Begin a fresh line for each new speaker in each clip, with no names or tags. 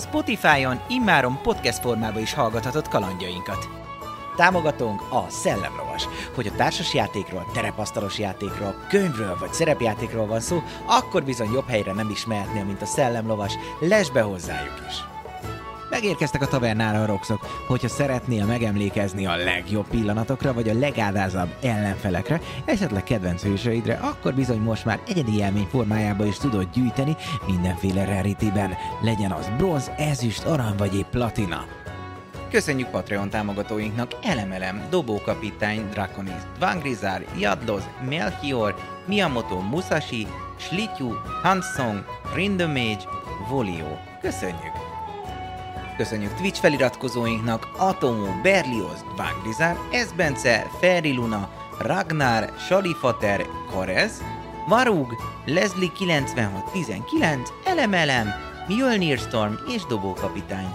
Spotify-on immáron podcast formában is hallgathatod kalandjainkat. Támogatónk a Szellemlovas. Hogy a társas játékról, terepasztalos játékról, könyvről vagy szerepjátékról van szó, akkor bizony jobb helyre nem is mehetnél, mint a Szellemlovas. Lesz be hozzájuk is! Megérkeztek a tavernára a roxok, hogyha szeretnél megemlékezni a legjobb pillanatokra, vagy a legádázabb ellenfelekre, esetleg kedvenc hősöidre, akkor bizony most már egyedi élmény formájába is tudod gyűjteni mindenféle rarityben, legyen az bronz, ezüst, arany vagy épp platina. Köszönjük Patreon támogatóinknak Elemelem, Dobókapitány, Draconis, Dvangrizár, Jadloz, Melchior, Miyamoto Musashi, Slityu, Hansong, Rindemage, Volio. Köszönjük! Köszönjük Twitch feliratkozóinknak Atomó, Berlioz, Vágrizár, Esbence, Feri Luna, Ragnar, Salifater, Karez, Varug, Leslie 9619, Elemelem, Mjölnir Storm és Dobókapitány.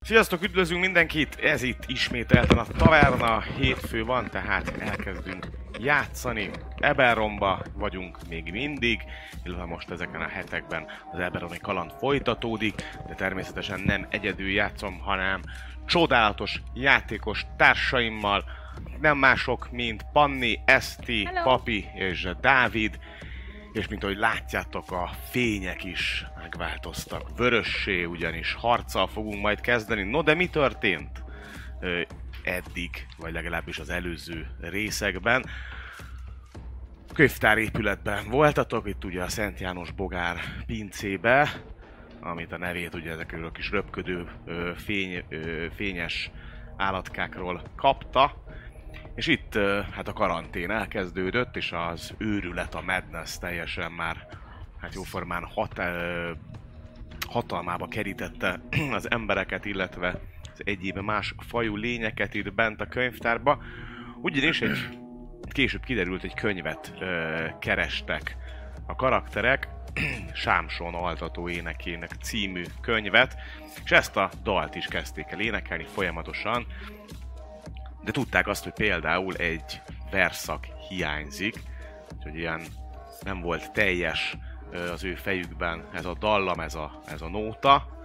Sziasztok, üdvözlünk mindenkit! Ez itt ismételten a taverna, hétfő van, tehát elkezdünk játszani. Eberomba vagyunk még mindig, illetve most ezeken a hetekben az Eberoni kaland folytatódik, de természetesen nem egyedül játszom, hanem csodálatos játékos társaimmal, nem mások, mint Panni, Eszti,
Hello.
Papi és Dávid, és mint ahogy látjátok, a fények is megváltoztak vörössé, ugyanis harccal fogunk majd kezdeni. No, de mi történt ö, eddig, vagy legalábbis az előző részekben? Könyvtár épületben voltatok, itt ugye a Szent János Bogár pincébe, amit a nevét ugye ezekről a kis röpködő ö, fény, ö, fényes állatkákról kapta. És itt ö, hát a karantén elkezdődött, és az őrület, a madness teljesen már hát jóformán hat, ö, hatalmába kerítette az embereket, illetve az egyéb más fajú lényeket itt bent a könyvtárba. Ugyanis egy, később kiderült, egy könyvet ö, kerestek a karakterek, Sámson altató énekének című könyvet, és ezt a dalt is kezdték el énekelni folyamatosan, de tudták azt, hogy például egy verszak hiányzik, úgyhogy ilyen nem volt teljes ö, az ő fejükben ez a dallam, ez a, ez a nóta,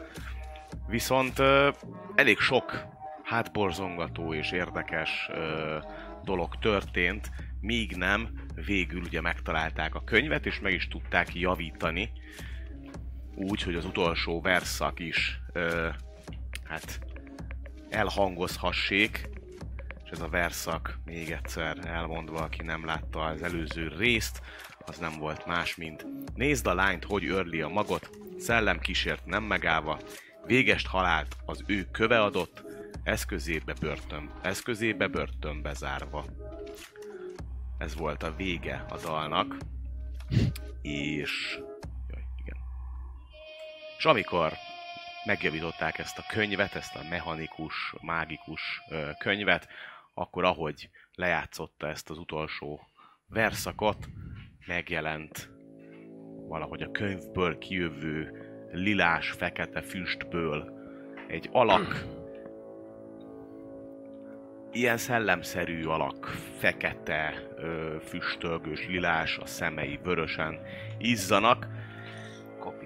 viszont ö, elég sok hátborzongató és érdekes ö, dolog történt, míg nem végül ugye megtalálták a könyvet, és meg is tudták javítani, úgy, hogy az utolsó verszak is ö, hát elhangozhassék, és ez a verszak, még egyszer elmondva, aki nem látta az előző részt, az nem volt más, mint Nézd a lányt, hogy örli a magot, szellem kísért nem megállva, végest halált az ő köve adott, eszközébe börtön, eszközébe börtönbe zárva. Ez volt a vége a dalnak, és... Jaj, igen. És amikor megjavították ezt a könyvet, ezt a mechanikus, mágikus ö, könyvet, akkor ahogy lejátszotta ezt az utolsó verszakot, megjelent valahogy a könyvből kijövő lilás, fekete füstből egy alak, ilyen szellemszerű alak, fekete, ö, füstölgős, lilás, a szemei vörösen izzanak,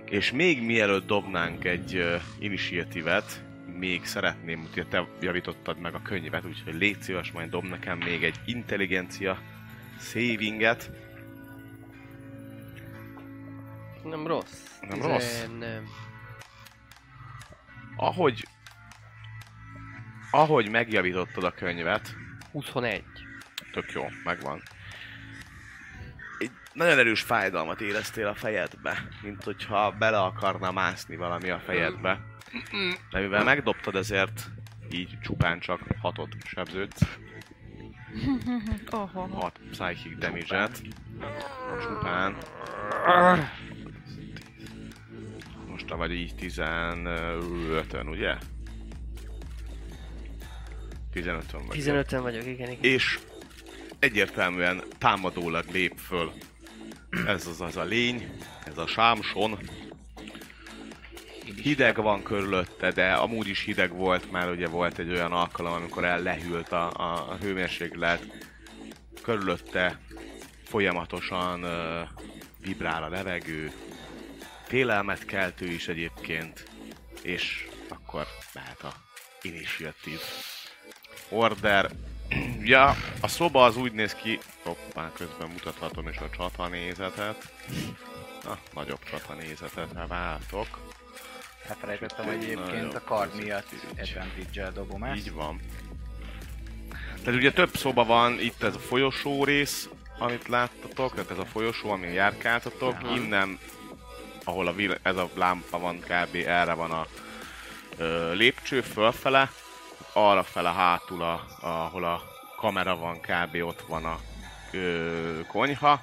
és még mielőtt dobnánk egy uh, initiatívet, még szeretném, hogy te javítottad meg a könyvet, úgyhogy légy szíves, majd dob nekem még egy intelligencia savinget.
Nem rossz.
Nem rossz?
Tizen- Nem.
Ahogy... Ahogy megjavítottad a könyvet,
21.
tök jó, megvan. Egy nagyon erős fájdalmat éreztél a fejedbe, mint hogyha bele akarna mászni valami a fejedbe. De mivel megdobtad ezért így csupán csak hatot sebződsz,
Oho.
hat psychic damage-et. Csupán. Most vagy így 15-ön, ugye? 15-ön vagy.
15-en vagyok, igen, igen.
és egyértelműen támadólag lép föl. Ez az az a lény, ez a sámson. Hideg van körülötte, de amúgy is hideg volt, már ugye volt egy olyan alkalom, amikor el lehűlt a, a, a hőmérséklet. Körülötte folyamatosan ö, vibrál a levegő, félelmet keltő is egyébként, és akkor mehet a initiatív order. Ja, a szoba az úgy néz ki... Hoppá, közben mutathatom is a csatanézetet. Na, nagyobb csatanézetetre váltok.
Elfelejtettem
Nagyon
Hát egyébként a kard miatt advantage dobom ezt.
Így van. Tehát ugye több szoba van, itt ez a folyosó rész, amit láttatok, tehát ez a folyosó, amin járkáltatok,
Aha.
innen, ahol a vil- ez a lámpa van kb. erre van a ö, lépcső, fölfele, arra fele hátul, a, ahol a kamera van kb. ott van a ö, konyha,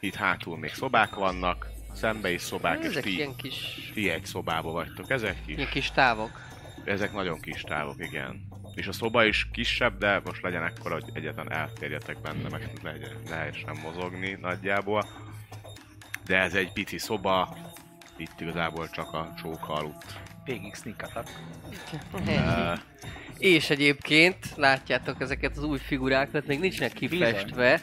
itt hátul még szobák vannak, szembe is szobák, és
Ezek
ti,
ilyen kis,
ti egy szobába vagytok, ezek is.
ilyen kis távok.
Ezek nagyon kis távok, igen. És a szoba is kisebb, de most legyen ekkora, hogy egyetlen elférjetek benne, meg legyen, lehessen mozogni nagyjából. De ez egy pici szoba, itt igazából csak a csóka aludt.
Végig sneak
Uh,
És egyébként, látjátok ezeket az új figurákat, még nincsenek kifestve,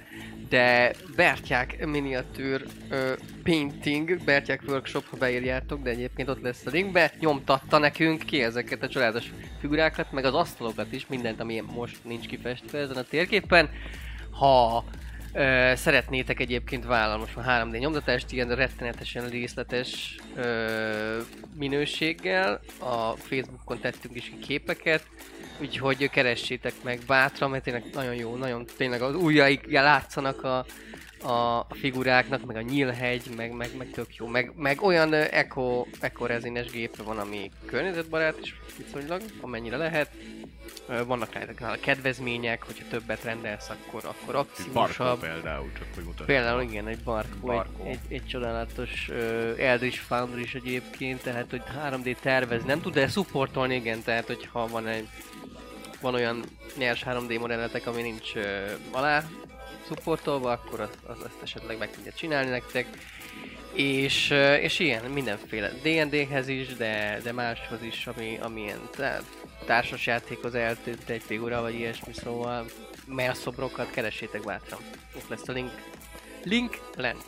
de Bertyák miniatűr ö, painting, Bertyák workshop, ha beírjátok, de egyébként ott lesz a linkbe, nyomtatta nekünk ki ezeket a családos figurákat, meg az asztalokat is, mindent, ami most nincs kifestve ezen a térképen. Ha ö, szeretnétek egyébként vállalni, most már 3D nyomtatást, ilyen rettenetesen részletes ö, minőséggel, a Facebookon tettünk is ki képeket, úgyhogy keressétek meg bátran, mert tényleg nagyon jó, nagyon tényleg az ujjaik látszanak a, a figuráknak, meg a nyílhegy, meg, meg, meg tök jó, meg, meg olyan ö, eko, eko rezines gépe van, ami környezetbarát is viszonylag, amennyire lehet. Ö, Vannak nála kedvezmények, hogyha többet rendelsz, akkor, akkor
Barkó
akciósabb.
például, csak hogy mutassam.
Például igen, egy barkó,
Barkó.
Egy, egy, egy csodálatos uh, Eldritch Founder is egyébként, tehát hogy 3D tervez nem tud, de supportolni igen, tehát hogyha van egy van olyan nyers 3D modelletek, ami nincs uh, alá supportolva, akkor azt, azt, azt esetleg meg tudja csinálni nektek. És, ö, és ilyen, mindenféle D&D-hez is, de, de máshoz is, ami, ami ilyen tá- társasjátékhoz eltűnt egy figura, vagy ilyesmi, szóval mert szobrokat keressétek bátran. Ott lesz a link. Link lent.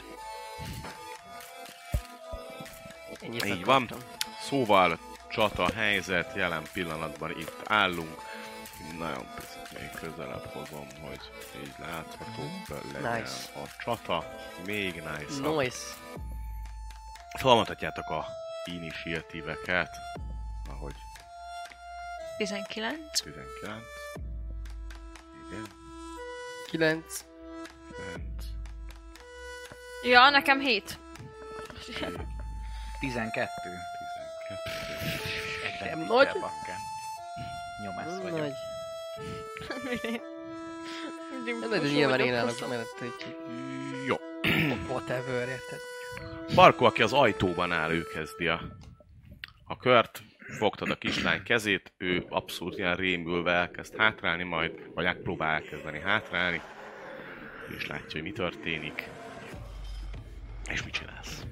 Ennyit
Így
akartam.
van. Szóval csata helyzet, jelen pillanatban itt állunk. Nagyon picit még közelebb hozom, hogy így láthatóbb legyen
Nice.
a csata. Még nice
Noise.
Felmutatjátok a initiatíveket, ahogy
19.
19. Igen,
9.
19.
Ja, nekem 7.
12.
12.
Ebben
Nagy.
nagy.
Hm,
Nyomász
Ez
vagyok.
nagy.
Mindig
Nem, de
utolsó
nyilván
vagyok,
én állok
hosszú.
mellette, úgyhogy
Jó.
whatever, érted?
Barkó, aki az ajtóban áll, ő kezdi a, a kört. Fogtad a kislány kezét, ő abszolút ilyen rémülve elkezd hátrálni majd, vagy megpróbál elkezdeni hátrálni. És látja, hogy mi történik. És mit csinálsz?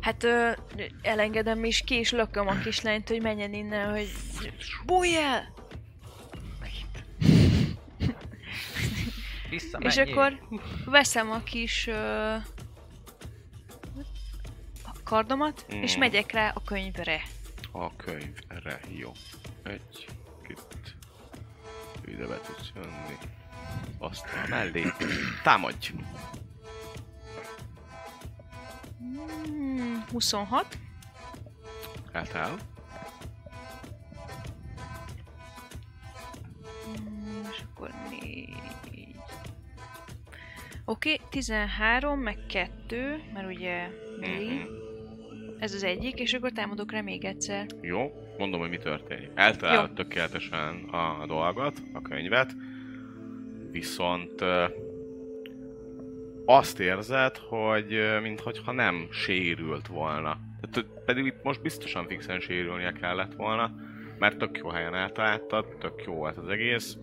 Hát ö, elengedem is ki, és lököm a kislányt, hogy menjen innen, hogy bújj el!
Vissza,
és
menjél.
akkor veszem a kis ö, kardomat,
Mm.
és megyek rá a könyvre.
A könyvre jó. Egy, két. Ide be tudsz jönni. Azt a mellé. Támadj!
Hmm, 26.
Hát áll.
Mm, és akkor 4. Oké, okay, 13, meg 2, mert ugye 4.
Mhm.
Ez az egyik, és akkor támadok rá még egyszer.
Jó. mondom, hogy mi történik. Eltalálod tökéletesen a dolgot, a könyvet, viszont ö, azt érzed, hogy ö, minthogyha nem sérült volna. Tehát, ö, pedig itt most biztosan fixen sérülnie kellett volna, mert tök jó helyen eltaláltad, tök jó volt az egész,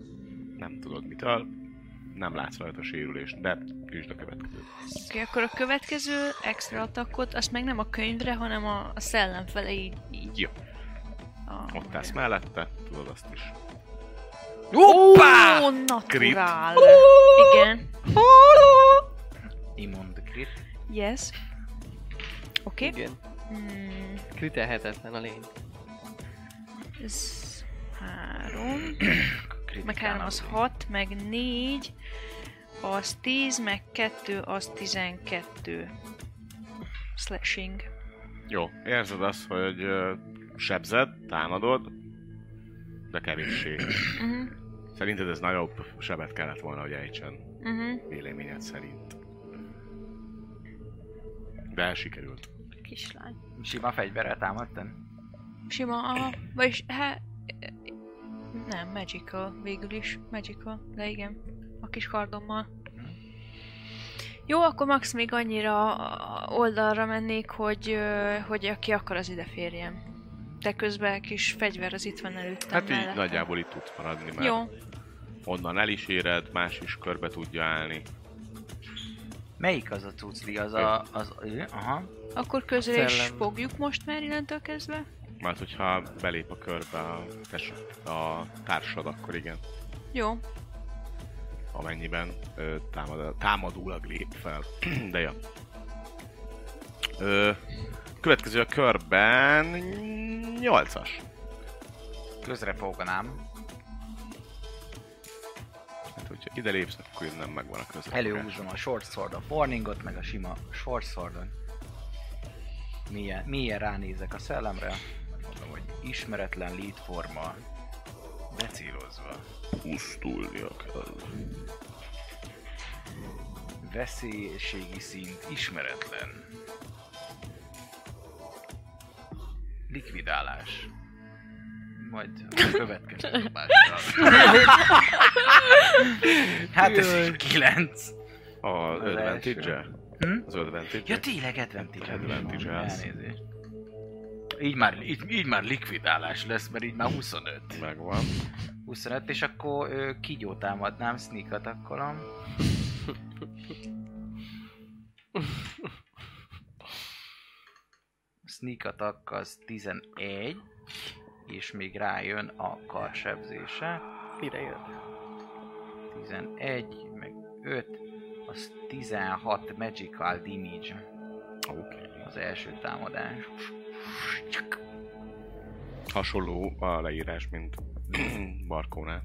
nem tudod mitől, nem látsz rajta sérülést, de küzd a következőt.
Oké, akkor a következő extra atakot, azt meg nem a könyvre, hanem a, a szellem fele így... így
Jó.
a...
Ott állsz mellette, tudod azt is.
Hoppá! Ó,
Ah! Crit.
naturál! Igen.
Imond crit.
Yes. Oké. Okay.
Igen.
Mm,
Kritelhetetlen a lény.
ez három.
Kritikán
meg 3 az
alul.
6, meg 4, az 10, meg 2, az 12. Slashing.
Jó, érzed azt, hogy ö, sebzed, támadod, de kevéssé.
Mhm,
Szerinted ez nagyobb sebet kellett volna, hogy ejtsen,
mhm.
véleményed szerint. De sikerült.
Kislány.
Sima fegyverrel támadtam?
Sima, aha. Vagyis, hát... Nem, magical végül is. Magical, de igen. A kis kardommal. Jó, akkor max még annyira oldalra mennék, hogy, ö, hogy aki akar, az ide férjen. De közben a kis fegyver az itt van előttem.
Hát így
mellettem.
nagyjából itt tudsz maradni, mert
Jó,
onnan el is éred, más is körbe tudja állni.
Melyik az a cucli? Az a... Az, ő? Aha.
Akkor közre is
Szellem.
fogjuk most már innentől kezdve?
Mert hogyha belép a körbe a, tes- a társad, akkor igen.
Jó,
amennyiben ö, támad, támadulag lép fel. De ja. Ö, következő a körben 8-as.
Közre fognám.
Hát, hogyha ide lépsz, akkor innen megvan a közlek.
Előhúzom a short sword of warningot, meg a sima short swordon. Milyen, milyen ránézek a szellemre? Mondom, hogy ismeretlen lead forma. Becélozva.
Pusztulnia kell.
Veszélységi szint ismeretlen. Likvidálás. Majd a következő dobásra. Hát ez 9.
Az
Az
advantage
Hm?
Az advantage
Ja tényleg advantage
Advantage az.
Elnézést. Így már, így, így már likvidálás lesz, mert így már 25.
Megvan.
25, és akkor ö, kígyó támadnám, sneak attackolom. Sneak attack az 11, és még rájön a karsebzése.
Mire jön?
11, meg 5, az 16 magical damage
Oké.
az első támadás.
Hasonló a leírás, mint Barkónál.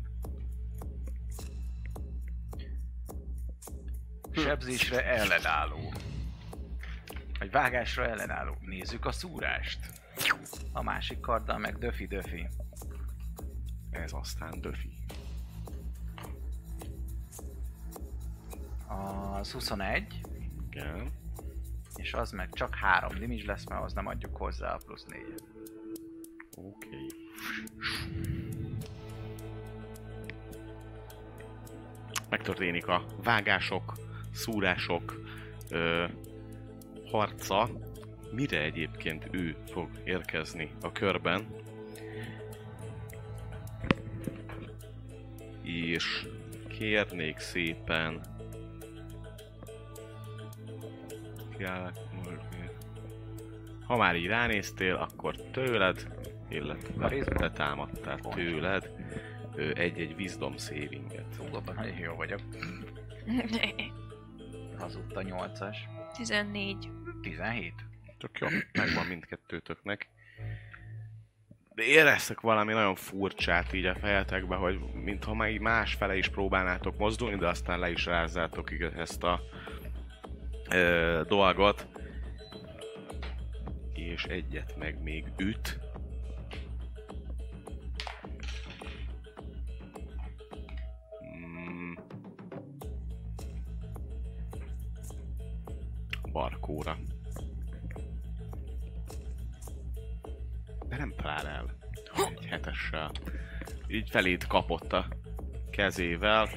Sebzésre ellenálló. Vagy vágásra ellenálló. Nézzük a szúrást. A másik karddal meg döfi döfi.
Ez aztán Döfi.
Az 21,
Igen.
és az meg csak 3 damage lesz, mert az nem adjuk hozzá a plusz 4
Oké. Megtörténik a vágások, szúrások, ö, harca. Mire egyébként ő fog érkezni a körben? És kérnék szépen... Kérlek, Murphy. Ha már így ránéztél, akkor tőled, illetve
Karizma?
te támadtál tőled, ö, egy-egy wisdom savinget.
Ú, abban nagyon jó vagyok. Hazudta 8-as.
14.
17.
Tök jó, megvan mindkettőtöknek. De éreztek valami nagyon furcsát így a fejetekbe, hogy mintha már így másfele is próbálnátok mozdulni, de aztán le is rázzátok így ezt a ö, dolgot. És egyet meg még üt. Mm. Barkóra. De nem talál el. egy hetessel. Így feléd kapott a kezével,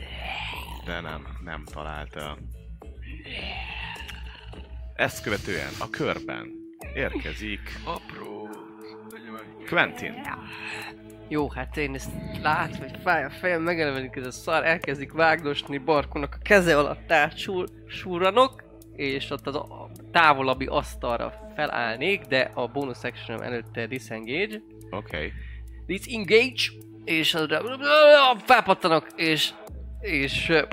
de nem, nem találta. Ezt követően a körben érkezik
Apró.
Quentin.
Jó, hát én ezt lát, hogy fáj a fejem, megelevenik ez a szar, elkezdik vágdosni Barkónak a keze alatt átsul, súranok, és ott az a távolabbi asztalra felállnék, de a bonus action előtte disengage,
Oké. Okay.
disengage, és azra felpattanok, és, és ö,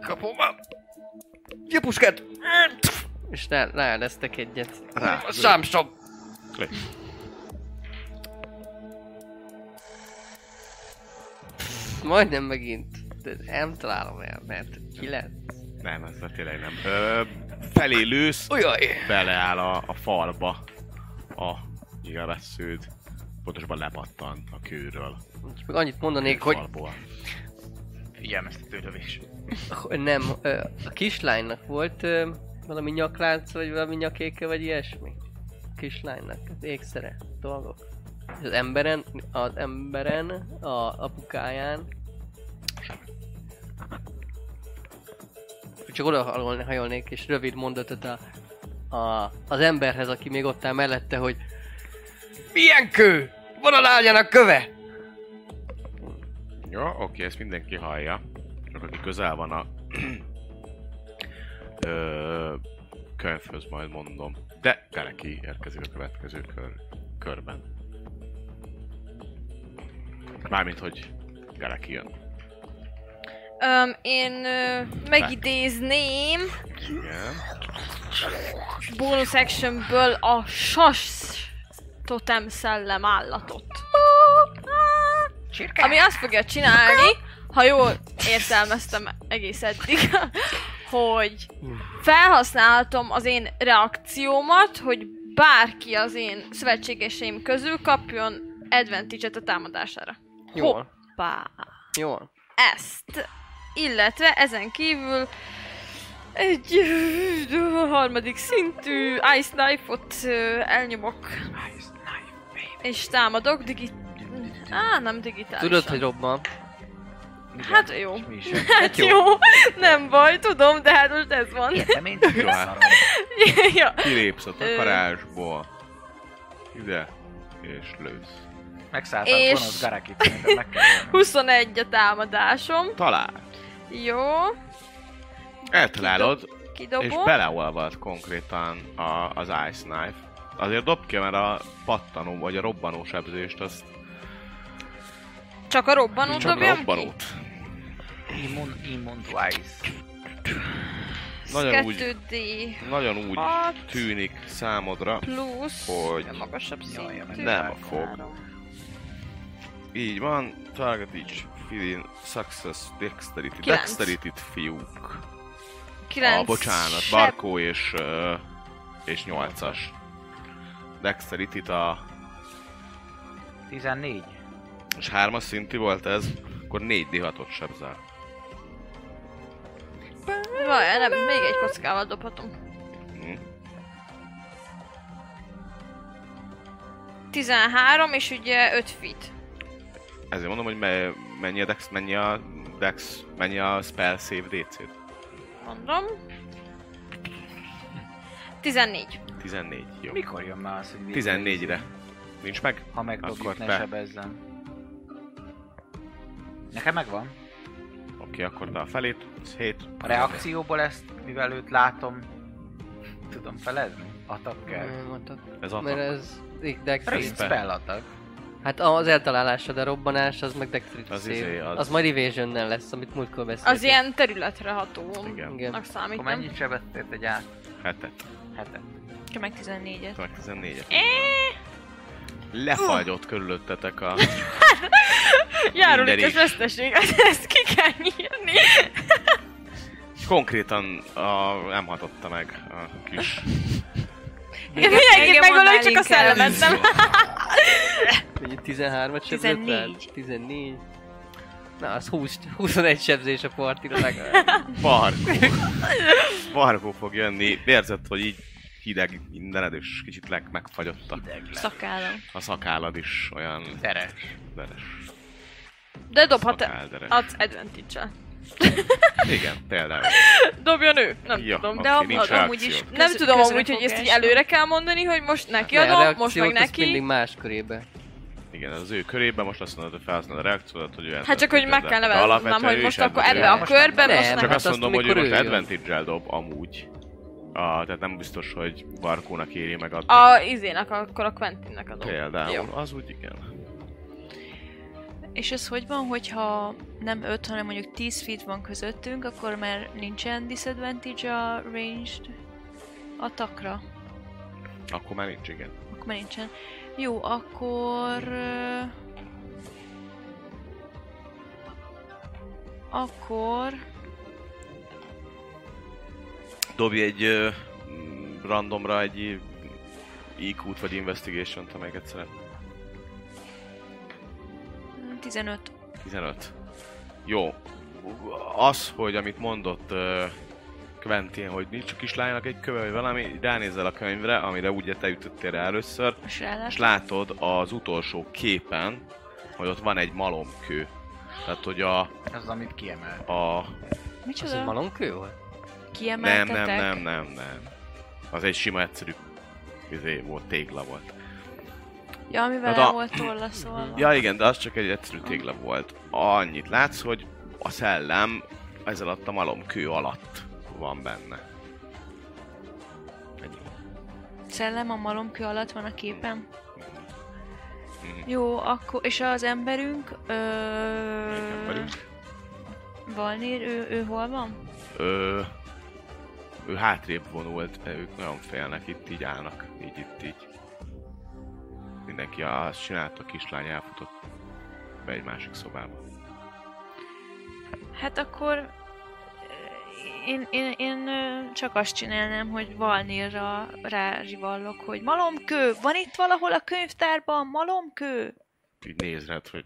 kapom a gyepuskát, és le, leeleztek egyet.
Rá.
A sámsom! Majdnem megint. De nem találom el, mert kilenc.
Nem, ez már tényleg nem. Ö, felé lősz,
Ujjaj!
beleáll a, a falba a nyilvessződ. Pontosabban lepattan a kőről.
Most meg annyit mondanék, hogy
Falból.
Figyelmeztető lövés.
nem, ö, a kislánynak volt ö, valami nyaklánc, vagy valami nyakéke, vagy ilyesmi. A kislánynak, az ékszere, dolgok. És az emberen, az emberen, a apukáján. Csak oda hajolni- hajolnék, és rövid mondatot a, a, az emberhez, aki még ott áll mellette, hogy Milyen kő? Van a lányának köve?
Jó, oké, ezt mindenki hallja. Csak aki közel van a ö, könyvhöz, majd mondom. De Gareki érkezik a következő kör, körben. Mármint, hogy Gareki jön.
Öm, én ö, megidézném
Igen.
bonus actionből a sas totem szellem állatot. Ami azt fogja csinálni, ha jól értelmeztem egész eddig, hogy felhasználhatom az én reakciómat, hogy bárki az én szövetségeseim közül kapjon advantage-et a támadására.
Jól,
Hoppá!
jól.
ezt. Illetve ezen kívül egy ö, harmadik szintű Ice Knife-ot ö, elnyomok. És támadok digi... Á, nem digitálisan.
Tudod, hogy robban.
Hát jó.
És mi is.
Hát jó. nem baj, tudom, de hát most ez van.
Értem én csak szarom.
ja.
Kilépsz a
Ö.
takarásból. Ide. És lősz.
Megszálltam
És-
gonosz garakit, szerintem meg kell ölnöm.
21 a támadásom.
Talál.
Jó,
Eltalálod, és
kidobom.
beleolvad konkrétan a, az Ice Knife. Azért dobd ki, mert a pattanó vagy a robbanó sebzést azt
Csak a robbanót
csak
dobjam
robbanót.
Immun, immun twice.
ki.
Nagyon úgy.
2D
Nagyon úgy
Hat.
tűnik számodra,
plusz
Hogy-
magasabb
Jaj,
szintű.
nem.
nem fog. Így van, target each feeling success dexterity.
Kilenc.
Dexterity fiúk.
Kilenc
ah, bocsánat,
seb-
Barkó és, ö, és 8-as. Dexterity a
14.
És hármas szinti volt ez, akkor 4 d 6 sebzel.
Vaj, nem, még egy kockával dobhatunk.
Hm?
13, és ugye 5 feet.
Ezért mondom, hogy me, mennyi a dex, mennyi a dex, mennyi a spell save DC-t.
Mondom. 14.
14, jó.
Mikor jön már az, hogy végül-
14-re. Nincs meg?
Ha megdobjuk,
Akkor
ne
be.
sebezzen. Nekem megvan.
Oké, akkor te a felét, ez 7.
A reakcióból ezt, mivel őt látom, tudom felezni? Atak kell.
Nem, mondtam.
Ez
Mert
atak.
ez így dexterity.
Free spell atak.
Hát az eltalálása, de a robbanás, az meg dexterity
Az
save.
izé, az-
az... majd evasion lesz, amit múltkor beszéltünk.
Az ilyen területre ható.
Igen.
Igen.
Nak számít,
Akkor
nem?
mennyit sebeztél egy át?
Hetet.
Hetet.
Csak meg 14-et.
Meg 14-et. Lefagyott körülöttetek a...
Járulék
Minden
az
is.
veszteség, hát ezt ki kell nyírni.
Konkrétan a, nem hatotta meg a kis...
Én mindenkit
Engem
megölök,
mondnál
csak a
inkább.
szellemet nem.
Mennyi, 13-at sebzett
14.
rá? 14. hát Na, az 20, 21 sebzés a partira legalább.
Barkó. Barkó fog jönni. Érzed, hogy így hideg mindened, és kicsit leg megfagyott a,
Hideg lesz.
Szakállam.
a szakállad is olyan
Teres.
deres.
De dobhat
Szakálderes.
adsz advantage
Igen, például.
Dobjon ő, nem
Ja,
tudom.
oké,
De
nincs
amúgy
rá.
amúgy is
reakció.
nem
köz-
tudom amúgy, hogy ezt
közrefogás
így
van.
előre kell mondani, hogy most neki
Ne, a
adom, most meg
reakciót azt
neki.
mindig más körébe.
Igen, ez az ő körében most azt mondod, hogy felhasználod a reakciódat, hogy ő
Hát csak, hogy meg kell neveznem, hogy most akkor ebbe a
Most
körben,
nem.
most
Nem,
Csak
nem.
hát
azt
azt,
mondom, hogy ő
mikor
most
ő jön.
advantage dob amúgy. A, tehát nem biztos, hogy Barkónak éri meg adni.
A izének, akkor a Quentinnek adom.
Például,
Jó.
az úgy igen.
És ez hogy van, hogyha nem 5, hanem mondjuk 10 feet van közöttünk, akkor már nincsen disadvantage a ranged atakra?
Akkor már nincs, igen.
Akkor már nincsen. Jó, akkor... ö, Akkor...
Dobj egy ö, mm, randomra egy IQ-t vagy investigation-t, amelyiket szeret.
mm, 15.
15. Jó. Az, hogy amit mondott ö, Quentin, hogy nincs a kislánynak egy köve, vagy valami, ránézel a könyvre, amire ugye te ütöttél rá először,
És
és
ráadásul...
látod az utolsó képen, hogy ott van egy malomkő. Tehát, hogy a...
Az, amit kiemelt.
a
Az egy
Micsoda?
malomkő volt?
nem,
Kiemeltetek?
nem, nem, nem, nem. Az egy sima, egyszerű izé volt, tégla volt.
Ja, amivel
Na da-
el volt torlaszolva.
Ja igen, de az csak egy egyszerű tégla volt. Annyit látsz, hogy a szellem ez alatt a malomkő alatt van benne. Ennyi.
Szellem a malomkő alatt van a képen.
Mm. Mhm.
Jó, akkor... És az emberünk... Ö...
Melyik emberünk?
Valnir, ő, ő hol van?
Ö, ő hátrébb vonult, mert ők nagyon félnek, itt így állnak, így itt így. Mindenki azt csinálta, a kislány elfutott be egy másik szobába.
Hát akkor... ö, Én, én, én ö, csak azt csinálnám, hogy Valnirra rázsivallok, hogy malomkő, van itt valahol a könyvtárban malomkő?
Így néz rád, hogy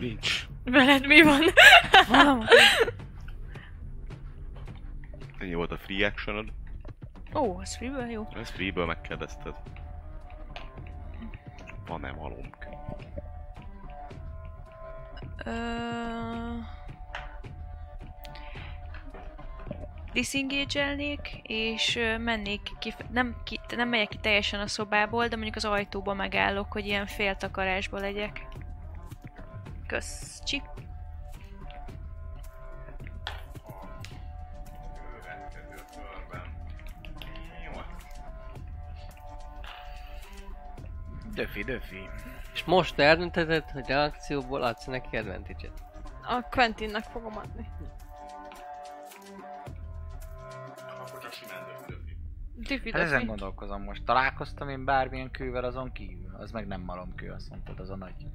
nincs.
Veled mi van?
Malomkő.
Ennyi volt a free actionod.
Ó, az friből jó.
Ez freeből megkérdezted. Van-e malomkő?
Ö... Disengage-elnék, és ö, mennék ki, nem, ki, nem megyek ki teljesen a szobából, de mondjuk az ajtóba megállok, hogy ilyen féltakarásba legyek. Kösz, csi.
Döfi, döfi.
És most eldöntötted, hogy reakcióból adsz neki advantage-et.
A Quentinnek fogom adni. Diffi,
Hát ezen
diffi.
gondolkozom most. Találkoztam én bármilyen kővel azon kívül? Az meg nem malomkő, azt mondtad, az a nagy,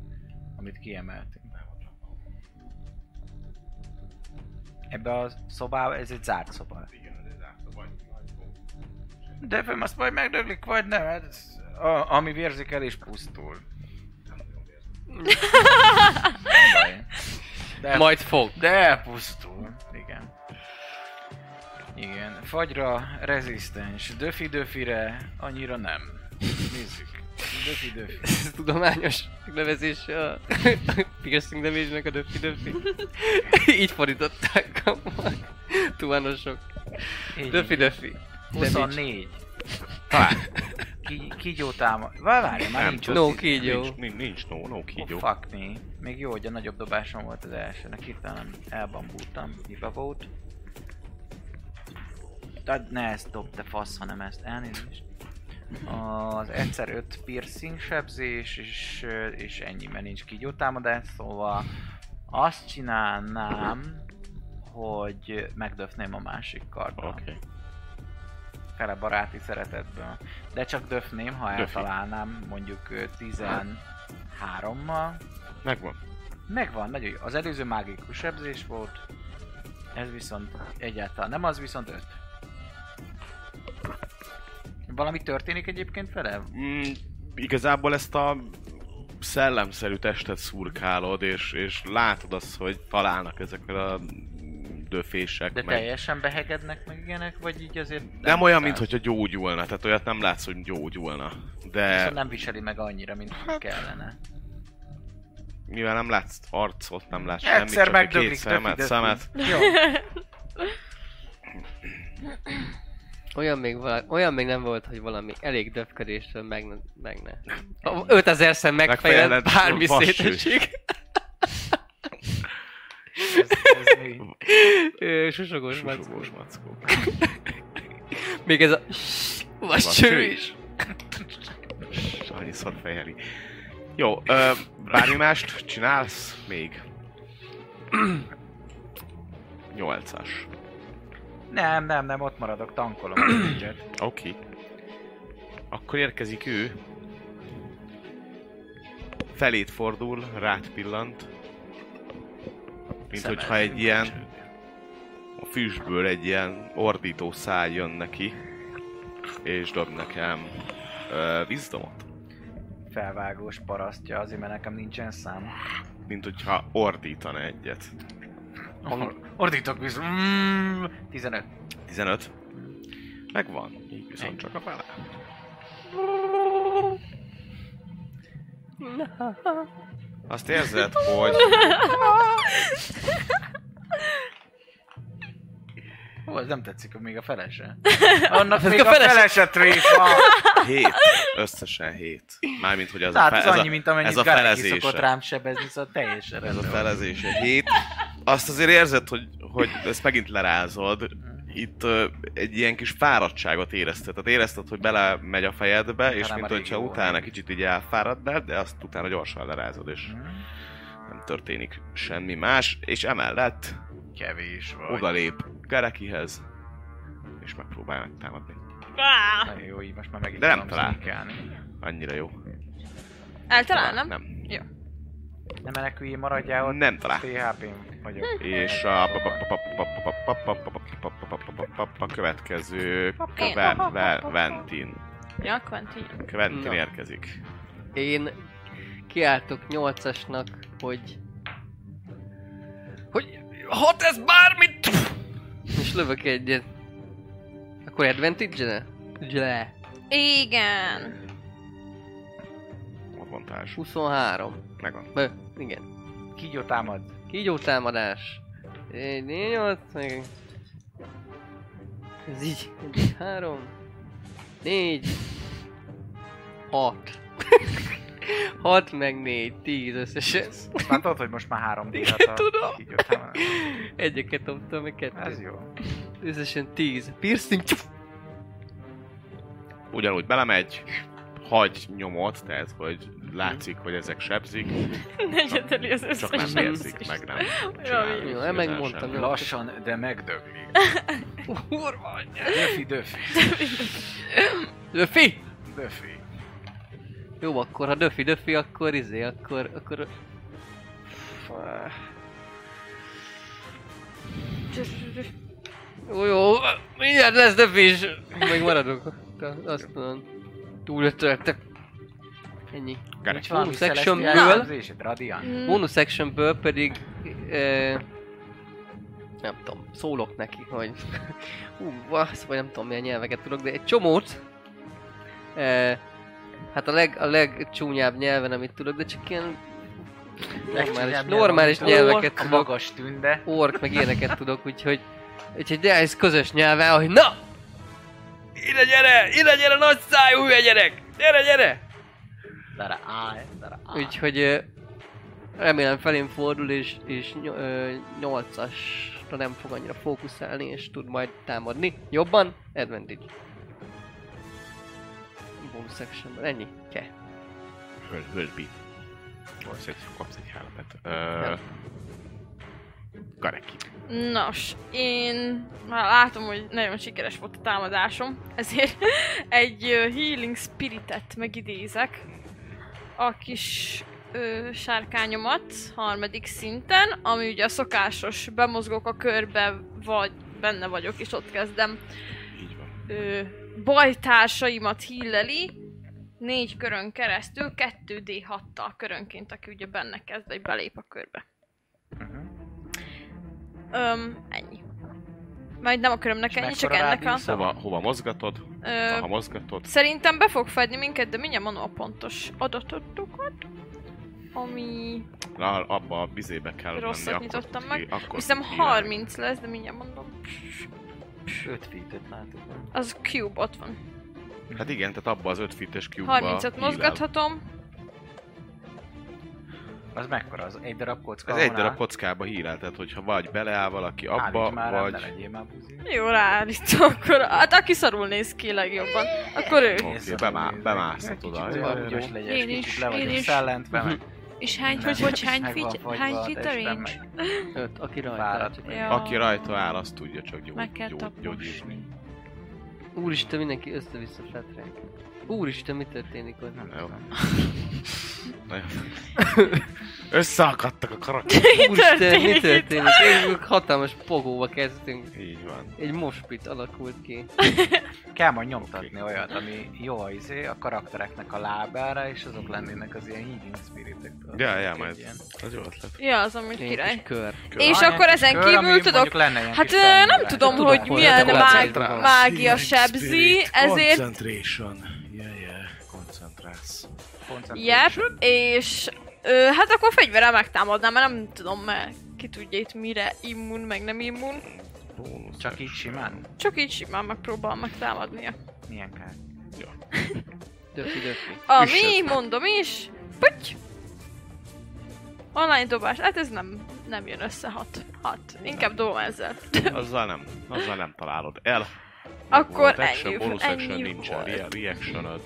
amit kiemeltünk. Ebbe a szobába, ez egy zárt szoba. De főm azt majd megdöglik, vagy nem, hát ez, a, ami vérzik el és pusztul. Nem baj. De,
Majd fog.
de elpusztul. Igen. Igen. Fagyra rezisztens. Döfi döfire annyira nem. Nézzük. Döfi döfi.
Ez tudományos nevezés a piercing damage-nek a döfi döfi. Így fordították a tuánosok.
Így,
Döfi döfi.
24. Talán. Ki, kigyó táma. Vá, várj, már nincs
tudom.
ott.
No kígyó.
Nincs, nincs, nincs no, no kígyó.
Oh, fuck me. Még jó, hogy a nagyobb dobásom volt az elsőnek. Itt nem elbambultam. Hiba volt. Tehát ne ezt dob, te fasz, hanem ezt elnézést. Az egyszer 5 piercing sebzés, és, ö, és ennyi, mert nincs kígyó támadás, szóval azt csinálnám, hogy megdöfném a másik karddal.
Oké. Okay.
Fele baráti szeretetből. De csak döfném, ha
Döfi.
eltalálnám mondjuk ö, 13-mal,
Megvan.
Megvan, nagyon jó. Az előző mágikus sebzés volt, ez viszont egyáltalán nem, az viszont öt. Valami történik egyébként vele?
Mm, igazából ezt a szellemszerű testet szurkálod, és, és látod azt, hogy találnak ezekkel a mm, fürdőfések,
De
meg
teljesen behegednek meg ilyenek, vagy így azért...
Nem, olyan, mint
száz-
hogyha gyógyulna, tehát olyat nem látsz, hogy gyógyulna.
Viszont
De
nem viseli meg annyira, mint kellene.
mivel nem látsz arcot, nem látsz
Egyszer
semmit, csak a
megdöglik,
két
tök
szemet,
idő.
szemet.
Jó.
Olyan még, vala, olyan még nem volt, hogy valami elég döfködéstől meg, meg ne. 5000 szem megfejlett
Megfejlett
bármi
vasső.
szétesik.
Ez, ez mi?
Ö, Susogós
Susogós
mackó.
mackó.
Még ez a... Vagy
Vasső
cső is.
Annyiszor fejeli. Jó, ö, bármi mást csinálsz még? Nyolcas.
Nem, nem, nem, ott maradok, tankolom a ninját.
Oké. Okay. Akkor érkezik ő. Felét fordul, rád pillant. Mint
Szemel
hogyha egy
függő
ilyen
cső.
a füstből egy ilyen ordító száj jön neki. És dob nekem ö, vízdomot.
Felvágós parasztja, azért mert nekem nincsen szám.
Mint hogyha ordítana egyet.
Or- Ordítok vissza. Mm, 15.
15. Megvan. Így viszont csak a fele. Azt érzed, hogy
Hú, ez nem tetszik, még a felese. Annak még
a
a
felese-
felese tréfa.
hét, összesen hét. Mármint, hogy az
Hát
a,
ez
fe, ez
annyi,
a,
mint amennyit
ez a
Garaki szokott
felezése.
rám sebezni, szóval
Ez
teljesen
a
rendben van.
felezése hét. Azt azért érzed, hogy, hogy ezt megint lerázod. Itt ö, egy ilyen kis fáradtságot érezted. Tehát érezted, hogy bele megy a fejedbe, és
Talán
mint
Hát, a
hogyha
régi
utána
volt.
kicsit így elfáradnál, de azt utána gyorsan lerázod, és
Mm,
nem történik semmi más, és emellett
Kevés vagy.
odalép Garekihez, és megpróbál megtámadni.
Á,
Nagyon jó, így most már megint
De nem
tudom
talál.
sneakálni.
Annyira jó.
Eltalál, nem?
Nem.
Ne meneküljél, maradjál ott.
Nem talál.
PHP-n vagyok.
És a következő Kven- Ve- Ventin.
Ja, Quentin.
Ventin
Na.
érkezik.
Én kiáltok 8-asnak, hogy... Hogy... Hat ez bármit! És lövök egyet. Akkor advantage-e? Le.
Igen.
Ott van társ.
23.
Megvan.
Bő, igen.
Kígyó támad.
Kígyó támadás. Egy, négy, nyolc, meg... Ez így. Egy, három. Négy. Hat. Hat meg négy, tíz összesen.
Azt már tudod, hogy most már három d
Igen,
a
tudom.
kígyó támad.
Egyeket dobtam, meg
Hát. Ez
kettőt.
jó.
Összesen tíz. Piercing. Csuf!
Ugyanúgy belemegy, hagy nyomot, tehát hogy látszik, hogy ezek sebzik,
Negyedeli az
csak nem
összes
nem
mérzik,
sebzést.
meg nem
Jó,
jó,
csinálnak
nem
igazán
megmondtam,
semmit.
jó.
Lassan, de megdöglik.
Kurva anyja.
Döfi, döfi,
Döfi!
döfi.
Jó, akkor ha döfi, döfi, akkor izé, akkor, akkor... Jó, jó, mindjárt lesz döfi is. Még maradok. Azt mondom. Túlötöltek. Ennyi.
Kerek.
Nincs valami
Bonus action
celestiál
ből.
képzésed, Radiant?
Mm.
Bonus actionből pedig... E, nem tudom, szólok neki, hogy... Hú, vasz, vagy nem tudom milyen nyelveket tudok, de egy csomót... E, hát a, leg, a legcsúnyább nyelven, amit tudok, de csak ilyen... Normális,
Legcsúnyább nyelv,
normális
amit tudok.
nyelveket
A
tudok,
magas tünde.
ork, meg ilyeneket tudok, úgyhogy... Úgyhogy de ez közös nyelve, hogy na! Ide gyere! Ide gyere, nagy szájú hülye gyerek! Gyere, gyere!
Dara áj, dara áj.
Úgyhogy ö, remélem felén fordul, és, és ny- ö, 8-asra nem fog annyira fókuszálni, és tud majd támadni. Jobban? Advantage. Bonus actionből. Ennyi? Ke.
Höl, hölbi. Kapsz egy, kapsz egy hálapet. Ö, Gareki.
Nos, én már látom, hogy nagyon sikeres volt a támadásom, ezért egy ö, Healing Spiritet megidézek a kis ö, sárkányomat harmadik szinten, ami ugye a szokásos bemozgok a körbe, vagy benne vagyok, és ott kezdem
Így van.
ö, bajtársaimat hilleli, négy körön keresztül, 2D6-tal körönként, aki ugye benne kezd, vagy belép a körbe.
Mhm.
Öm, ennyi. Majd nem a körömnek ennyi, csak
mekkora
ennek a...
rádiusz?
Hova, hova mozgatod? Ha
Ö,
mozgatod,
szerintem be fog fedni minket, de mindjárt mondom a pontos adatotokat. Ami...
na, abba a bizébe kell
Rosszat
menni,
nyitottam
akkor,
meg.
ki- Akkor
Hiszem
ki-
30 lesz, de mindjárt mondom.
5 feet-et látok.
Az cube, ott van.
Hát igen, tehát abba az 5 fites cube
30-at mozgathatom.
Az mekkora? Az egy darab kocka?
Ez egy
ahol áll?
darab kockába hírál, tehát hogyha vagy beleáll valaki abba,
Állíts már, rá, ne
vagy...
legyél már buzi.
Jó, ráállítom akkor. Hát aki szarul néz ki legjobban, akkor ő.
Oké,
Észre
bemá-
nézek.
bemászhat oda.
Kicsit
Jó, jó,
zavargós legyek,
Én
kicsit
is,
le vagyok
én is.
szellentve, meg
És hány,
Nem,
hogy, hogy hány,
meg van
feet,
fagyva
hány
a
feet a
testben,
range?
meg-
Öt, aki rajta.
Fáradt.
Ja.
Aki rajta áll, azt tudja csak gyógy,
Meg kell
gyógy, gyógyítani.
taposni.
Úristen, mindenki össze-vissza fetreng. Úristen, mi történik ott?
Nem
Jó.
tudom.
Nagyon- Összeakadtak a karak.
Úristen, mi
történik
történik? Egy hatalmas pogóba kezdtünk.
Így van.
Egy mospit alakult ki.
Kell majd nyomtatni
Oké.
olyat, ami jó az izé, a karaktereknek a lábára, és azok lennének az ilyen healing spiritek. tudod?
Ja, ja,
Egy
majd.
ilyen
Az jó ötlet.
Ja, az amúgy
Egy kis
király.
kör.
Kör.
És
Van
akkor
egy kis
ezen
kör, ami
kívül tudok...
mondjuk lenne ilyen
Hát
kis
ö, nem
felmérés.
tudom,
Tudok
hogy
hol
milyen
lehet a
mág,
koncentrál.
mágia sebzi, ezért...
Concentration. Yeah, yeah. Koncentrálsz.
Concentration.
Yep, és... Ö, hát akkor fegyverrel megtámadnám, mert nem tudom, mert ki tudja itt mire immun, meg nem immun.
Bónusz.
Csak így simán?
Csak így simán megpróbál megtámadnia.
Milyen kár?
Döfi, döfi.
Ami,
Üssed.
mondom is, pötty! Online dobás, hát ez nem, nem jön össze, hat. Hat. Inkább dobom ezzel.
Azzal nem, azzal nem találod el.
Akkor
Volt action,
ennyi-
bonus action
ennyi
nincsen,
volt.
re- reactionod.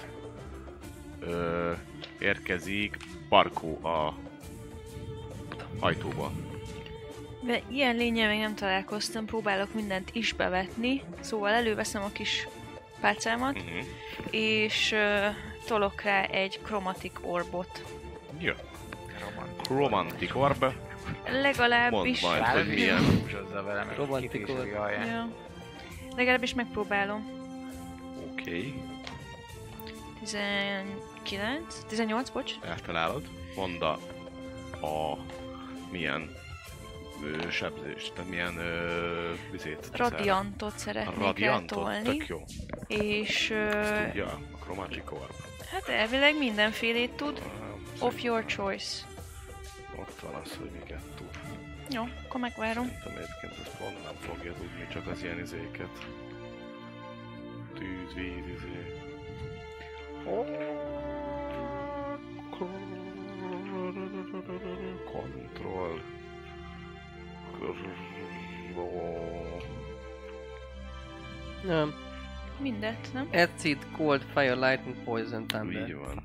Ö, érkezik Barkó a ajtóba.
De ilyen lényel még nem találkoztam, próbálok mindent is bevetni, szóval előveszem a kis pálcámat,
Uh-huh.
és ö, tolok rá egy kromatik orbot.
Ja.
Romantik.
Romantic Orb. Mondd
Legalábbis...
majd, hogy
Bármi
milyen.
húzsozza velem, egy
Romantik
kiféseli
volt.
alján.
Ja. Legalábbis megpróbálom.
Oké, okay.
19? 18, bocs.
eltalálod. Mondd a, a milyen ö, sebzést, tehát milyen ö, vizét. teszel.
Radiantot szeretnék
Radiantot,
eltolni.
tök jó.
És ö,
Ezt tudja, a Chromatic Orb.
hát elvileg mindenfélét tud.
Ah,
Of your
szerintem
choice.
Ott van az, hogy miket tud.
Jó, akkor megvárom.
Szerintem egyébként ezt pont nem fogja tudni, csak az ilyen izéket. Tűz, víz, izé. Control. Kr-
Nem.
Mindet, nem?
Acid, Cold, Fire, Lightning, Poison, Thunder.
Így van.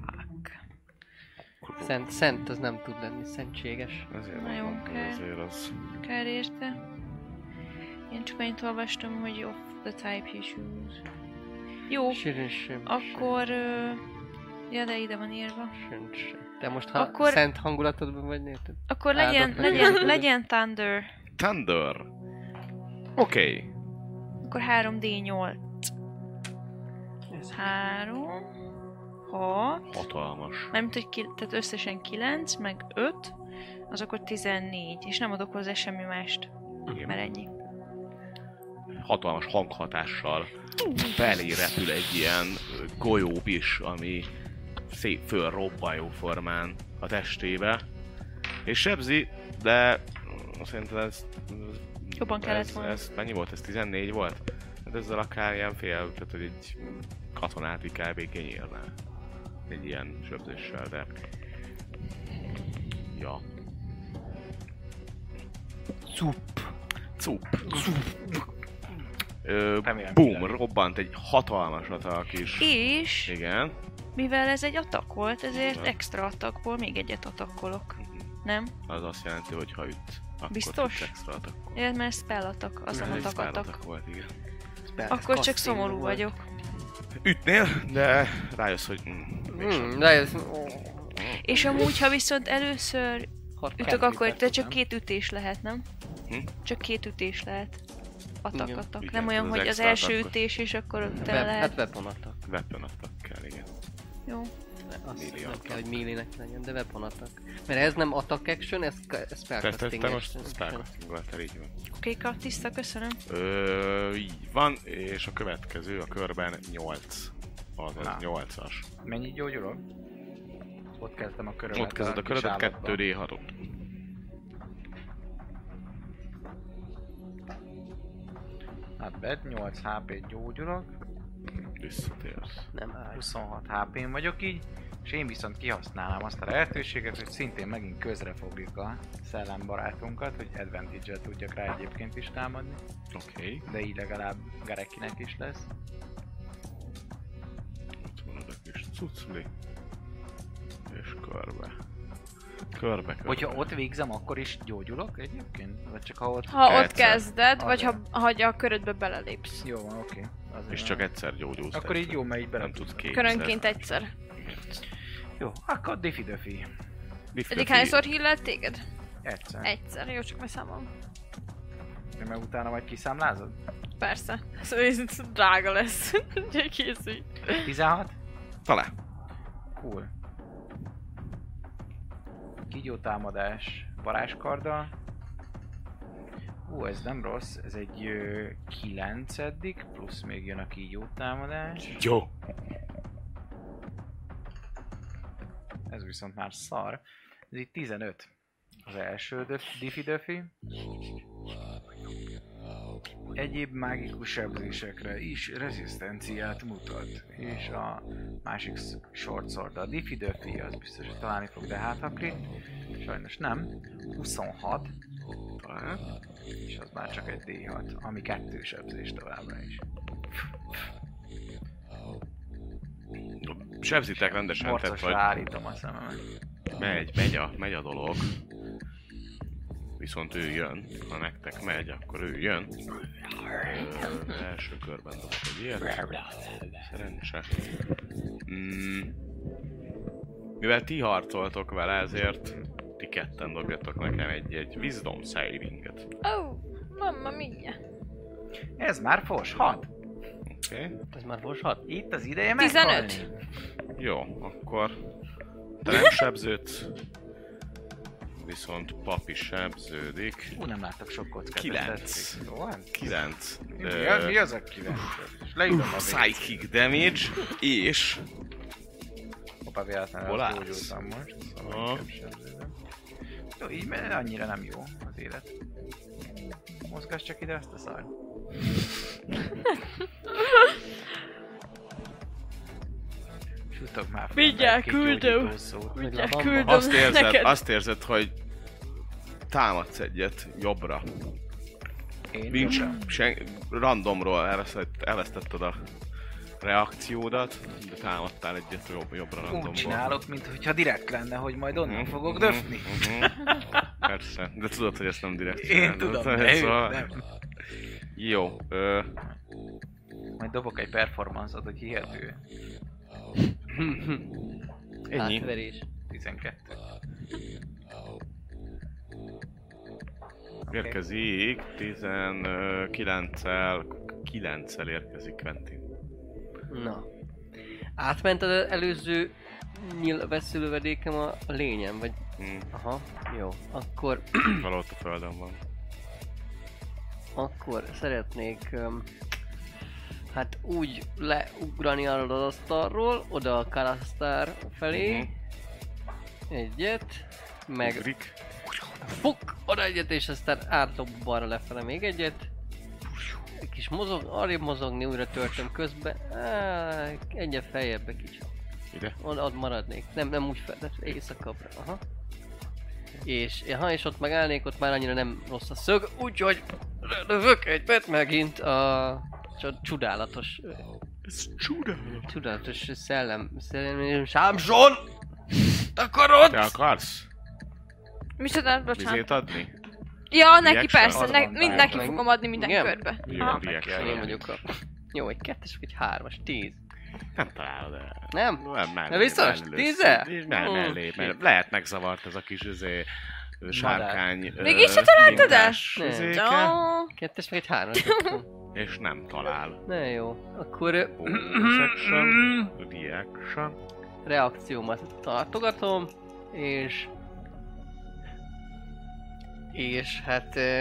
Szent, szent, az nem tud lenni, szentséges.
Ezért
Na jó,
mondom, hogy
oké.
azért az.
Kár érte. Én csak annyit olvastam, hogy of the type he choose. Jó,
Sűrűn sem.
akkor... ö, Ja, de ide van írva.
Sűrűn sem. Te most ha
Akkor-
szent hangulatodban vagy, érted?
Akkor
Áldott
legyen,
legyen.
legyen, legyen Thunder.
Thunder! Oké. Okay.
Akkor 3D8.
Hmm,
3, 6,
Hatalmas.
mármint, hogy ki, tehát összesen 9, meg 5, az akkor 14, és nem adok hozzá semmi mást,
Igen.
mert ennyi.
hatalmas hanghatással felé repül egy ilyen ö, golyób is, ami szép fölrobban jó formán a testébe. És sebzi, de mm, szerintem ez...
Jobban kellett
ez,
volna.
ez, mennyi volt? Ez 14 volt? Hát ezzel akár ilyen fél, tehát hogy egy katonát így kb. kinyírná. Egy ilyen sebzéssel, de... Ja. Cup. Cup. Ö,
Remélem,
boom,
kiderül.
robbant egy hatalmasat a kis...
És,
Igen.
mivel ez egy atak volt, ezért
Igen.
extra atakból még egyet atakkolok. Nem?
Az azt jelenti, hogy ha üt, akkor
Biztos?
tudsz extra atak.
Én mert spell atak, az nem
Ez egy
atak
spell
atak.
attack volt, igen.
Akkor csak szomorú vagyok.
Ütnél, de rájössz, hogy... Mm, mégsem.
Hmm, de ez...
És amúgy, ha viszont először ütök, akkor de csak
hát
két ütés lehet, nem?
Hm?
Csak két ütés lehet. Atak,
Igen.
atak.
Igen,
Nem olyan,
az
hogy az
extra
első
atak.
ütés, és akkor
Web,
te
hát
lehet.
weapon attack.
Weapon attack kell, igen.
Jó.
Azt
Melee
nem
attack.
kell, hogy mélének legyen, de weapon attack. Mert ez nem attack action, ez, ka- ez
Te, te,
spellcasting
te most
action.
spellcastingoltál, így van.
Kék a tiszta, köszönöm.
Ö, így van, és a következő a körben 8. Az, az
Á.
8-as.
Mennyi gyógyulok? Ott kezdtem a körömet.
Ott kezded a
kis
körödet,
állatban.
2D6-ot.
Hát bed, 8 HP gyógyulok,
Visszatérsz.
Nem hát áll.
26 HP-n vagyok így, és én viszont kihasználnám azt a lehetőséget, hogy szintén megint közre fogjuk a szellembarátunkat, hogy advantage-et tudjak rá egyébként is támadni,
Oké. Okay.
de így legalább Garekinek is lesz.
Ott van oda kis cucli. És körbe. Körbe, körbe.
Hogyha ott végzem, akkor is gyógyulok egyébként? Vagy csak ha ott...
Ha ott
Egyszer.
kezded, vagy ha,
Azért.
ha a körödbe belelépsz.
Jó van, oké. Azért
És
nem.
csak egyszer gyógyulsz.
Akkor így
tehát
jó, mert így bele
Nem tudsz kétszer.
Körönként egyszer.
Jó, akkor diffi döfi.
Eddig hányszor hillelt téged?
Egyszer.
Egyszer, jó, csak majd számolom.
Egy. Mert utána majd kiszámlázod?
Persze. Szóval ez drága lesz. Úgyhogy készülj.
16?
Talán.
Cool. Kigyó támadás varázskarddal. Ú, ez nem rossz, ez egy ö, 9 eddig, plusz még jön a kígyó támadás.
Jó.
Ez viszont már szar. Ez itt 15. Az első döf- diffi döfi. Egyéb mágikus sebzésekre is rezisztenciát mutat. És a másik sz- short sword, a diffi döfi, az biztos, hogy találni fog, de hát ha crit, sajnos nem. 26,
Talán.
és az már csak egy D6, ami kettő sebzés továbbra is.
Sebzitek rendesen, tehát
Morcosra
vagy
állítom a szememet.
megy, megy a, megy a dolog. Viszont ő jön. Ha nektek megy, akkor ő jön. Ö, első körben dobok egy ilyet. Szerencse. Mm. Mivel ti harcoltok vele, ezért ti ketten dobjatok nekem egy, egy wisdom savinget.
Ó, oh, mamma mia.
Ez már fos, 6.
Oké? Okay?
Ez már voshat?
Itt az ideje
15.
meghalni.
Jó, akkor te nem sebződsz, viszont papi sebződik.
Ú, nem láttak sok kockát.
Kilenc.
ez tetszik. Jó van?
9
Mi, az- mi az a kilenc? És leírom a végét.
psychic damage, és
Hoppá, véletlenül
Hol
azt
állsz?
gyógyultam most. Szóval
Aha.
inkább sebződöm. Jó, így mert annyira nem jó az élet. Mozgass csak ide azt a szar. Sütök már fel.
Mindjárt
egy-két
küldöm.
gyógyító szót.
Mindjárt küldöm
azt érzed,
neked.
azt érzed, hogy támadsz egyet jobbra.
Én
Nincs
jobbra?
sen, randomról elveszett, elvesztetted a reakciódat, de támadtál egyet jobb, jobbra randomból.
Úgy csinálok, mintha direkt lenne, hogy majd onnan
Mhm,
fogok
mhm,
döfni.
mhm. Persze, de tudod, hogy ezt nem direkt
Én tudom, de ő nem.
Jó, ö,
Majd dobok egy performance-ot, hogy hihető.
ennyi.
Átverés.
12.
Érkezik 19-el, 9-el érkezik Quentin.
Na. Átment az előző nyil veszülövedékem a, a lényem, vagy...
Mm,
Aha, jó. Akkor,
valahol ott a földön van.
akkor szeretnék... Um, hát úgy leugrani arról az asztalról, oda a kalasztár felé.
Mhm.
Egyet. Meg
Ugrik.
Fuk, oda egyet, és aztán átdob balra lefele még egyet. Egy kis mozog, arrébb mozogni, újra töltöm közben. Á, egyet feljebbre kicsit.
Ide?
Oda ott maradnék. Nem, nem úgy fel, tehát éjszakabbra. Aha. És ha és ott megállnék, ott már annyira nem rossz a szög, úgyhogy lövök egyet megint a cso- csodálatos, ö,
Ez csuda.
csodálatos szellem, szellem, sámson! Takarod!
Te akarsz
Micsoda, bocsánat.
vizét adni?
Ja, neki
Reaction?
persze,
Az
ne,
van,
mind
bár-
neki fogom adni minden
Igen?
körbe.
Jó,
Aha.
reaction.
Én vagyok a... Jó, egy kettes vagy egy hármas, tíz.
Nem találod el.
Nem?
Nem, mellé,
De biztos?
mellé
Tíze?
össze- Nem,
Ó,
mellé, mellé.
shit.
Lehet megzavart ez a kis izé, ö, sárkány... ö,
Mégis se találtad el?
mintás
Nem.
izéke,
Ja.
Kettes meg egy hármas.
És nem talál.
Na jó, akkor... ö,
Bonus action, reaction.
reakciómat tartogatom, és... És hát ö,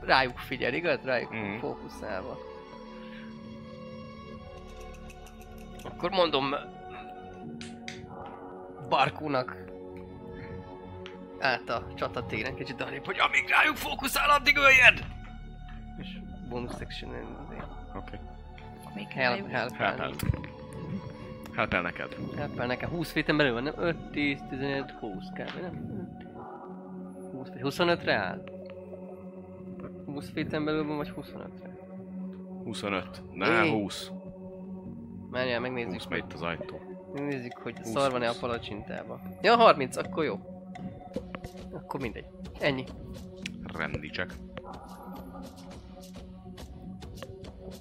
rájuk figyel, igaz? Rájuk
Mhm.
mm. fókuszálva. Akkor mondom Barkónak át a csatatéren kicsit arrébb, hogy amíg rájuk fókuszál, addig öljed! És bonus section azért.
Oké. Okay.
Még
Help,
kell.
help,
Helpel.
help.
Helpel neked.
Help, nekem 20 féten belül van, nem? 5, 10, 15, 20 kb. nem? 20, 25-re áll? 20 féten belül van, vagy 25-re?
25. Ne,
Éj.
20.
Menjél,
20
megnézzük,
megy itt az ajtó.
megnézzük hogy
20,
szar van-e a
20.
palacsintába. Ja, 30, akkor jó. Akkor mindegy. Ennyi.
Rendicsek.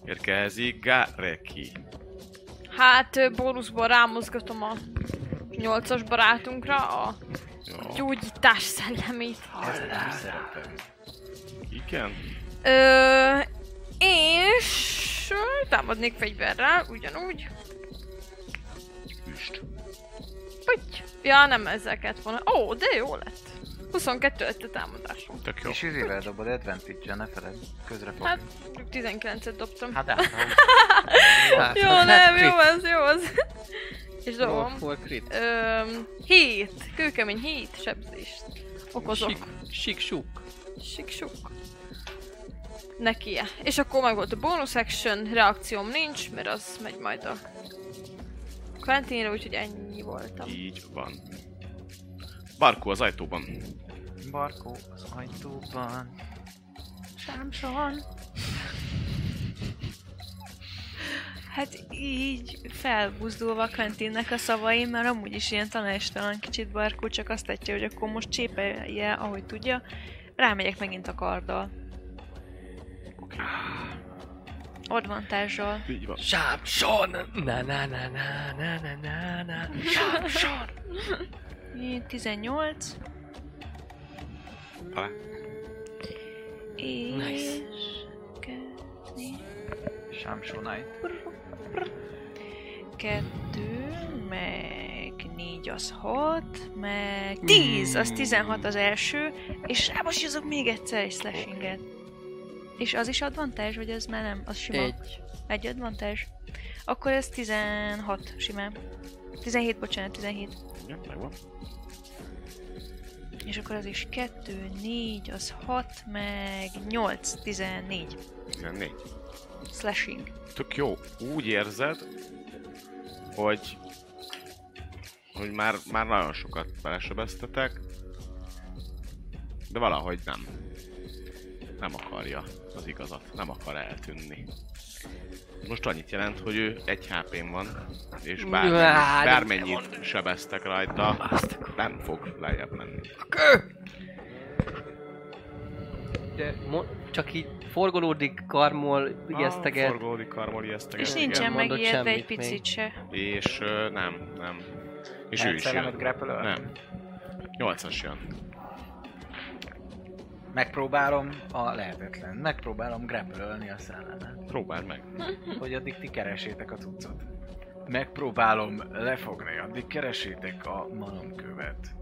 Érkezik Gareki.
Hát ö, bónuszból rámozgatom a nyolcas barátunkra a
Jó.
gyógyítás szellemét.
Igen.
Ö, és ö, támadnék fegyverrel, ugyanúgy.
Üst.
Vagy, ja nem ezzel kellett volna. Ó, de jó lett. 22 lett a támadás.
Tök jó.
És izével dobod advantage ne feled. Közre fog.
Hát, 19-et dobtam.
Hát át, ha
Hát,
Jó,
hát
nem,
crit.
jó az, jó az. És
Roll
dobom.
for crit.
Öm, hét, kőkemény hét sebzést okozok.
Sik- Sik, suk.
Siksuk. Neki És akkor meg volt a bonus action, reakcióm nincs, mert az megy majd a Quentinre, úgyhogy ennyi voltam.
Így van. Barkó az ajtóban.
Barkó az ajtóban.
Sámson. Hát így felbuzdulva Quentinnek a szavai, mert amúgy is ilyen tanástalan kicsit barkó, csak azt tetje, hogy akkor most csépelje, ahogy tudja. Rámegyek megint a karddal.
Oké.
Advantással.
Így van.
Sámson! Na na na na na na na na. Sámson!
Így 18.
Alá.
És...
Nice.
Kettő...
Sámsó Knight.
Kettő... Meg négy az hat,
Hmm.
meg tíz, az tizenhat az első, és rá most hozok még egyszer egy slashinget. És az is advantage, vagy az már nem? Az sima. Egy,
Egy.
egy advantage. Akkor ez 16 simán. 17, bocsánat, 17.
Ja, megvan.
És akkor az is 2, 4, az 6, meg 8, 14.
14.
Slashing.
tök jó. Úgy érzed, hogy hogy már, már nagyon sokat belesebeztetek, de valahogy nem. Nem akarja az igazat, nem akar eltűnni. Most annyit jelent, hogy ő egy hp van, és bármennyit,
Á, de
bármennyit sebeztek rajta, nem fog lejjebb menni.
De mo- csak így forgolódik, karmol,
Ah,
ijeszteget.
Forgódik, karmoli, ijeszteget.
És
Igen,
nincsen
mondott
megijedve egy
semmit
picit
még.
se.
És ö, nem, nem. És ő
Lehet
is
szellemet
jön.
grapple-öl?
Nem. Nyolcas jön.
Megpróbálom a lehetetlen. Megpróbálom grapple a szellemet.
Próbáld meg.
Hogy addig ti keresétek a cuccot. Megpróbálom lefogni, addig keresétek a malomkövet.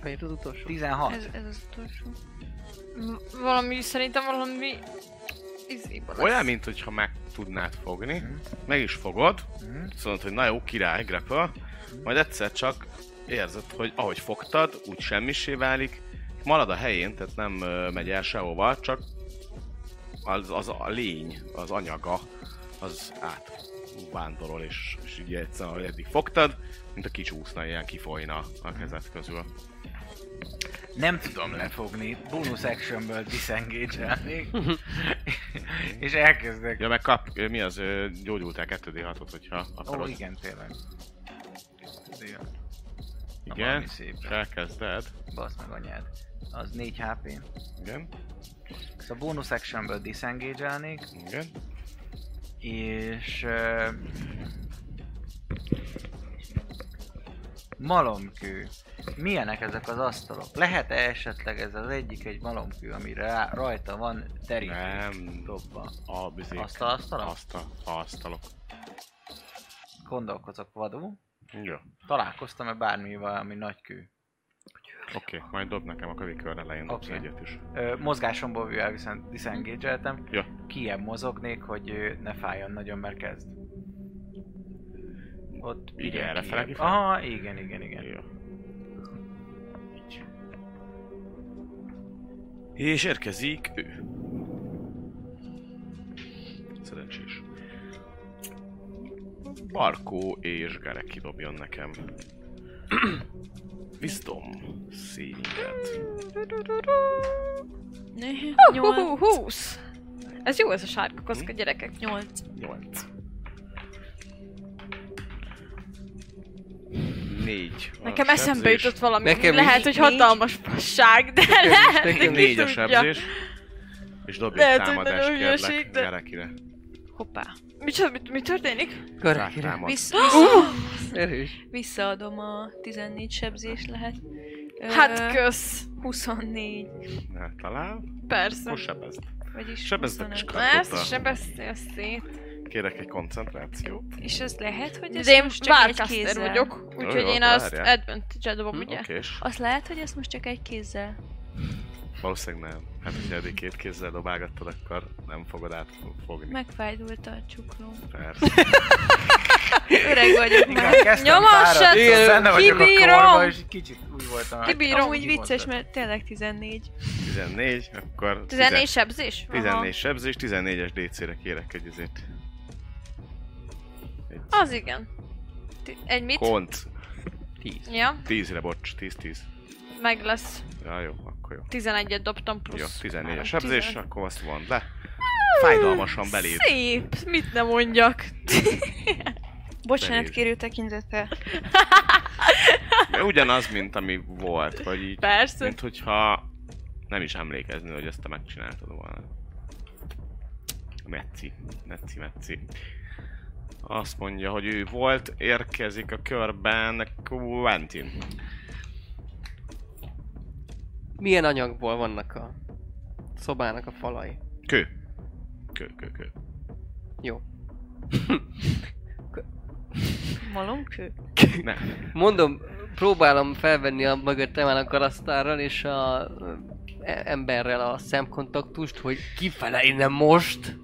Fehér az utolsó.
16.
Ez, ez az utolsó.
V- Valami, szerintem valami... Izéba lesz.
Olyan, mint hogyha meg tudnád fogni, meg is fogod,
Mhm.
azt mondod, hogy na jó, király, grapple, majd egyszer csak érzed, hogy ahogy fogtad, úgy semmisé válik, marad a helyén, tehát nem ö, megy el sehova, csak az, az a lény, az anyaga, az átvándorol, és, és így egyszerűen, ahogy eddig fogtad, mint a kicsúszna, ilyen kifolyna a kezed közül.
Nem tudom lefogni, bonus actionből disengage-elnék, és elkezdek.
Ja, meg kap, ö, mi az, ö, gyógyultál 2D6-ot, hogyha
Ó,
akarod.
igen, tényleg. Ja, valami
igen.
szép.
És elkezded.
Basz meg anyád. Az 4 HP.
Igen,
Szóval bonus actionből disengage-elnék,
igen.
és... ö, Malomkő. Milyenek ezek az asztalok? Lehet-e esetleg ez az egyik egy malomkő, amire rá- rajta van derítő?
Nem.
Dobva.
A bizék.
Asztal, asztalok?
Asztal, asztalok.
Gondolkozok vadul.
Jó.
Találkoztam-e bármivel, ami nagy kő?
Oké, okay, majd dob nekem a kövi kör elején dobsz
Oké.
okay. egyet is.
Ö, mozgásomból mivel viszont disengage-eltem,
Ja.
kiebb mozognék, hogy ö, ne fájjon nagyon, mert kezd. Ott
Igen,
igen,
erre fele,
kiebb.
kifele?
Aha, igen, igen, igen.
Jó. Így. És érkezik ő. Szerencsés. Barkó és Garek kidobjon nekem. Wisdom szélinget.
Hú,
Nyolc.
hú, húsz! Ez jó ez a sárga
Hm?
kocka, gyerekek.
Nyolc.
8. 4.
Nekem eszembe jutott valami,
Nekem
Nekem
is.
lehet, hogy hatalmas passág, de lehet,
nekem
hogy ki
Négy a
tudja.
sebzés. És dobj egy
Lehet, hogy
támadást,
nagyon
kérlek,
hülyeség, de-
Garekire.
Hoppá.
Micsoda, mi, mi történik?
Karakterem.
Rátámad.
Vissza,
Erős.
visszaadom a 14 sebzés lehet. Ö,
Hát kösz.
24,
Hát, Talál,
Persze.
most sebezd.
vagyis
Sebeznek is
25.
kár.
Ezt se beszél szét.
Kérek egy koncentrációt.
És ez lehet, hogy ez
De én
most csak egy
Warcaster
kézzel?
vagyok, úgyhogy
jó,
én azt
várjál.
advantage dobom, ugye?
Oké, és
Azt lehet, hogy ezt most csak egy kézzel.
valószínűleg nem. Hát, hogyha eddig két kézzel dobálgattad, akkor nem fogod átfogni.
Megfájdult a csukló.
Persze.
Öreg vagyok már.
Nyomassad!
Igen, benne vagyok
Kibírom!
a korba, és kicsit úgy voltam.
Kibírom!
Amúgy vicces, mert tényleg 14.
14, akkor
14 sebzés? Aha.
14 sebzés, 14-es DC-re kérek egy ezért. Egy
Az igen. Ti- Egy mit?
Kont.
Ja,
10-re, bocs, 10-10.
meg lesz.
Ja, jó, akkor jó.
11-et dobtam
Jó,
plusz. Hát,
14-es
Tizen-
sebzés, akkor azt mondd le. Fájdalmasan beléd.
Szép! Mit nem mondjak?
Bocsánat,
Belépj.
kérő tekintete.
De Ugyanaz, mint ami volt, vagy így.
Persze.
Mint hogyha nem is emlékezni, hogy ezt te megcsináltad volna. Metci, Metci, Metci. Azt mondja, hogy ő volt, érkezik a körben Quentin.
Milyen anyagból vannak a szobának a falai?
Kő. Kő, kő, kő.
Jó.
Malomkő?
Ne.
Mondom, próbálom felvenni a mögöttemának karasztárral és a ö, e- emberrel a szemkontaktust, hogy kifele innen most.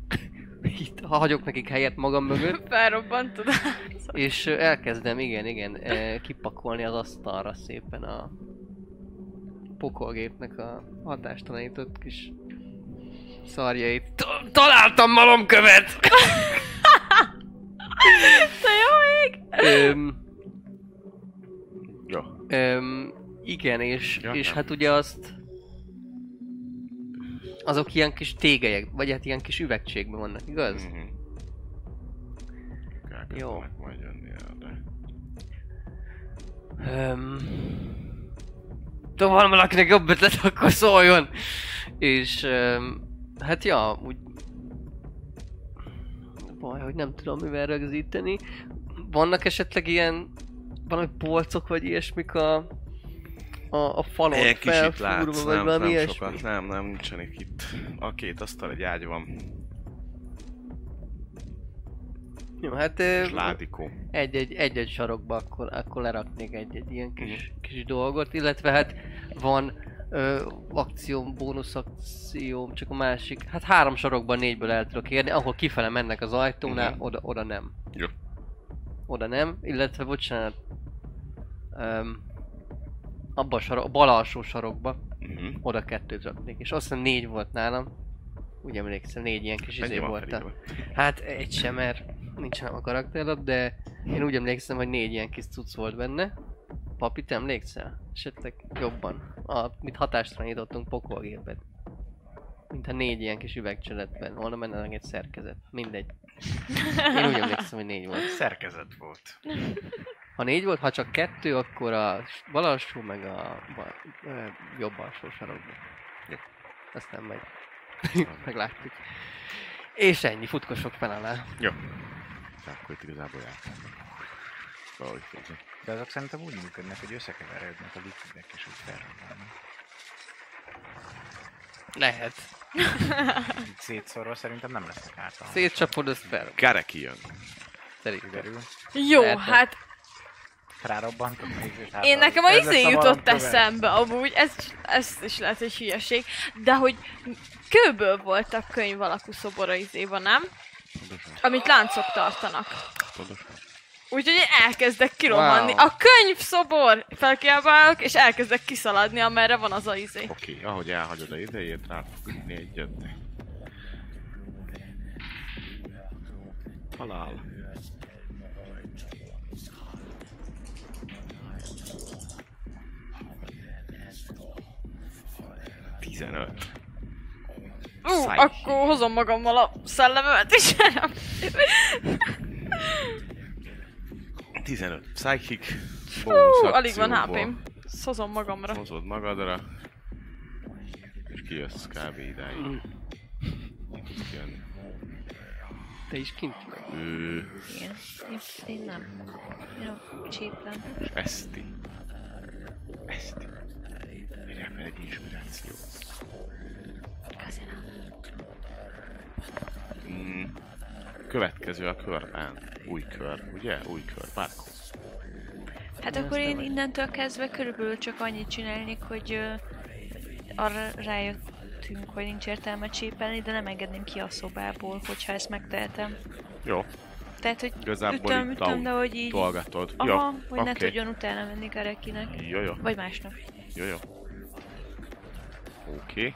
Itt, ha hagyok nekik helyet magam mögött,
Felrobbantod.
és ö, elkezdem, igen, igen, ö, kipakolni az asztalra szépen a pokolgépnek a hatástalanított kis szarjait. Ta- Találtam malomkövet!
De jó ég!
Öm,
Jó.
Öm, igen, és,
Ja,
ja, és
nem.
hát ugye azt... Azok ilyen kis tégelyek, vagy hát ilyen kis üvegségben vannak, igaz? Mm.
Mhm. Elkezdtem
Jó.
meg majd jönni erre.
Öm... Ha van valakinek jobb ötlet, akkor szóljon! És öm, hát ja, úgy... Baj, hogy nem tudom mivel rögzíteni. Vannak esetleg ilyen valami polcok vagy ilyesmik a, a, a falon
Egy kicsit
felfúrva,
látsz,
vagy
nem,
valami
nem
ilyesmi?
sokat. Nem, nem, nincsenek itt. A két asztal, egy ágy van.
Jó, hát ö,
És ládikó.
egy-egy, egy-egy sarokba akkor, akkor leraknék egy-egy ilyen kis,
Mhm.
kis dolgot, illetve hát van ö, akcióm, bónusz akcióm, csak a másik, hát három sarokban négyből el tudok érni, ahol kifele mennek az ajtónál,
Mhm.
oda, oda nem.
Jó.
Oda nem, illetve bocsánat, öm, abba a, sarok, a bal alsó sarokba,
Mhm.
oda kettőt raknék, és azt hiszem négy volt nálam, úgy emlékszem, négy ilyen kis
Mennyi
izé
van
volt. a-
felírva?
Hát egy sem, mert nincs nálam a karakterlap, de én úgy emlékszem, hogy négy ilyen kis cucc volt benne. Papi, te emlékszel? Esetleg jobban. A, mint hatástalanítottunk pokolgépet. Mintha négy ilyen kis üvegcseletben volna benne egy szerkezet. Mindegy. Én úgy emlékszem, hogy négy volt.
Szerkezet volt.
Ha négy volt, ha csak kettő, akkor a s- bal alsó, meg a bal, ö, jobb alsó sarokban. Aztán megy. Meglátjuk. És ennyi, futkosok fel alá.
Akkor itt igazából járt. valahogy fogni.
De azok szerintem úgy működnek, hogy összekeverednek a likvidek, és úgy felromlanak.
Lehet.
Így Szétszorva szerintem nem lesznek által.
Szétcsapod, azt fel.
Gareki jön.
Szerintem.
Kiderül.
Jó,
Lehet, hogy-
hát
Rárobbantok még, hát
Én nekem a izé jutott eszembe, amúgy, ez, ez is lehet, hogy hülyeség, de hogy kőből voltak könyv alakú szobora izéban, nem? Amit láncok tartanak.
Pontosan.
Úgyhogy én elkezdek kirohanni.
Wow.
A könyv szobor! Felkiabálok, és elkezdek kiszaladni, amerre van az a izé.
Oké, okay, ahogy elhagyod a idejét, rá fogsz ütni egyet. Halál. Tizenöt.
Ú,
Száj.
akkor hozom magammal a szellemet is.
Tizenöt. Psychic.
Hú,
bónusz
alig van
akcióból
HP-m. Ezt Hozom magamra.
Hozod magadra. És kijössz kb. idáig. Nem tudsz kijönni.
Te is kint vagy.
Ő,
Igen. Én, én nem. Én a csípem.
és Eszti. Eszti. Mire megy egy inspiráció.
Köszönöm.
Mm. Következő a körben. Új kör, ugye? Új kör. Márko.
Hát akkor én innentől kezdve körülbelül csak annyit csinálnék, hogy ö, arra rájöttünk, hogy nincs értelme csépelni, de nem engedném ki a szobából, hogyha ezt megtehetem.
Jó.
Tehát, hogy
Igazából
ütöm,
itt
ütöm, de
ahogy
hogy így...
Tolgatod.
Aha,
jó.
hogy ne
oké.
tudjon utána menni Garekinek.
Jó, jó.
Vagy másnak.
Jó, jó. Oké.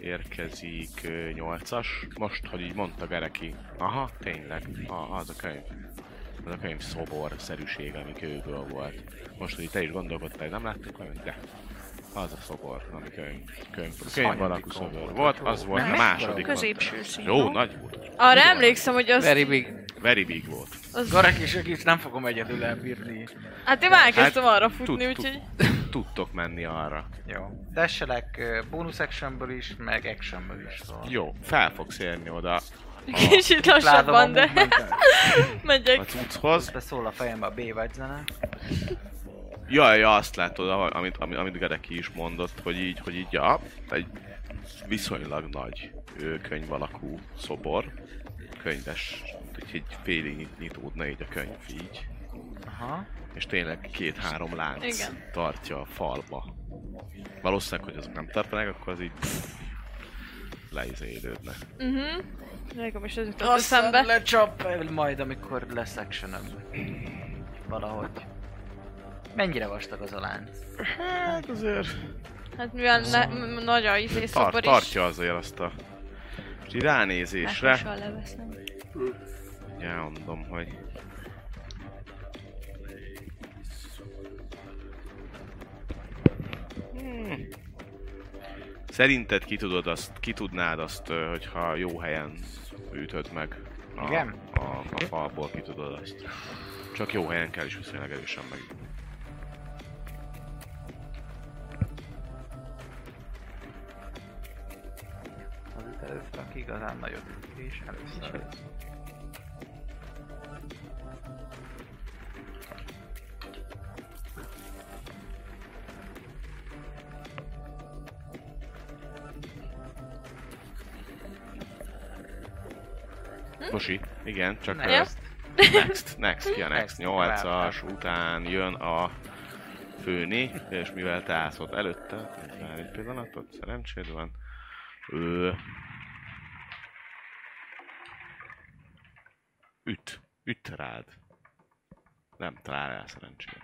Érkezik 8-as. Most, hogy így mondta Gereki. Aha, tényleg. A, az a könyv. Az a könyv szobor szerűség, ami kőből volt. Most, hogy te is gondolkodtál, nem láttuk olyan, de az a szobor, ami könyv, könyv, könyv alakú szobor volt, az volt a második.
Középső szín.
Jó, nagy volt.
Arra emlékszem, hogy az...
Very big.
Very big volt.
Garek is egész nem fogom egyedül elbírni.
Hát én már elkezdtem arra
tud-
futni,
tud-
úgyhogy...
Tudtok menni arra.
Jó. Tesselek ö, bonus actionből is, meg actionből is. Szóval.
Jó, fel fogsz érni oda
Kicsit
Pládom a
lassabban, de
movementet.
a
megyek.
cucchoz,
Közben szól a fejembe a B-vágy zene.
Ja, ja, azt látod, ahogy- amit, amit, amit Gereki is mondott, hogy így, hogy így, ja, egy viszonylag nagy ö, könyv alakú szobor, könyves, úgyhogy így félig nyit- nyitódna így a könyv így,
Aha.
és tényleg két-három lánc
Igen.
tartja a falba. Valószínűleg, hogy azok nem tartanák, akkor az így leizélődne.
Mhm. Nekem is ez jutott eszembe.
lecsap el majd, amikor lesz actionöm. Valahogy. Mennyire vastag az a lánc?
Hát azért
Hát mivel ne, m- m- nagy a izé
tar-
szobor is.
tartja azért azt a... És így
Másra.
ránézésre,
leveszem.
Ja, mondom, hogy... Hmm. Szerinted ki tudod azt, ki tudnád azt, ö, hogyha jó helyen ütöd meg a,
Igen?
a, a falból, ki tudod azt. Csak jó helyen kell is viszonylag erősen meg.
Az itt előtt, aki igazán nagyot és először.
Kosi, igen, csak
Nem.
ö,
Ja.
next, next, ki a next,
Next,
8-as után jön a főni, és mivel te állsz ott előtte, várj egy pillanatot, szerencséd van, ő üt, üt rád. Nem talál el szerencsére.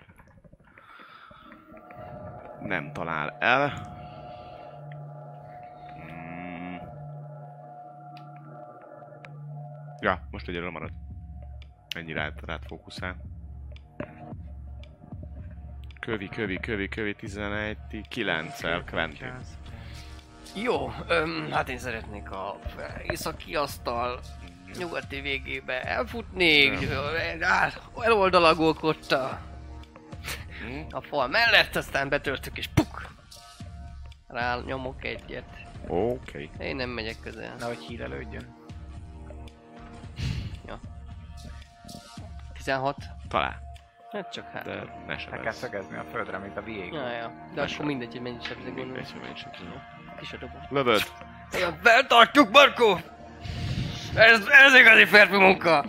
Nem talál el. Mm. Ja, most egyelőre marad. Ennyi rád, rád fókuszál. Kövi, kövi, kövi, kövi, 11, 9-el, Quentin.
Jó, öm, hát én szeretnék a északi asztal nyugati végébe elfutnék, ö, á, eloldalagok ott a,
Hm?
a fal mellett, aztán betöltök és puk! Rá nyomok egyet.
Oké. Okay.
Én nem megyek közel.
Nehogy hírelődjön.
16.
Talál.
Hát csak hát.
de ne
Le kell
sebezz.
szögezni a földre, mint a viég.
Ja, ja. De akkor mindegy, hogy mennyit sebzek gondolom.
Egy mély sebző.
Kis a dobó.
Lövöd.
Ja, Feltartjuk, Markó! Ez, ez igazi férfi munka!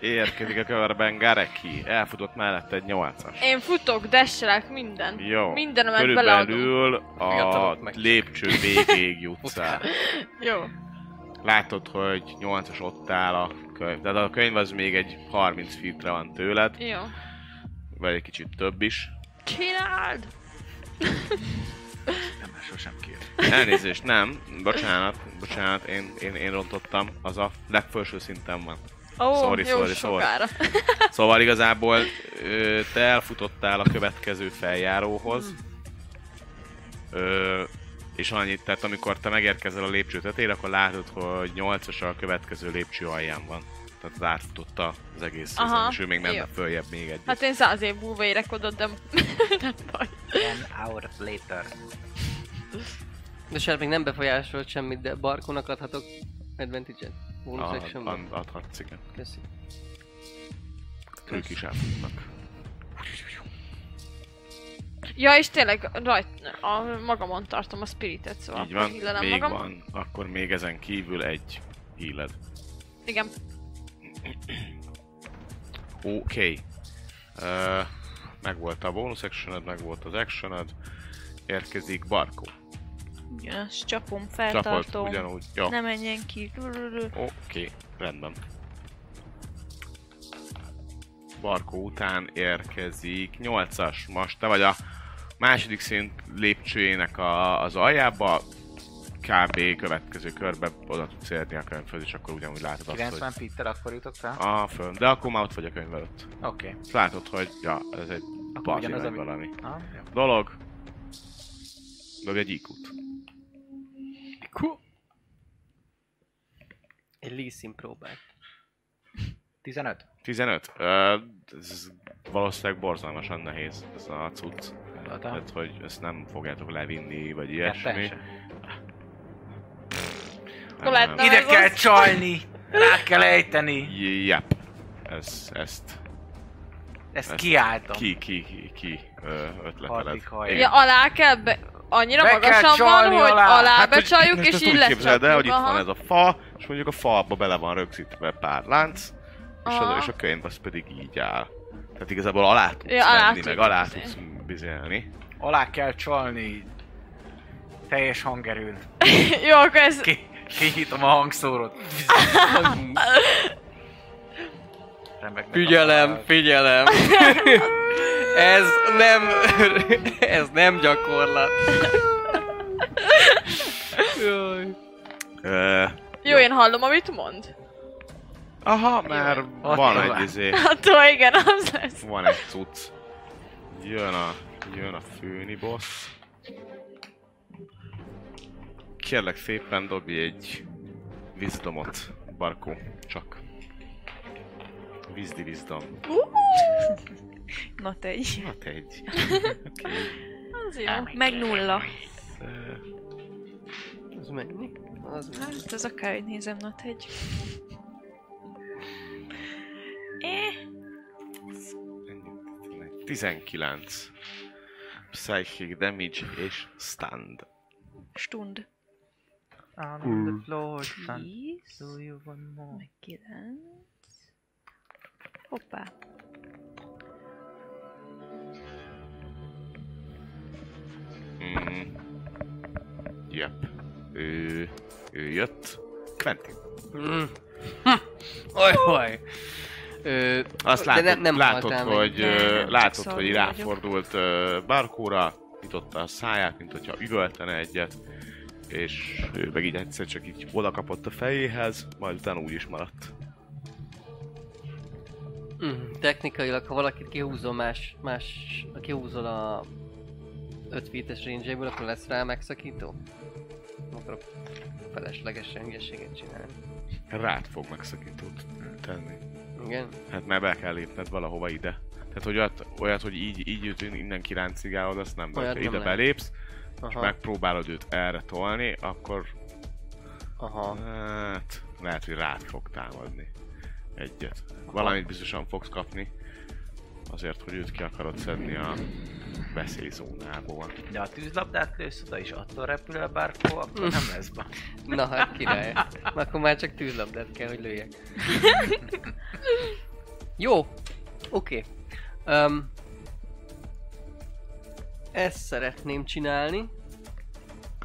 Érkezik a körben Gareki. Elfutott mellette egy 8-as.
Én futok, desselek, minden.
Jó.
Mindenemet beleadom.
Körülbelül a
Fiatalok meg csak.
lépcső végéig jutsz el.
Jó.
Látod, hogy 8-as ott áll a könyv. Tehát a könyv az még egy 30 feetre van tőled,
Jó.
vagy egy kicsit több is.
Csináld!
Nem, mert sosem kér.
Elnézést, nem. Bocsánat, bocsánat, én, én, én rontottam. Az a legfelső szinten van.
Ó, oh,
Sorry,
jó
sorry, sorry.
sokára.
Szóval igazából ö, te elfutottál a következő feljáróhoz. Ö, és annyit, tehát amikor te megérkezel a lépcső tetejére, akkor látod, hogy 8-as a következő lépcső alján van. Tehát az átfutotta az egész
Aha,
Aha, és ő még menne
jó.
följebb még egy.
Hát én száz év múlva érek oda, de nem baj.
Ten hours later.
De se még nem befolyásolt semmit, de Barkónak adhatok advantage-et. Bonus action
a,
van.
ad- adhatsz, igen.
Köszi.
Ők is elfutnak.
Ja, és tényleg rajt, a, magamon tartom a spiritet, szóval
Így van,
akkor hílelem
még
magam.
van. Akkor még ezen kívül egy híled.
Igen.
Oké. Okay. Uh, megvolt a bonus actioned, megvolt az actioned. Érkezik Barkó.
Ugyanazt csapom,
Csapolt
feltartom.
ugyanúgy. Jó.
Ne menjen ki. Rrrr.
Oké, okay. rendben. Barkó után érkezik 8-as. Most te vagy a második szint lépcsőjének a, az aljába. Kb. következő körbe oda tudsz érni a könyvhöz, és akkor ugyanúgy látod azt, hogy...
90 Peter, akkor jutottál?
A fönn. De akkor már ott vagy a könyv előtt.
Oké. Okay.
Látod, hogy ja, ez egy
Akkor
bazi
ugyanaz,
nagy
ami...
valami.
Ah, jó.
Dolog. Dobj egy IQ-t.
Egy leasing próbát.
15.
15. Ö, ez valószínűleg borzalmasan nehéz ez a cucc.
Gondoltam.
Tehát, hogy ezt nem fogjátok levinni, vagy
Ketten
ilyesmi.
se.
Akkor lehet,
Nem.
na-
Ide
Válasz.
kell csalni! Rá kell ejteni!
Jep. Ez, ezt
Ezt
Ezt
kiálltam.
ki, ki, ki, ki ö, ötleteled.
Hardik hajjal.
Ja, alá kell be... Annyira
Be kell
magasan van,
csalni
hogy
alá.
alá,
Hát, hogy
becsaljuk,
most
és
ezt
így
úgy képzeld el, hogy itt
lecsapjuk,
van ez
aha.
a fa, és mondjuk a falba bele van rögzítve pár lánc, és,
Aha.
az, és a könyv az pedig így áll. Tehát igazából alá tudsz
Ja, alá
menni,
tudsz
meg alá
menni.
tudsz bizélni.
Alá kell csalni. Teljes hangerőn.
Jó, akkor ez...
Ki, kinyitom a hangszórót. Remegnek a
Figyelem,
falak.
figyelem! Ez nem... Ez nem gyakorlat. Jaj.
Ö,
Jó, én hallom, amit mond.
aha, már
Ott
van
van.
egy izé,
Attól Hát, igen, az lesz.
van egy cucc. Jön a, jön a főni boss. Kérlek szépen dobj egy vizdomot, Barkó, csak. Vizdi vizdom.
Na te is.
Hát egy.
Az jó.
Meg nulla.
Ö,
Az mennyi? Az mennyi?
Hát ez akár, hogy nézem, na te egy. Eh,
ennyi. 19. Psychic damage és stunned.
stund.
I'm on the floor, son.
Tíz.
Do you want more?
Meg kilenc. Hoppá.
Mm. Yep. Ő, ő jött. Quentin.
Mm. Hm. Ajaj. Ö,
Azt
De
látod,
nem- nem
látod
haltál meg.
hogy,
Nem,
ö,
nem,
látod,
csak
hogy
szomorú vagyok.
ráfordult ö, Barkóra, nyitotta a száját, mint hogyha üvöltene egyet, és ő meg így egyszer csak így odakapott a fejéhez, majd utána úgy is maradt.
Mm, technikailag, ha valakit kihúzol más, más, ha kihúzol a 5 feet-es range akkor lesz rá megszakító? Nem akarok feleslegesen hülyeséget csinálni.
Rád fog megszakítót tenni.
Igen?
Hát már be kell lépned valahova ide. Tehát, hogy olyat, olyat hogy így, így jut, innen kiráncigálod, azt nem
Olyat
vagy. Ha
nem
ide
lehet.
belépsz, és
Aha,
megpróbálod őt erre tolni, akkor
aha.
hát, lehet, hogy rád fog támadni. egyet. Valamit biztosan fogsz kapni. Azért, hogy őt ki akarod szedni a veszélyzónából.
De a tűzlabdát lősz oda, és attól repül el bárhol, akkor nem lesz baj.
Na hát király. Na, Akkor már csak tűzlabdát kell, hogy lőjek. Jó. Oké. Okay. Um, ezt szeretném csinálni.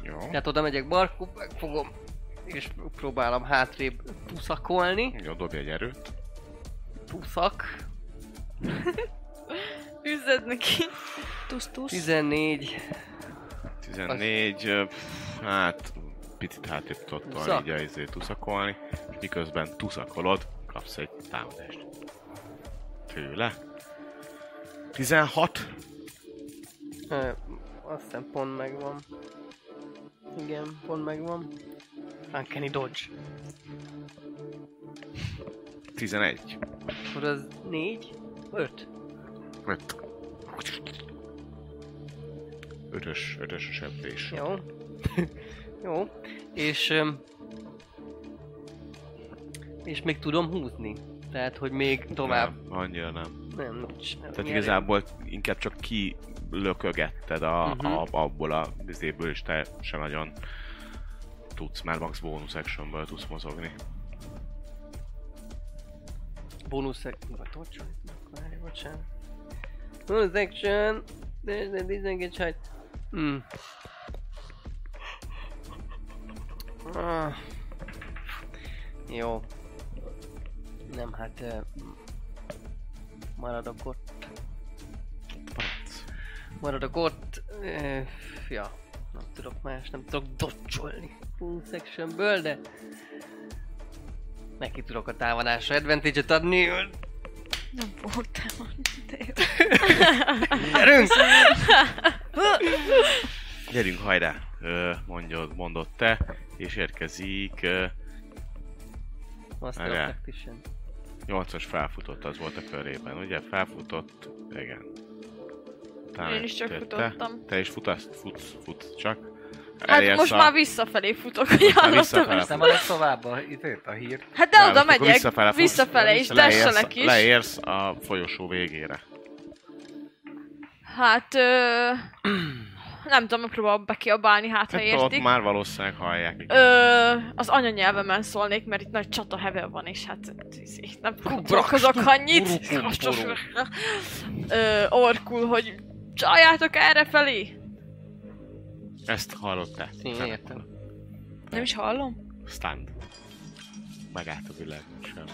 Jó?
Tehát oda megyek barkó, fogom és próbálom hátrébb puszakolni.
Jó, dobj egy erőt.
Puszak.
Üzzed neki.
Tusz-tusz.
14.
14, ö, pff, hát picit hátrébb tudtál
Tuszak.
így a izét tuszakolni, és miközben tuszakolod, kapsz egy támadást. Tőle. 16,
Ö, azt hiszem pont megvan. Igen, pont megvan. Uncanny dodge.
11,
Akkor az 4? 5?
5. Ötös, ötös a sebzés.
Jó. Jó. És... öm, És még tudom húzni. Tehát, hogy még tovább...
Nem, annyira nem.
Nem, nincs.
Tehát igazából inkább csak kilökögetted a,
Mhm.
uh-huh. a, abból a vizéből, és te se nagyon tudsz, már max bonus actionből tudsz mozogni.
Bónuszek... Bocsánat, várj, bocsánat. Bonus action... De de disengage hagy... Mm. Ah. Jó. Nem, hát... eh, Marad akkor. Maradok ott. Ö, Eh, ja, nem tudok más, nem tudok docsolni bonus actionből, de... Neki tudok a támadásra advantage-et adni.
Nem voltam. De jó.
Erőnk!
Gyerünk, hajrá! Ö, Mondja, mondott te, és érkezik ö,
Master
Várjál.
of Tactician.
8-as felfutott, az volt a körében, ugye? Felfutott, igen. Talán
Én is csak
ütötte.
futottam.
Te is futasz, futsz, futsz csak.
Hát
Elérsz
most
a-
már visszafelé futok,
Már
ajánlottam.
visszafele
És nem adod tovább a, itt, a hírt?
Hát de
Nem,
oda
akkor
megyek,
visszafele futsz.
visszafele is,
Leérsz-
tessenek is.
Leérsz a folyosó végére.
Hát, ö... nem tudom, megpróbálok bekiabálni, hát ha
Hát ott
értik.
már valószínűleg hallják. igen.
Ö, az anyanyelvemen szólnék, mert itt nagy csata hevel van, és hát izé, nem gondolkozok annyit. Ö, orkul, hogy csaljátok erre felé.
Ezt hallották.
Én értem.
Nem is hallom?
Stand. Megállt a világ. Sem.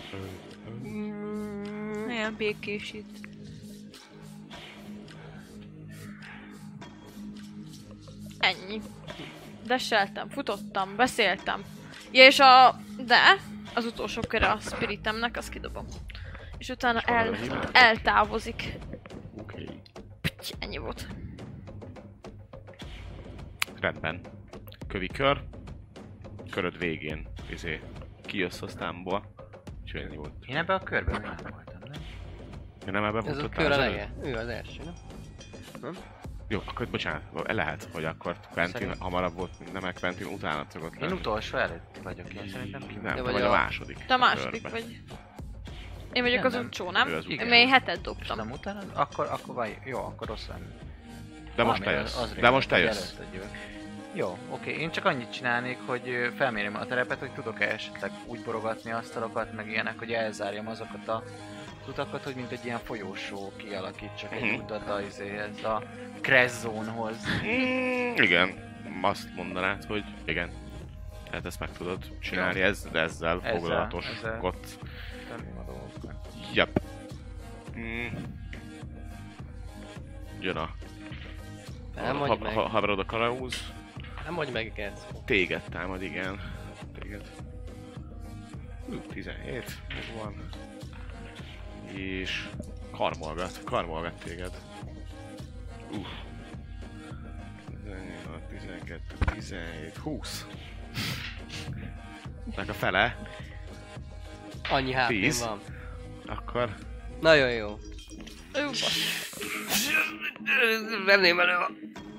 Olyan békés itt.
Ennyi. Deseltem, futottam, beszéltem. Ja, és a... De? Az utolsó köre a spiritemnek, azt kidobom. És utána el, eltávozik.
Oké. Okay.
Pitty, ennyi volt.
Rendben. Kövi kör. Köröd végén. Izé. Kijössz a standból. Úgyhogy ennyi volt.
Én ebben a körben még nem voltam, nem?
Ja, nem ebben
Ez a
futottál
kör
az
a
előbb?
lege. Ő az első, nem?
Jó, akkor bocsánat. Lehet, hogy akkor Quentin
Szerintem.
hamarabb volt, mint nem, mert Quentin utána szokott
Én
lenni.
utolsó előtt vagyok, én szerintem ki.
Nem,
Te
te
vagy
vagy a
a-
második.
Te a második
körben.
vagy. Én vagyok
Igen,
az
nem.
utcsó, nem?
Ő az
Igen.
utolsó.
Én hetet
És
dobtam.
nem utána? Akkor, akkor vaj, jó, akkor rossz lenne.
De most te
Valami
jössz.
az- az
De
rémlik,
most te
hogy
jössz.
előtted jövök. Jó, oké, én csak annyit csinálnék, hogy ö, felmérjem a terepet, hogy tudok-e esetleg úgy borogatni asztalokat, meg ilyenek, hogy elzárjam azokat a utakat, hogy mint egy ilyen folyósó kialakítsak egy
Mhm.
utat a, izéhez, a kresszónhoz.
Mm, igen, azt mondanád, hogy igen. Tehát ezt meg tudod csinálni, ez, de ezzel,
Ezzel,
foglalatoskodsz.
Tenném a dolgokat.
Jep. Mm. Jön a...
Nem
ha,
vagy meg.
ha, haverod a kalauz.
Nem mondj meg, Genzo.
Téged támad, igen. Téged. Hú, 17, megvan. És karmolgat, karmolgat téged. Uff. 16, 12, 17, 20. Nek a fele,
Annyi hátén
Tíz.
van.
akkor
Nagyon jó.
Ő basz.
Venném elő a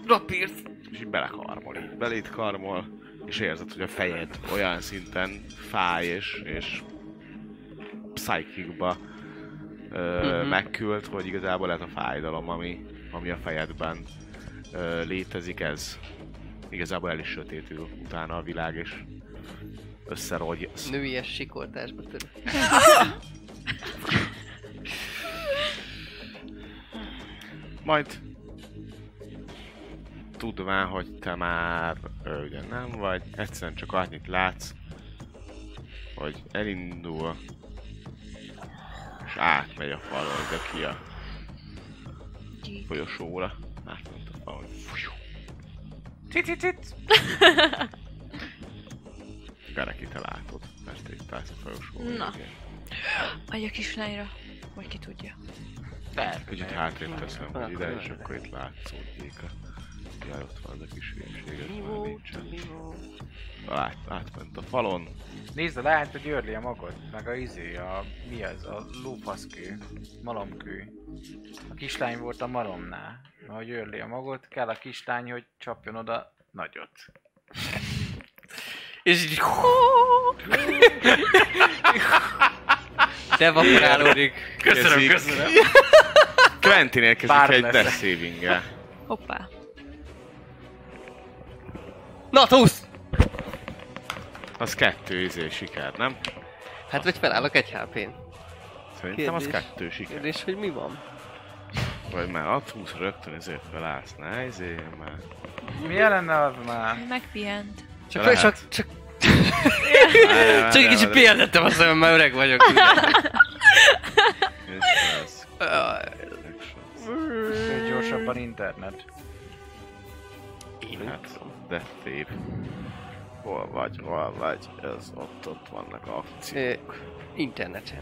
rapírt.
és így belekarmol, így beléd karmol, és érzed, hogy a fejed olyan szinten fáj, és, és psychicba uh-huh. megküld, hogy igazából ez a fájdalom, ami, ami a fejedben ö, létezik, ez igazából el is sötétül utána a világ, és összerogysz.
Nőies sikoltásba török.
Majd tudván, hogy te már ö, ugye nem vagy, egyszerűen csak annyit látsz, hogy elindul, és átmegy a falon, de ki a folyosóra. Átment a falon. Fújú.
Cicicit!
Gareki, te látod, mert te itt állsz a folyosóra.
Na.
Igen.
Vagy a kislányra, vagy ki tudja.
Kicsit hátrébb teszem, hogy ide, és akkor itt látszódjék a... Jaj, ott van az a kis hülyeséget, már nincsen. Lát, átment a falon,
Nézd, lehet, hogy őrli a magot, meg a izé, a... mi az, a lófaszkő, malomkő. A kislány volt a malomnál. Na, hogy őrli a magot, kell a kislány, hogy csapjon oda nagyot.
És így... Devaporálódik.
Köszönöm, köszönöm. Quentin
Pár
érkezik egy
lesz.
death saving
Hoppá.
Na, túsz!
Az kettő izé siker, nem?
Hát vagy felállok egy HP-n.
Szerintem az
Kérdés.
kettő siker.
Kérdés, hogy mi van?
Vagy már a 20 rögtön ezért felállsz. Ne, izé, már.
Mi lenne az már?
Megpihent.
Csak,
Lehet.
csak, csak,
Várjál,
csak egy
várjál,
kicsit
várjál.
pihentettem azt, hogy már öreg vagyok.
Ez lesz.
Ő gyorsabban internet.
Hát, de szép. Hol vagy, hol vagy? Ez ott, ott vannak akciók.
Ö, Interneten.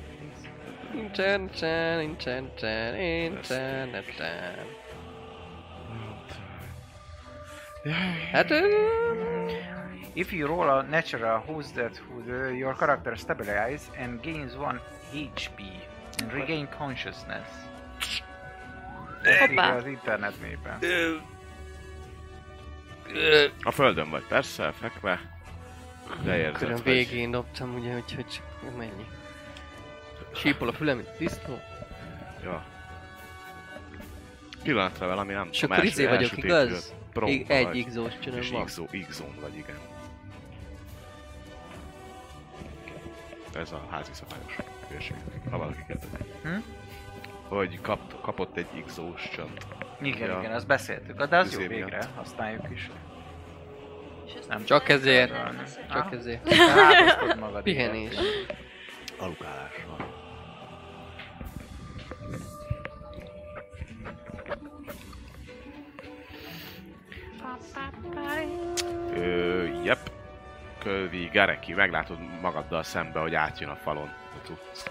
Interneten, interneten, interneten. Hát... ö,
If you roll a natural, who's that, who the, your character stabilizes and gains one HP and regain consciousness. Ez így
Hoppá.
az internet népen.
ö,
A földön vagy, persze, fekve. De
Körön
érzed, hogy
végén dobtam, ugye, úgyhogy csak mennyi. Sípol a fülem, mint disznó.
Ja. Pillanatra valami nem
És akkor izé vagyok, igaz? Ég- Egy igzós csönöm
És
van.
igzó, igzón vagy, igen. Ez a házi szabályos hülyeség, ha valaki kérdezi.
Hm?
Hogy kap, kapott egy igzós csönt.
Igen,
Ja.
igen, azt beszéltük, de az jó
Izé miatt.
végre, használjuk is. Nem
Csak ezért.
Aha.
Csak ezért.
Rákoztod magad.
Pihenés.
igen.
Alukálással. Ö, jep. Kölvi Gareki, meglátod magaddal szembe, hogy átjön a falon. a cucc.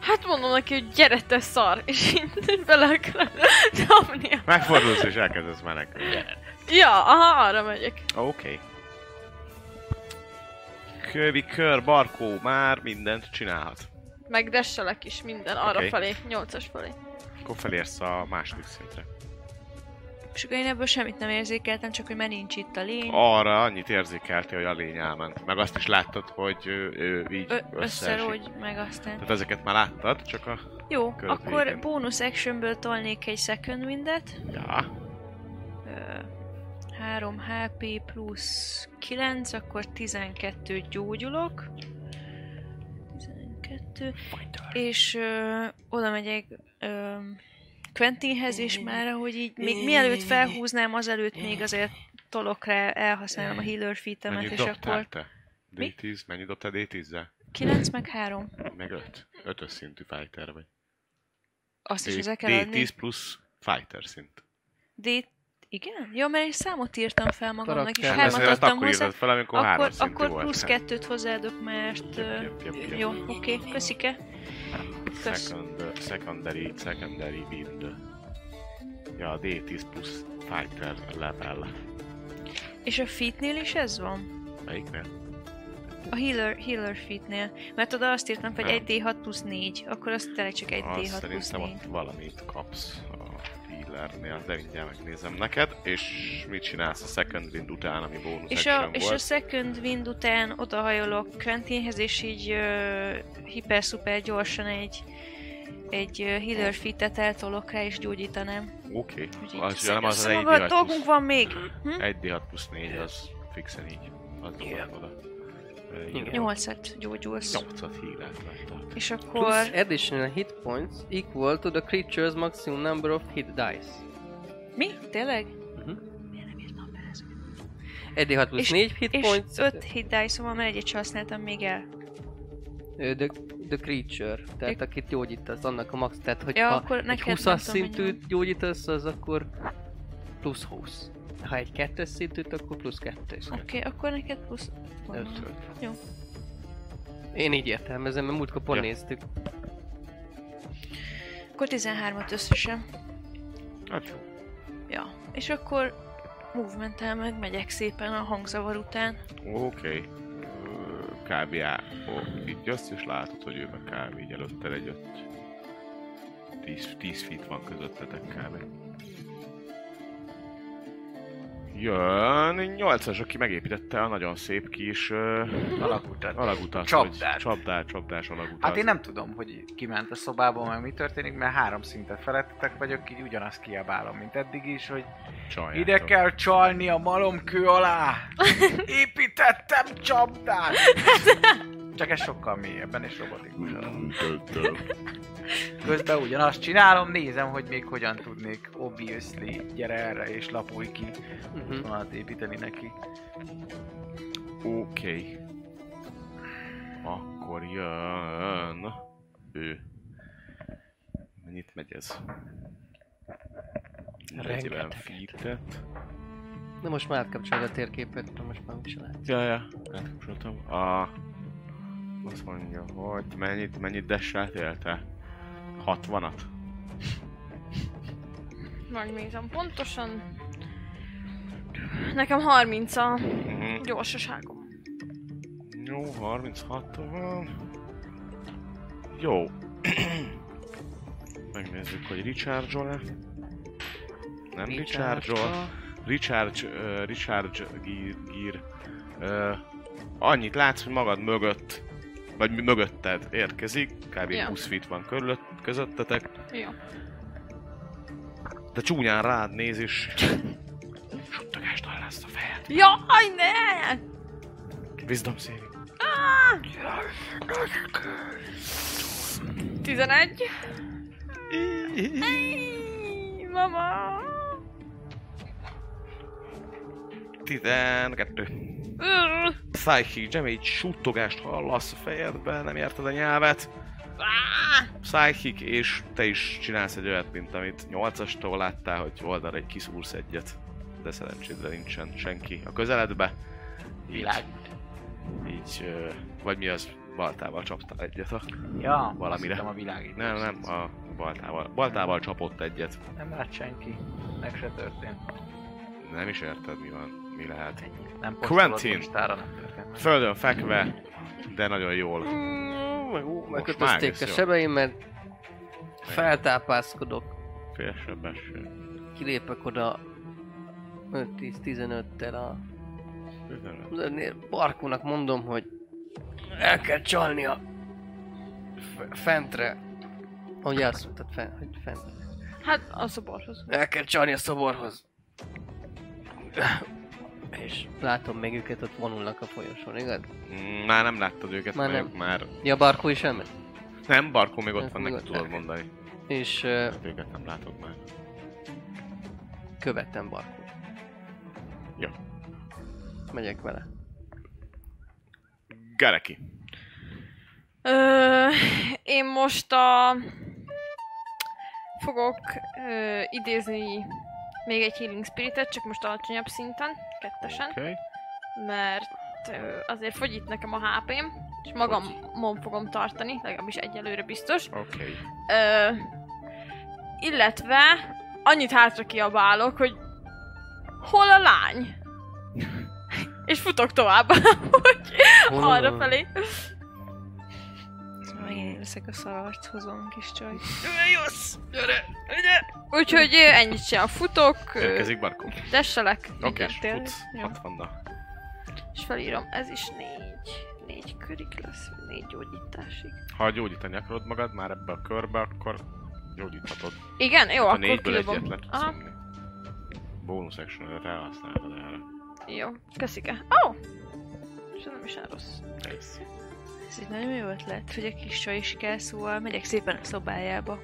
Hát mondom neki, hogy gyere te szar, és így bele akarom nyomni.
Megfordulsz és elkezdesz menekülni.
Ja, aha, arra megyek.
Oké. Kövi kör, Barkó már mindent csinálhat.
Meg desselek is minden arra
Oké.
felé, nyolcas felé.
Akkor felérsz a második szintre.
És akkor én ebből semmit nem érzékeltem, csak hogy már nincs itt a lény.
Arra annyit érzékeltél, hogy a lény elment. Meg azt is láttad, hogy ő, ő így
Ö-
összeesik.
összerogy, meg aztán.
Tehát ezeket már láttad, csak a...
Jó,
Körülbelül
akkor
igen.
bónusz actionből tolnék egy second windet.
Ja.
Ö, 3 HP plusz 9, akkor 12 gyógyulok. 12. És ö, oda megyek ö, Quentinhez is már, hogy így még mielőtt felhúznám, azelőtt még azért tolok rá, elhasználom a healer featemet,
Mennyit
és akkor
dobtál te?
Mi?
D10? Mennyit dobtál D10-zel?
9 meg 3.
Meg 5. 5 szintű fighter vagy.
Azt is
D-
hozzá kell adni.
D10 plusz fighter szint.
D... Igen? Jó, mert én számot írtam fel magamnak, és
Karakter.
Ezt,
hármat
ezt
adtam
akkor
hozzá.
írtad fel, amikor
Akkor,
három szintű
akkor
volt.
plusz
Hát,
kettőt hozzáadok, mert...
jep,
ö,
jep, jep, jep.
Jó, oké, köszike. Kösz.
Second, uh, secondary, secondary wind. Ja, a D10 plusz fighter level.
És a fitnél is ez van?
Melyiknél?
A healer, healer fitnél. Mert oda azt írtam, fel, hogy
Nem.
1d6 plusz 4, akkor azt tényleg csak
Azt
1d6 plusz
szerintem
4.
ott valamit kapsz a healer Healernél, de mindjárt megnézem neked, és mit csinálsz a Second Wind után, ami bónusz
És
action
a,
volt.
és a Second Wind után odahajolok Quentinhez, és így uh, hiper-szuper gyorsan egy, egy uh, healer fitet eltolok rá, és gyógyítanám.
Oké,
Úgyhogy
az ugye nem az az
össze-
1
maga- dolgunk van még. Hm?
1d6 plusz 4 az fixen így. Az dobod oda. Ö,
Igen.
igen.
Nyolcat gyógyulsz.
8-at hílát láttam.
És
Plus
akkor...
additional hit points equal to the creature's maximum number of hit dice.
Mi? Tényleg?
Mhm.
Miért nem írtam be ezt?
Eddig 6 plusz
És-
4 hit
És
points.
5 hit dice-om van, mert egyet sem használtam még el.
Ö, The, the creature, tehát
Ö-
akit gyógyítasz, annak a max, tehát hogy
Ja,
ha
akkor
egy
neked nem
20-as
tudom, hogy
szintűt
nem.
gyógyítasz, az akkor plusz 20. Ha egy 2-es szintűt, akkor plusz 2.
Oké, okay, akkor neked plusz...
Ötöt.
Ah, Jó.
Én így értelmezem, mert múltkor pont
Ja.
néztük.
Akkor 13-at összesen.
Hát jó.
Ja. És akkor movementel meg megyek szépen a hangzavar után.
Oké. Ö, Kb. á- ó, Így azt is látod, hogy ő meg kb. így előtte egy ott 10, 10 feet van közöttetek kb. Jön 8-as, aki megépítette a nagyon szép kis ö,
Alakultat.
alagutat.
Csapdát.
vagy Csapdát, csapdás alagutat.
Hát én nem tudom, hogy kiment a szobából, meg mi történik, mert három szintet felettetek vagyok, így ugyanazt kiabálom, mint eddig is, hogy
Csaját,
ide kell csalni a malomkő alá! Építettem csapdát! Csak ez sokkal mélyebben és robotikusabb. Közben ugyanazt csinálom, nézem, hogy még hogyan tudnék, obviously, gyere erre és lapulj ki,
Mhm.
Uh-huh.
vonalat építeni neki.
Oké. Okay. Akkor jön... Ő. Mennyit megy ez? 40
Rengeteget.
feet-et.
Na most már átkapcsolod a térképet, na most már mit csinál.
Ja, ja. Megkapcsoltam. A... Azt mondja, hogy mennyit, mennyit dessát élte? 60-at?
Megnézem pontosan. Nekem 30 a
Mhm.
gyorsaságom.
Jó, 36 van. Jó. Megnézzük, hogy recharge-ol-e. Nem recharge-ol. Recharge, uh, recharge gear, gear. Uh, annyit látsz, hogy magad mögött, vagy mi mögötted érkezik, kb.
Ja.
20 feet van körülött, közöttetek,
Jó.
de csúnyán rád néz és suttogást hallasz a fejed.
Jaj, ne! Ah!
Wisdom saving.
11. Ej, Mama!
12.
Ugh.
Psychic damage, suttogást hallasz a fejedbe, nem érted a nyelvet. Psychic, és te is csinálsz egy olyat, mint amit 8-astól láttál, hogy oldalra egy kiszúrsz egyet. De szerencsédre nincsen senki a közeledbe. Így-
Világ.
Így, ö, vagy mi az, baltával csaptál egyet a...
Ja,
Valamire.
azt hittem a világít.
Nem, nem, a baltával. Baltával csapott egyet.
Nem lát senki. Meg se történt.
Nem is érted, mi van, mi lehet.
Nem
Quentin.
posztolod postára, nem történt. meg.
Földön fekve, de nagyon jól.
Mm,
már
Megkötözték
egész
a
jó.
sebeimet, feltápászkodok,
Félsebbes.
kilépek oda 5-10-15-tel a Tudod, Barkónak mondom, hogy el kell csalni a f- fentre. Ahogy azt mondtad, fent, hogy fent.
Hát a szoborhoz.
El kell csalni a szoborhoz. És látom még őket ott vonulnak a folyosón, igaz?
Mm, Már nem láttad őket,
Már
már,
nem.
ők már...
Ja, Barkó is elment.
Nem, Barkó még ott
Nem,
van,
még
neki
ott
tudod
van.
mondani.
És ö,
Hát őket nem látod már.
követtem Barkót.
Jó.
Megyek vele.
Gareki.
Ö, én most a... Fogok ö, idézni még egy Healing Spiritet, csak most alacsonyabb szinten, kettesen,
Oké. Okay.
mert ö, azért fogyít nekem a HP-m, és magamon fogom tartani, legalábbis egyelőre biztos.
Oké. Okay.
Ö, illetve annyit hátra kiabálok, hogy hol a lány? És futok tovább, hogy arra felé.
Már én leszek a szart, hozom kis csaj.
Jössz! Gyere! Ide!
Úgyhogy ö, ennyit csinál. Futok, ö,
Érkezik Barkó.
tesselek,
Oké, és
tényleg?
futsz
Jó.
60
és felírom. Ez is négy. Négy körig lesz, vagy négy gyógyításig.
Ha gyógyítani akarod magad már ebbe a körbe, akkor gyógyíthatod.
Igen? Jó,
Hát a
akkor
négyből egyet
kilobom.
le tudsz
Aha,
nyomni. Bónusz action elhasználtad erre.
jó. Köszike. Ó! Oh! És ez nem is áll rossz.
Ez.
Ez egy nagyon jó ötlet, hogy a kis csaj is kell, szóval megyek szépen a szobájába.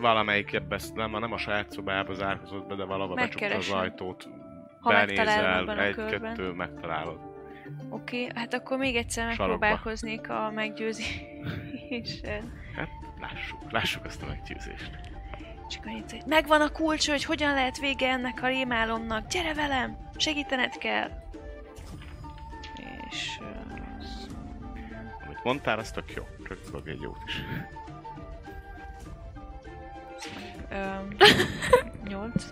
Valamelyik ebbe, sz- nem, nem a saját szobájába zárkozott be, de valahova becsukta az
Megkeresem.
ajtót.
Ha megtalálom abban a körben.
egy-kettő megtalálod.
Oké, hát akkor még egyszer
Sarokba.
megpróbálkoznék a meggyőzéssel.
Lássuk, lássuk azt a meggyőzést.
Csak annyit, hogy megvan a kulcs, hogy hogyan lehet vége ennek a rémálomnak. Gyere velem, segítened kell. És... Uh,
Amit mondtál, az tök jó. Csak tudok egy jót is.
um, nyolc.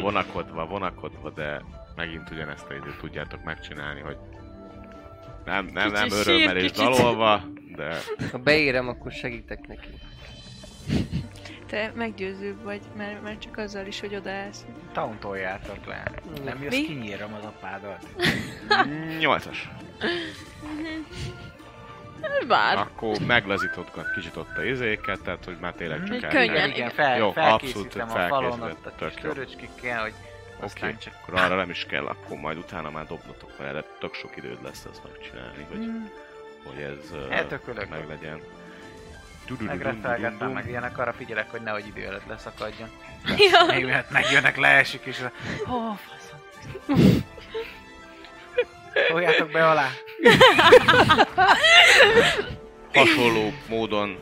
Vonakodva, vonakodva, de megint ugyanezt a időt tudjátok megcsinálni, hogy nem, nem, nem
Kicsit sír,
örömmel és
kicsit.
dalolva, de
Ha beérem, akkor segítek neki.
Te meggyőzőbb vagy, mert, mert csak azzal is, hogy odaállsz.
Tauntól jártak le. Nem jössz,
Mi?
kinyírom az apádat.
nyolcas.
Bár.
Akkor meglazítottak kicsit ott a izéket, tehát hogy már tényleg csak
Így
el-
könnyen.
Igen, fel,
Jó,
Jó, felkészítem
abszolút
a falon
felkészített,
ott a
tök
kis
jó.
töröcskékkel, hogy aztán
Oké,
csak
akkor arra nem is kell, akkor majd utána már dobnotok vele, de tök sok időd lesz ezt megcsinálni, hogy,
Mm.
hogy ez ö,
Eltökölök.
meglegyen.
megrettelgettem, meg ilyenek, arra figyelek, hogy nehogy idő előtt leszakadjon.
Ja.
Még miatt megjönnek, leesik, és
Ó, oh, faszom.
toljátok be alá.
hasonló módon,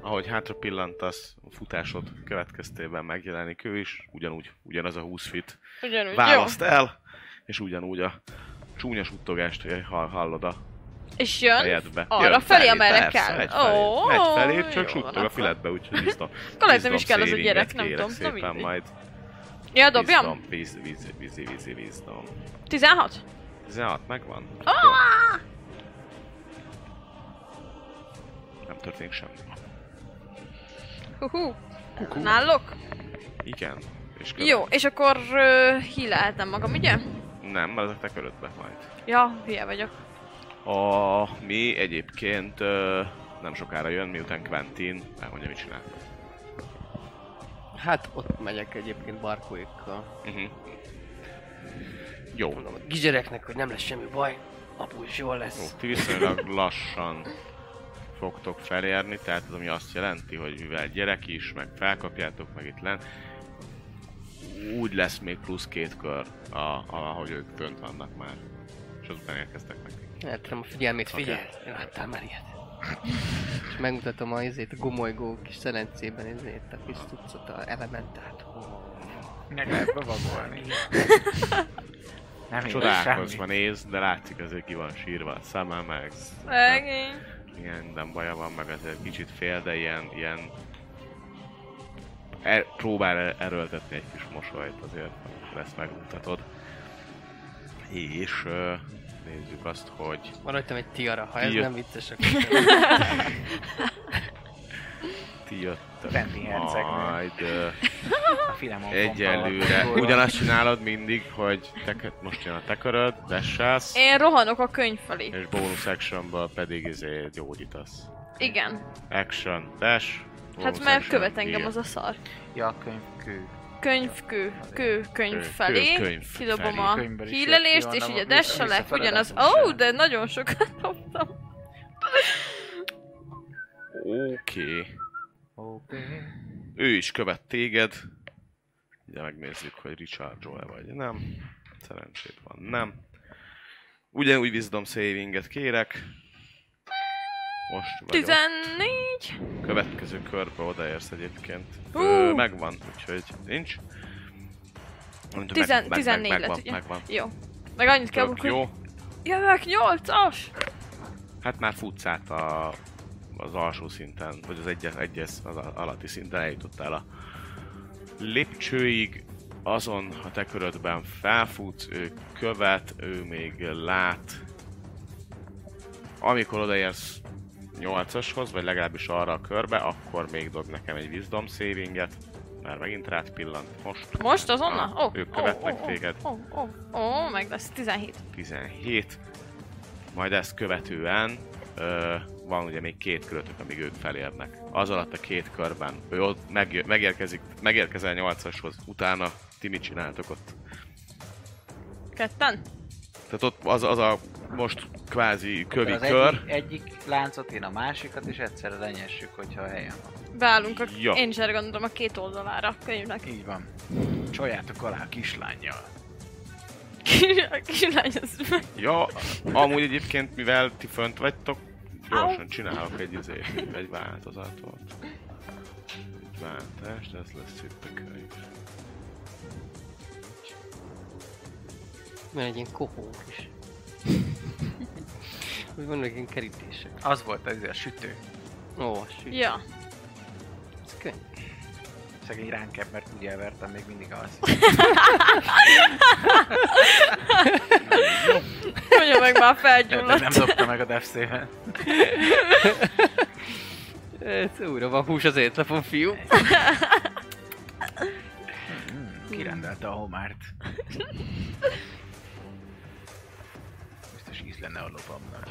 ahogy hátra pillantasz, a futásod következtében megjelenik ő is, ugyanúgy, ugyanaz a 20 fit
Ugyanúgy, jó.
választ el, és ugyanúgy a csúnya suttogást hall- hallod a
És jön.
fejedbe.
Arra
Jön
felé,
felé,
amerre
persze,
kell.
Megy felé,
Ó,
megy felé csak
jó
suttog
van,
a
akkor.
filetbe, úgyhogy biztos.
Talán nem is kell az a gyerek, nem tudom. Na
Szépen
mindegy.
majd.
Ja, dobjam?
Bizdom, víz, víz, víz, víz, vízdom.
16?
16 megvan?
Ah!
Jó. Nem történik semmi.
Hú, Nálok?
Igen. És követ.
Jó, és akkor uh, híleltem magam, ugye?
Nem, mert ezek te körödbe majd.
Ja, hülye vagyok.
A mi egyébként ö, nem sokára jön, miután Quentin elmondja, mit csinál.
Hát ott megyek egyébként barkóikkal.
Uh-huh. Jó.
Mondom a gizsereknek, hogy nem lesz semmi baj. Apu is jól
Jó,
lesz.
ti viszonylag lassan fogtok felérni, tehát ez ami azt jelenti, hogy mivel gyerek is, meg felkapjátok, meg itt len, úgy lesz még plusz két kör, a, a, ahogy ők fönt vannak már. És azután érkeztek meg.
Hát nem a figyelmét,
Oké.
figyelj! Okay. Láttam már ilyet. És megmutatom a izét, a gomolygó kis szelencében izét, a kis cuccot, a elementát.
Meg lehet bevagolni. Nem
Csodálkozva néz, de látszik azért ki van sírva a szeme, meg
Szegény.
ilyen minden baja van, meg azért kicsit fél, de ilyen, ilyen er, próbál el- erőltetni egy kis mosolyt azért, amikor ezt megmutatod. És ö, nézzük azt, hogy
Van rajtam egy tiara, ha ez
Tiara.
nem vicces, akkor nem.
ti jöttök
Fendi hercegnő.
majd ö,
A finomon
egyelőre. Ugyanazt csinálod mindig, hogy te, most jön a te köröd, besász,
Én rohanok a könyv felé.
és bonus actionből pedig izé gyógyítasz.
Igen.
Action, dash,
Hát
bonus
mert
action,
követ engem
heal.
az a szar.
Ja, a könyvkő.
Könyvkő, kő,
Kő,
könyv
kő,
felé.
könyv
Kidobom
felé.
a
Könyvből is jött ki,
hílelést, és
onnan
ugye
vissza-
desselek
visszafele
ugyanaz. Ó,
dobtam.
oh, de nagyon sokat dobtam.
Oké.
Oké.
ő is követ téged. Ugye megnézzük, hogy Richard Joel vagy nem. Szerencsét van, nem. Ugyanúgy Wisdom Savinget kérek. Most vagyok.
14.
Következő körbe odaérsz egyébként.
Hú!
Ö, megvan, úgyhogy nincs. Mondom, meg-
Tizen-
meg- meg-
14 lett,
megvan,
ugye?
megvan.
Jó. Meg annyit kell,
Tök
hogy
jó.
jövök 8-as.
Hát már futsz át a, az alsó szinten, vagy az egyes, egyes az a- alatti szinten eljutottál a lépcsőig, azon a te körödben felfutsz, ő követ, ő még lát, amikor odaérsz 8-ashoz, vagy legalábbis arra a körbe, akkor még dob nekem egy wisdom savinget, mert megint rád pillant. Most
Most azonnal?
Ah,
Ó,
ők
ó,
követnek
ó, ó,
téged.
Ó, ó, ó, meg lesz 17.
17, majd ezt követően ö, van ugye még két körötök, amíg ők felérnek. Az alatt a két körben, ő ott megjö, megérkezik, megérkezel 8-ashoz, utána ti mit csináltok ott?
Ketten?
Tehát ott az, az a most kvázi kövi
az
kör.
Egyik, egyik láncot, én a másikat, és egyszerre lenyessük, hogyha a helyen van.
Beállunk a...
Ja.
Én is erre gondolom a két oldalára a könyvnek.
Így van. Csoljátok alá a kislányjal.
A kislány az meg.
Ja, amúgy egyébként, mivel ti fönt vagytok, gyorsan csinálok egy izé, egy változatot. Egy váltást, ez lesz itt a könyv.
Van egy ilyen kohónk is. Úgy vannak ilyen kerítések.
Az volt az a sütő.
Ó, sűrű.
Ja.
Ez könyv.
Szegény ránk ebb, mert úgy elvertem, még mindig az.
Mondja meg már
De nem
felgyulladt.
dobta meg a defszével.
Hmm.
Ez újra van hús az étlapon, fiú.
Kirendelte a homárt. Biztos íz lenne a lopamnak.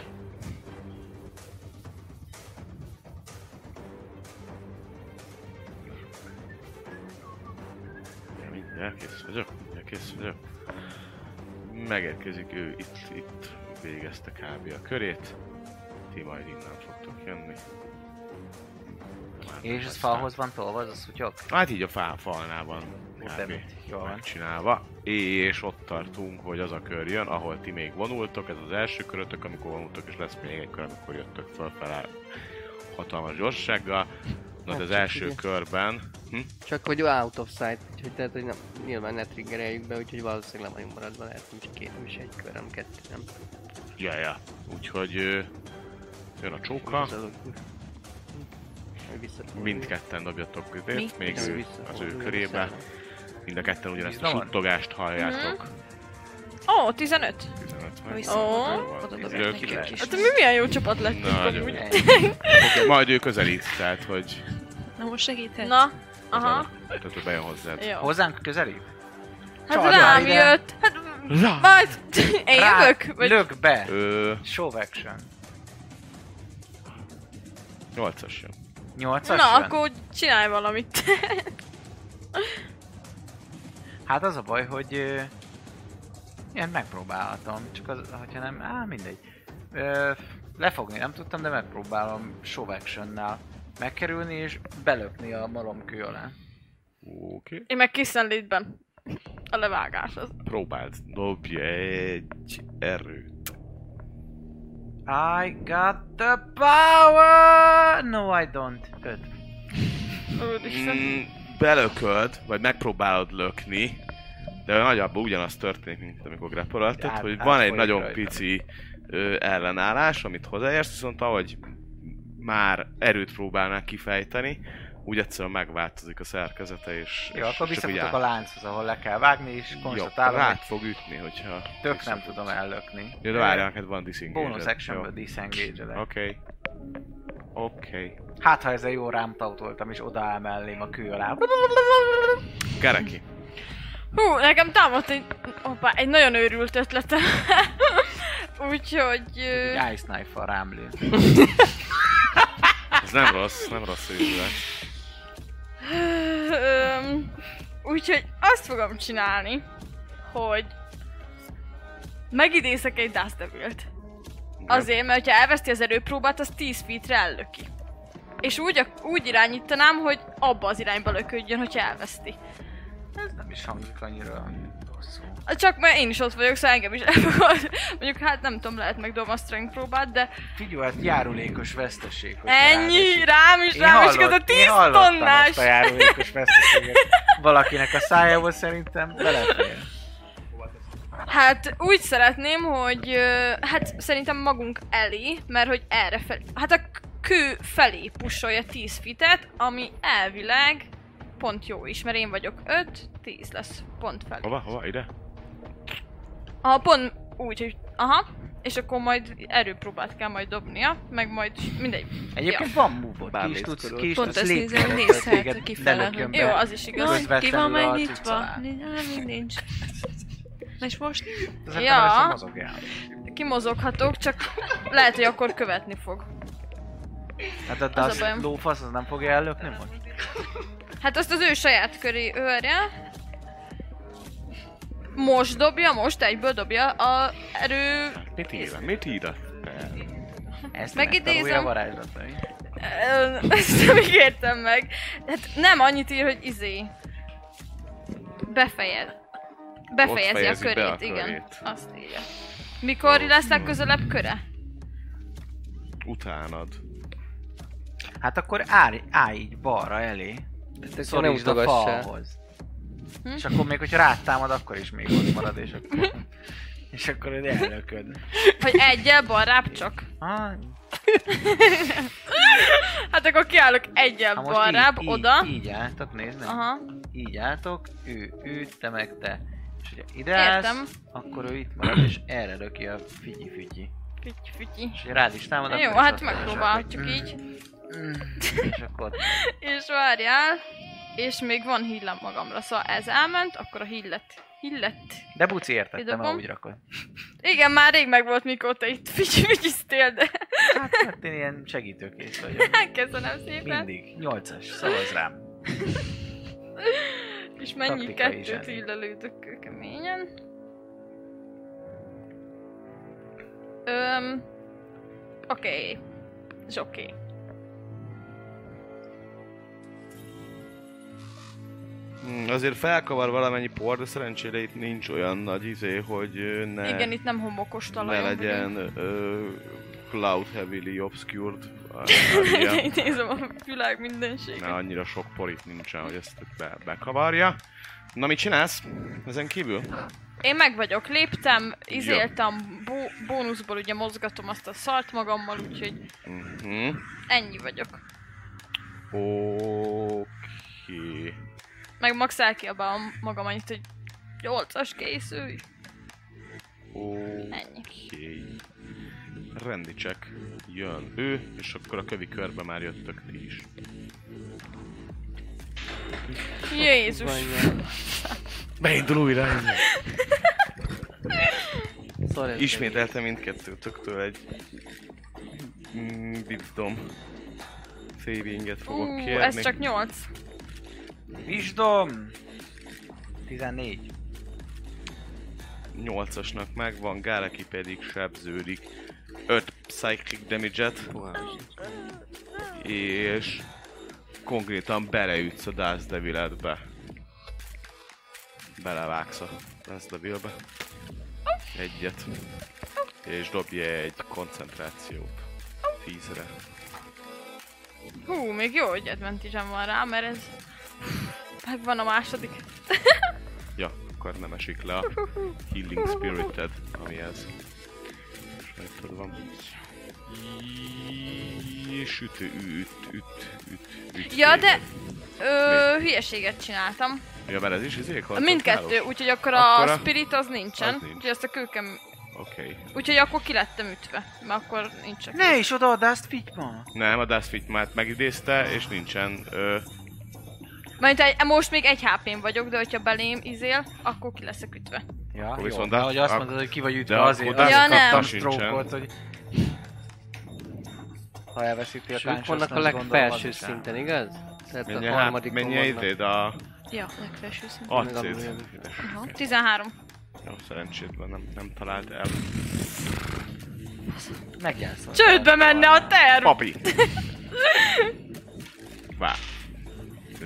Ja, mindjárt kész vagyok, mindjárt kész vagyok. Megérkezik ő itt, itt végezte kb. a körét. Ti majd innen fogtok jönni. Már
És
nem
ez
aztán.
falhoz van tolva, az a szutyok?
Hát így a fá, falnál van kb.
Utána. Jól van.
megcsinálva. És ott tartunk, hogy az a kör jön, ahol ti még vonultok, ez az első körötök, amikor vonultok, és lesz még egy kör, amikor jöttök fölfele hatalmas gyorsággal. Na,
Nem
az
csak
első
ugye.
körben... Hm?
Csak hogy out of sight, úgyhogy tehát, hogy nem, nyilván ne triggereljük be, úgyhogy valószínűleg le vagyunk maradva, lehet, hogy két, nem is egy kör, nem kettő, nem.
Ja, ja. Úgyhogy ö, jön a csóka. Mindketten dobjatok
Mi?
ütét, még
Ez
ő, az ő
visszafordul,
körébe.
visszafordul.
Mind a ketten ugyanezt a
Bizalom?
suttogást halljátok.
Ó, 15.
15 meg.
Visszafordul.
Jó van.
Oda dobok
Idő
neki
kilenc.
egy kis-
Hát mi milyen jó csapat lettünk
Nagyon
amúgy.
jó. Oké, Majd ő közelít, tehát hogy...
Na most segíthetsz?
Na, aha.
Tehát ő bejön hozzád.
Jó.
Hozzánk közelít?
Hát
Csarja
rám
ide.
jött. Hát majd én
Rá,
jövök? Vagy...
Lök be!
Ö,
Show action.
8-as jön.
Nyolcas
Na,
jön?
akkor csinálj valamit.
Hát az a baj, hogy... ö, Én megpróbálhatom, csak az, hogyha nem... Á, mindegy. Ö, lefogni nem tudtam, de megpróbálom show action-nál megkerülni és belökni a malomkő alá.
Oké.
Én meg készenlétben. A levágás az.
Próbáld, dobj egy erőt.
I got the power! No, I don't. Öt.
Úristen.
Mm, belököd, vagy megpróbálod lökni, de nagyjából ugyanaz történik, mint amikor grappoltad,
Át-
hogy van egy
átfolyik
nagyon
rajta.
pici ö, ellenállás, amit hozzáérsz, viszont ahogy már erőt próbálnál kifejteni, úgy egyszerűen megváltozik a szerkezete, és, és
Jó, akkor
csak úgy
visszafutok a
áll-
lánchoz, ahol le kell vágni, és
Jó,
konstatálom,
rád
hogy
fog ütni, hogyha...
tök nem
visszafutsz.
tudom ellökni.
Jó, de várjál, neked van disengage
Bonus actionből disengage
Oké. Okay. Oké. Okay.
Hát, ha ezzel jó rám tautoltam, és odaáll mellém a kő alá.
Kereki.
Hú, nekem támadt egy, hoppá, egy nagyon őrült ötletem. Úgyhogy... ö,
Egy ice knife-val rám lő.
Ez nem rossz, nem rossz érzés.
Öm, Úgyhogy azt fogom csinálni, hogy megidézek egy Dazdevilt. Azért, mert ha elveszti az erőpróbát, az 10 feetre ellöki. És úgy, úgy irányítanám, hogy abba az irányba löködjön, hogyha elveszti.
Ez nem is hangzik annyira rosszul.
Hát Csak mert én is ott vagyok, szóval engem is elfogad. Mondjuk hát nem tudom, lehet megdobom a strength próbát, de
Figyelj, hát járulékos veszteség. hogyha rád
ennyi,
esik.
rám is,
Én
rám is,
hallott-
ez a 10
én hallottam
tonnás.
ezt a járulékos veszteséget. Valakinek a szájából szerintem belefér.
Hát úgy szeretném, hogy ö, hát szerintem magunk elé, mert hogy erre fel, hát a k- kő felé pusolja 10 fitet, ami elvileg pont jó is, mert én vagyok 5, 10 lesz pont felé.
Hova, hova, ide?
Aha, pont úgy, hogy aha, és akkor majd erőpróbát kell majd dobnia, meg majd mindegy.
Egyébként van move ki is
Bármész
tudsz,
körül.
ki is
Pont
tudsz
ezt
lépni,
nézem,
tehát
nézhet
téged
kifele,
ne
hogy-
lökjön
Ja. Jó,
be.
az is igaz.
Jaj, ki van
Közvetlenül a
megnyitva?
cuccalá.
Nincs, nem, nincs. Na és most?
Ezek
Ja.
nem lesznek mozogjál.
Kimozoghatok, csak lehet, hogy akkor követni fog.
Hát de, de
Az a
az,
bajom.
az lófasz, az nem fogja ellökni most?
Hát azt az ő saját köré őrje. Most dobja, most egyből dobja a erő...
Mit ír? Mit ír?
Ezt
Megidézem.
megtanulja a varázslatai.
Ö, Ezt nem ígértem meg. Hát nem annyit ír, hogy izé. Befejez.
Ott
Befejezi a
fejezi be
körét,
a
igen.
körét.
Azt írja. Mikor lesz legközelebb köre?
Utánad.
Hát akkor állj, állj így balra elé,
Tehát akkor nem
szorítsd Szóval a
utogassál.
falhoz.
Hm?
És akkor még, hogyha rátámad, akkor is még ott marad, és akkor... És akkor ő ellököd.
Hogy egyel balrább csak.
Ha,
Hát akkor kiállok egyel
ha Hát most
balrább,
így,
oda.
Így, így álltok, nézd meg.
Aha,
Így álltok, ő, ő, te meg te. És ugye ide
Értem.
állsz, akkor ő itt marad, és erre löki a figyi-figyi.
füty, fütyi.
És ugye rád is támad,
Jó,
akkor is
hát
ott lesel.
megpróbálhatjuk
Mm.
így.
Mm. És akkor
És várjál, és még van hillem magamra, szóval ez elment, akkor a hillet. Hillet.
De buci értettem,
Kidobom.
ahogy rakod.
Igen, már rég meg volt, mikor te itt figyeliztél, de
Hát, mert én ilyen segítőkész vagyok.
köszönöm szépen.
Mindig. Nyolcas, szavaz rám.
És mennyi
Taktikai
kettőt
zseni.
illelődök keményen. Öm, oké. Okay. Zsoké.
Hmm, azért felkavar valamennyi por, de szerencsére itt nincs olyan nagy izé, hogy ö, ne,
Igen, itt nem homokos
ne
talajon
legyen ö, cloud heavily obscured. Á,
vagyunk.
ilyen-
Igen, itt nézem a világ mindenségét.
Ne, annyira sok por itt nincsen, hogy ezt be, bekavarja. Na, mit csinálsz ezen kívül?
Én meg vagyok, léptem, izéltem, bó- bónuszból ugye mozgatom azt a szart magammal, úgyhogy
Mhm.
ennyi vagyok.
Oké.
Meg max elkiabálom magam annyit, hogy 8-as készülj,
Oké.
ennyi.
Rendi check. Jön ő, és akkor a kövi körbe már jöttök ti is.
Jézus,
Vanyja.
Beindul újra!
Sorry, ez
Ismételte mindkettőtöktől egy... Mm, Bibdom. Savinget fogok
Ú,
kérni.
ez csak 8.
Visdom! 14.
8-asnak megvan, Gáleki pedig sebződik 5 psychic damage-et, és konkrétan beleütsz a Darth Devil-edbe. Belevágsz a Darth Devil-be. Egyet. És dobj egy koncentrációt. 10-re.
Hú, még jó, hogy advantage van rá, mert ez... Megvan a második.
Ja, akkor nem esik le a Healing Spirited, ami ez. Sajtod van. És üt, üt, üt, üt, üt.
Ja, de... Ö, hülyeséget csináltam.
Ja, mert ez is izé
Mindkettő,
koncentrálós?
úgyhogy akkor a,
Akkor a-
spirit az nincsen.
az nincs.
Úgyhogy ezt a kőkem...
Oké. Okay.
Úgyhogy akkor ki lettem ütve. Mert akkor nincs csak.
Ne is odaad azt figyma!
Nem, a Dustfit már megidézte, és nincsen ö,
Mert egy, most még egy HP-n vagyok, de hogyha belém izél, akkor ki leszek ütve.
Ja,
Akkor
jó.
viszont
de hogy azt
ak-
mondod, hogy ki vagy
de
ütve
akkor
azért,
Darth
Ja, nem.
Kapta
stroke-olt,
sincsen.
hogy... Ha elveszíti a
És ők vannak
consciousness,
a
gondolom, az
legfelső
is el.
szinten, igaz? Tehát
Mennyi,
a
hát,
harmadik
mennyi idéd a
Ja, legfelső szint.
acét?
Meg a-
Édes.
Aha, 13.
Jó, szerencsétlen nem, nem talált el.
Meggyászol.
Csődbe menne a terv!
Papi! Vá.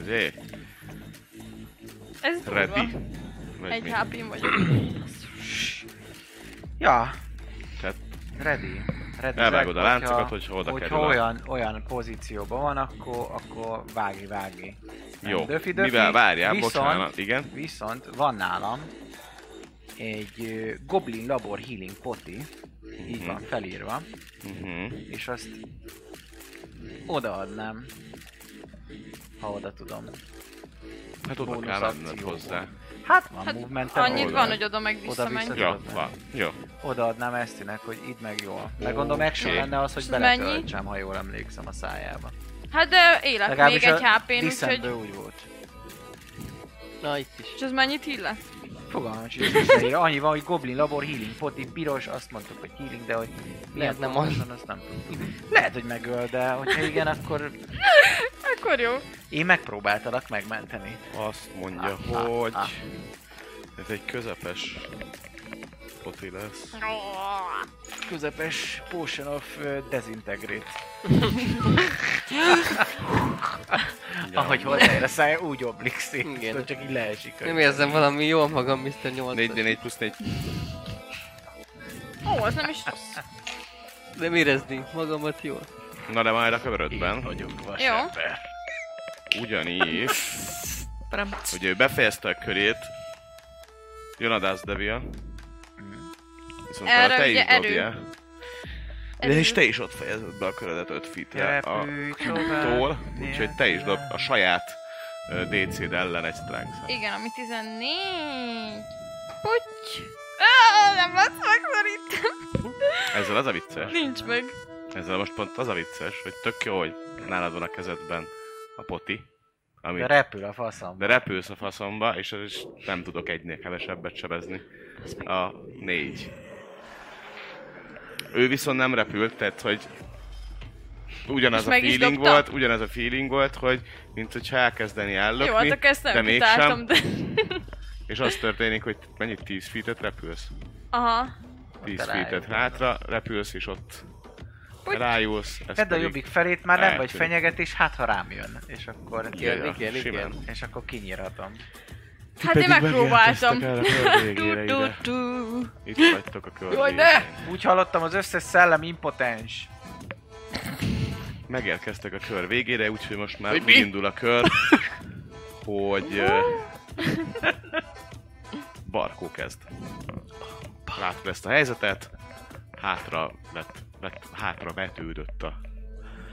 Ezért?
Ez
Ready.
durva.
Vagy
Egy
mi?
HP-n vagyok.
Ja,
Tehát
ready. ready
Elvágod a
Zack,
láncokat,
hogyha-
hogyha oda
hogyha
kerül a-
olyan, olyan pozícióban van, akkor, akkor vági, vági. Nem
jó.
döfi, döfi,
Mivel várjál,
viszont,
bocsánat, igen.
Viszont van nálam egy ö, Goblin Labor Healing Poti, így van felírva,
Mhm.
és azt odaadnám, ha oda tudom.
Hát oda
Bónusz
Hát kell lenned
akcióból.
hozzá.
Hát van
Hát
movement
Annyit van,
oldalt.
hogy oda meg
Oda
visszamegy.
vissza.
Jó, van. Jó.
Odaadnám Esztinek, hogy idd meg jól. Meg gondolom action
Oké.
lenne az, hogy
És mennyi?
beletöltsem, ha jól emlékszem a szájába.
Hát de élek még egy
a
HP-n, úgyhogy...
diszemből úgy volt.
Na itt is.
És ez mennyit illet?
Fogalmam sincs, hogy mennyire. annyi van, hogy Goblin Labor Healing Pot, így piros, azt mondtuk, hogy healing, de hogy milyen
nem
pont
az.
van, azt nem tudom. Lehet, hogy megöl, de hogyha igen, akkor
Akkor jó.
én megpróbáltalak megmenteni.
Azt mondja,
Ah, ah,
hogy...
ah.
Ez egy közepes poti lesz.
Közepes Potion of ö, Desintegrate. Ahogy hozzáér a szája, úgy oblik szét,
Igen.
tudod, csak így leesik.
Nem érzem valami jól magam, Mr. 8
4 4 plusz 4.
Ó, az nem is rossz.
Nem érezni magamat jól.
Na de majd a körödben.
vagyok
Jó.
Ugyanígy, hogy ő befejezte a körét, jön a Dust Devil. Viszont
Erre
Erre te
ugye
is
erő.
dobjál.
Erő.
De és te is ott fejezed be a körödet 5 fitre a
Repülj
tól,
tovább,
úgyhogy te is dob a saját ö, DC-d ellen egy strength
Igen, ami 14... Puty! Ah, nem lesz meg szerintem.
Ezzel az a vicces.
Nincs meg.
Ezzel most pont az a vicces, hogy tök jó, hogy nálad van a kezedben a poti, ami
De repül a faszom.
de repülsz a faszomba, és ez is nem tudok egynél kevesebbet sebezni. A négy. Ő viszont nem repült, tehát hogy ugyanaz
És
a
meg is
feeling
dobta?
volt, ugyanaz a feeling volt, hogy mint hogyha elkezdeni
Jó, hát
ellökni,
akkor ezt
de
nem
mégsem,
kitáltam, de...
és az történik, hogy mennyit 10 feet repülsz?
Aha.
10
Ott rájön.
feet hátra repülsz, és ott
Hogy?
rájulsz. ez
Tedd a
pedig-
jobbik felét, már nem vagy
eltűnik.
fenyegetés, hát ha rám jön. És akkor,
Ja, ja,
Igen, igen.
simán.
és akkor kinyíratom.
Hát én
pedig
megpróbáltam.
megérkeztek erre a kör végére
Du,
ide.
du, du.
Itt vagytok a kör
Jaj,
végén.
ne!
Úgy hallottam, az összes szellem impotens.
Megérkeztek a kör végére, úgyhogy most már
Hogy
úgy
mi?
indul a kör, hogy... ö, Barkó kezd. Látod ezt a helyzetet, hátra lett, lett hátra vetődött a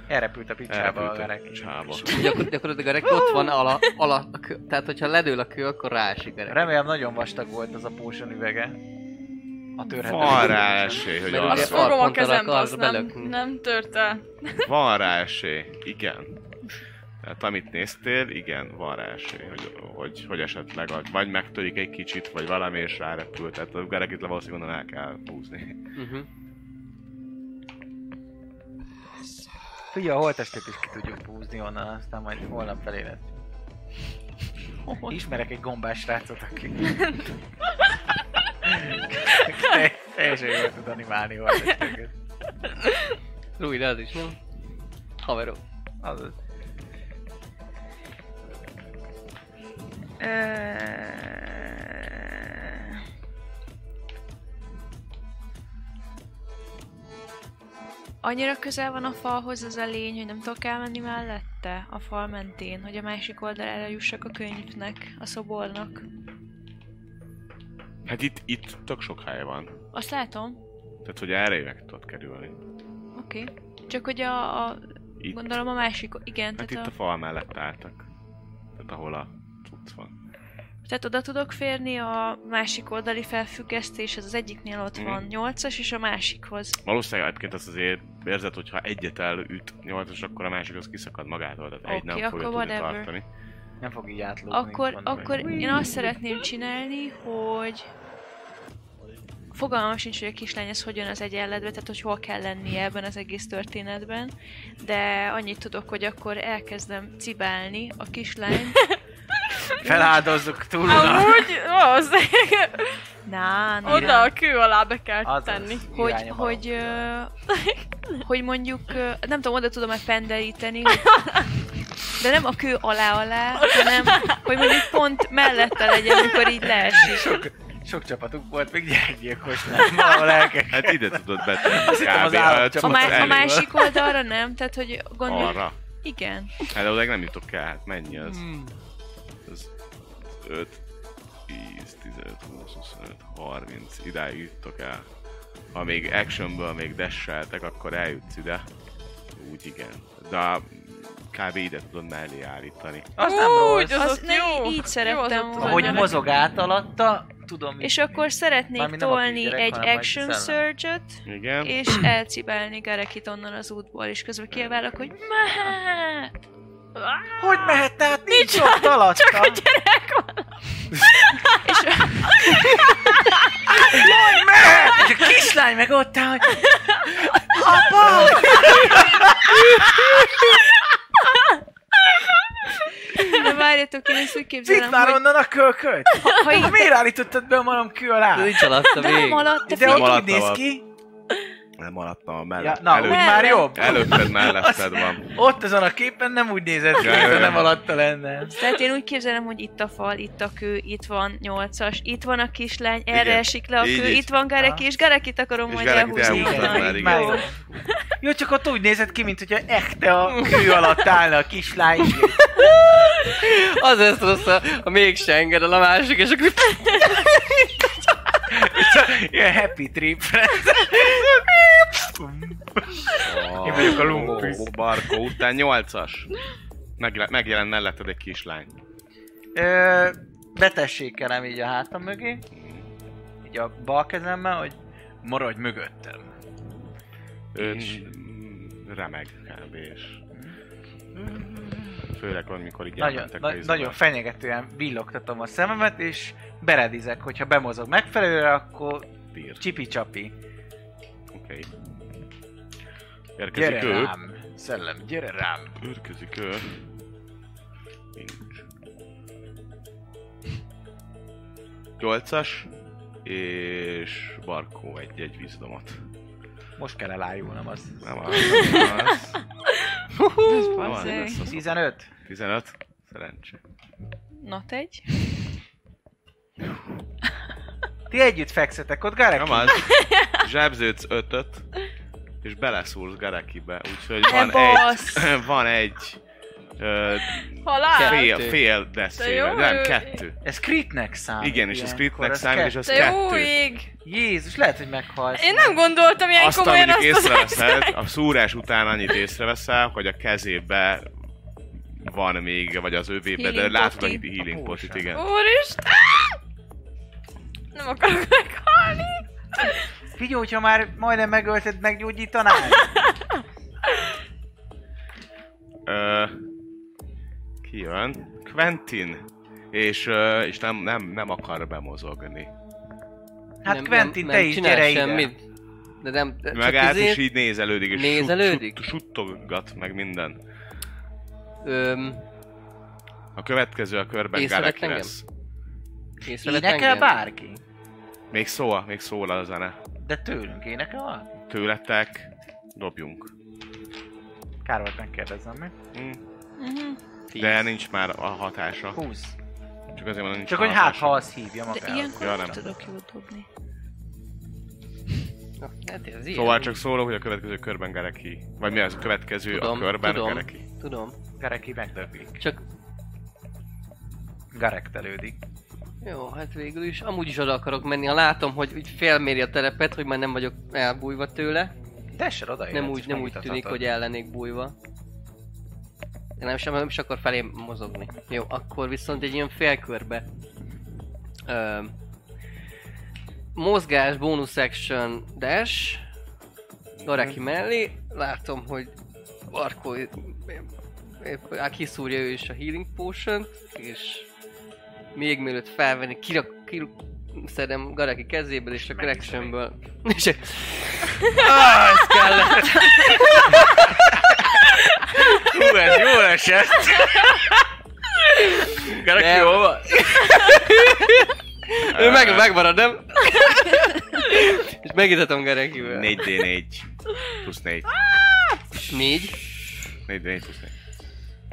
Elrepült a picsába a
elrepült
verek.
a csába.
Gyakor- gyakorlatilag a rek ott van ala, ala a kő, tehát hogyha ledől a kő, akkor ráesik a rek.
Remélem nagyon vastag volt az a potion üvege. A törhető.
Van rá esély, hogy
Mert ugye
Azt
arra.
a-
fogom a
Alponttal
kezembe,
akarsz
az nem,
belökni.
nem tört el.
Van rá esély, igen. Tehát amit néztél, igen, van rá esély, hogy, hogy, hogy esetleg a- vagy megtörik egy kicsit, vagy valami és rárepül. Tehát a Garekit le valószínűleg onnan el kell húzni.
Uh-huh.
Figyelj, a holtestét is ki tudjuk húzni onnan, aztán majd holnap felé lesz. Ismerek egy gombás srácot, aki... aki telj- Teljesen jól tud animálni holtesteket.
Rúj, de az is, nem? Haverok.
Az az.
Annyira közel van a falhoz az a lény, hogy nem tudok elmenni mellette, a fal mentén, hogy a másik oldalára jussak a könyvnek, a szobornak.
Hát itt, itt tök sok hely van.
Azt látom.
Tehát, hogy erre meg tudod kerülni.
Oké. Okay. Csak hogy a, a
Itt.
gondolom a másik, igen,
hát itt
tehát,
a...
a,
fal mellett álltak. Tehát ahol a cucc van.
tehát oda tudok férni a másik oldali felfüggesztés, ez az egyiknél ott
Mhm.
van, nyolcas, és a másikhoz.
Valószínűleg egyébként azt azért érzed, hogy ha egyet elüt nyolcas, akkor a másik az kiszakad magától. Tehát egy nem
Oké, akkor
fogja tudni
whatever.
tartani.
Nem fog így átlógni.
Akkor,
gondolom.
akkor én azt szeretném csinálni, hogy fogalmam sincs, hogy a kislány ez hogyan az egyenletbe, tehát hogy hol kell lennie ebben az egész történetben, de annyit tudok, hogy akkor elkezdem cibálni a kislányt.
Feláldozzuk túl.
Amúgy, az,
Na, na,
oda
na.
a kő alá be kell
Azaz.
tenni.
Hogy,
Irányom
hogy,
alatt.
ö, hogy mondjuk, ö, nem tudom, oda tudom-e penderíteni, hogy de nem a kő alá-alá, hanem hogy mondjuk pont mellette legyen, amikor így leesik.
Sok, sok csapatuk volt, még gyergyilkosnak. Valahol el kell
Hát ide tudod betenni
hittem az
kb.
állatcsapat
A,
cucc
má- a
elé.
másik oldalra nem, tehát hogy gondolom,
Arra.
Igen.
Hát de odáig nem jutok el, hát mennyi az?
Mm.
Ez 5, 10, 15, 20, 25, 30, idáig jutok el. Ha még actionből még desseltek, akkor eljutsz ide. Úgy igen. De kb. ide tudod mellé állítani.
Az nem rossz.
Úgy, az
Az
ott
nem
jó.
így
Jó,
szerettem
az ott
volna.
van.
Ahogy mozog át alatta, tudom
És
mi-
akkor szeretnék
Mármint nem a
tolni
kisgyerek,
egy
hanem a
action
szellem.
surge
Igen.
és elcibálni Garekit onnan az útból, és közben kiabálok, hogy mehet!
Hogy mehet át? Nincs ott alatta. Csak a gyerek van. és... Hogy mehet? És a kislány meg ott áll, hogy... Apa!
De várjatok, én ezt úgy
Vidd
képzelem,
már
hogy
onnan a kölköt!
ha így
Miért állítottad be a malom kő alá?
Nincs alatta
nem
még.
alatt, te
De
figyelj,
ott úgy
alatta
néz
van.
ki.
Nem alattam a
Ja,
mellett.
na, úgy már jobb.
Előtted, melletted van.
Ott azon a képen nem úgy nézett ki,
Ja, ja,
mintha
ja.
nem alatta lenne.
Tehát én úgy képzelem, hogy itt a fal, itt a kő, itt van nyolcas, itt van a kislány, erre
Igen.
esik le a
Így,
kő,
így.
itt van Gareki,
Aha.
és Garekit akarom
És
majd
Garekit
elhúzni.
elhúztad
onnan.
már,
Jó.
igen.
jó. Jó, csak ott úgy nézett ki, mint hogyha echte a kő alatt állna a kislány.
Az lesz rossz, a, a mégse engedel a másik, és akkor...
Ilyen happy trip.
Én vagyok a lumpus. Barkó után nyolcas. Megjelen, megjelent melletted egy kislány.
Ö, betessék elem így a hátam mögé, így a bal kezemmel, hogy maradj mögöttem.
Ő
És?
mm, remeg kb. És... Főleg van, mikor így
Nagyon,
elmentek a
na,
izba.
nagyon fenyegetően villogtatom a szememet, és beredizek, hogyha bemozog megfelelőre, akkor
Bír.
csipi-csapi.
Oké. Érkezik
Gyere
ő.
rám, szellem, gyere rám.
Érkezik ő. Nincs. Nyolcas. És Barkó egy-egy vízdomot.
Most kell elájulnom azt.
Nem az, nem az. Nem az,
bazeg.
lesz az.
15.
15. Szerencse.
Not egy.
Ti együtt fekszetek ott, Garek?
Nem az. Zsebződsz ötöt, és beleszúrsz Garekibe, úgyhogy
Ne
van
bassz!
egy, van egy ö,
Halál.
fél,
Kettő.
fél
De
deszével,
jó,
nem
ő-
kettő.
Ez critnek számít.
Igen, és ez
ilyenkor,
critnek
az
számít,
ke-
és az
Te jó
kettő.
ég!
Jézus, lehet, hogy meghalsz.
Én nem gondoltam ilyen
Azt,
komolyan
amit
azt az
észreveszed, a szúrás után annyit észreveszel, hogy a kezébe van még, vagy az övébe, de
Healing
látod,
poti.
hogy healing
A
potit,
pólsa.
igen.
Úristen! Nem akarok meghalni!
Figyelj, hogyha már majdnem megölted, meggyógyítanál.
Ö, ki jön? Quentin. És, ö, és nem, nem, nem akar bemozogni.
Hát
Nem-
Quentin,
nem-
te
nem
is
csinál
gyere ide.
semmit. De nem, de csak
Megállt és
izé,
így nézelődik, és
nézelődik?
Sut, sut, suttoggat, meg minden.
öm,
A következő a körben
Észrevett
Garek
engem?
lesz.
észrevet
Énekel
engem?
bárki?
Még szól, még szól a zene.
De tőlünk énekel valaki?
Tőletek, dobjunk.
Kár volt megkérdezem meg.
Hm.
Mhm. Tíz.
De nincs már a hatása.
20.
Csak azért mondom, nincs
Csak
a
hogy hát,
hatása.
ha az hívja
De
magát.
ilyenkor
Ja,
nem
nem.
tudok jól dobni.
Na, Hát ez ilyen.
Szóval csak szólok, hogy a következő körben Gareki. Vagy mi az a következő
Tudom,
a körben
tudom.
Gareki.
Tudom.
Gareki megdöglik.
Csak
Garektelődik.
Jó, hát végül is. Amúgy is oda akarok menni, ha látom, hogy úgy felméri a telepet, hogy már nem vagyok elbújva tőle.
De se oda
nem úgy, nem úgy tűnik, hogy el lennék bújva. De nem sem, nem is akar felé mozogni. Jó, akkor viszont egy ilyen félkörbe. Ö, mozgás, bonus action, dash. Gareki mellé. Látom, hogy Barkó épp á, kiszúrja ő is a healing potion és még mielőtt felvenni, kirak, kirak, szedem Gareki kezéből és a
Megiszom én.
correctionből. És Ah, ez kellett.
Hú, ez jól esett!
Nem.
Gareki
van. Ő meg, megmarad, nem? És megítetem Gerekivel.
4D4 plusz 4.
Négy.
4D4 plusz 4.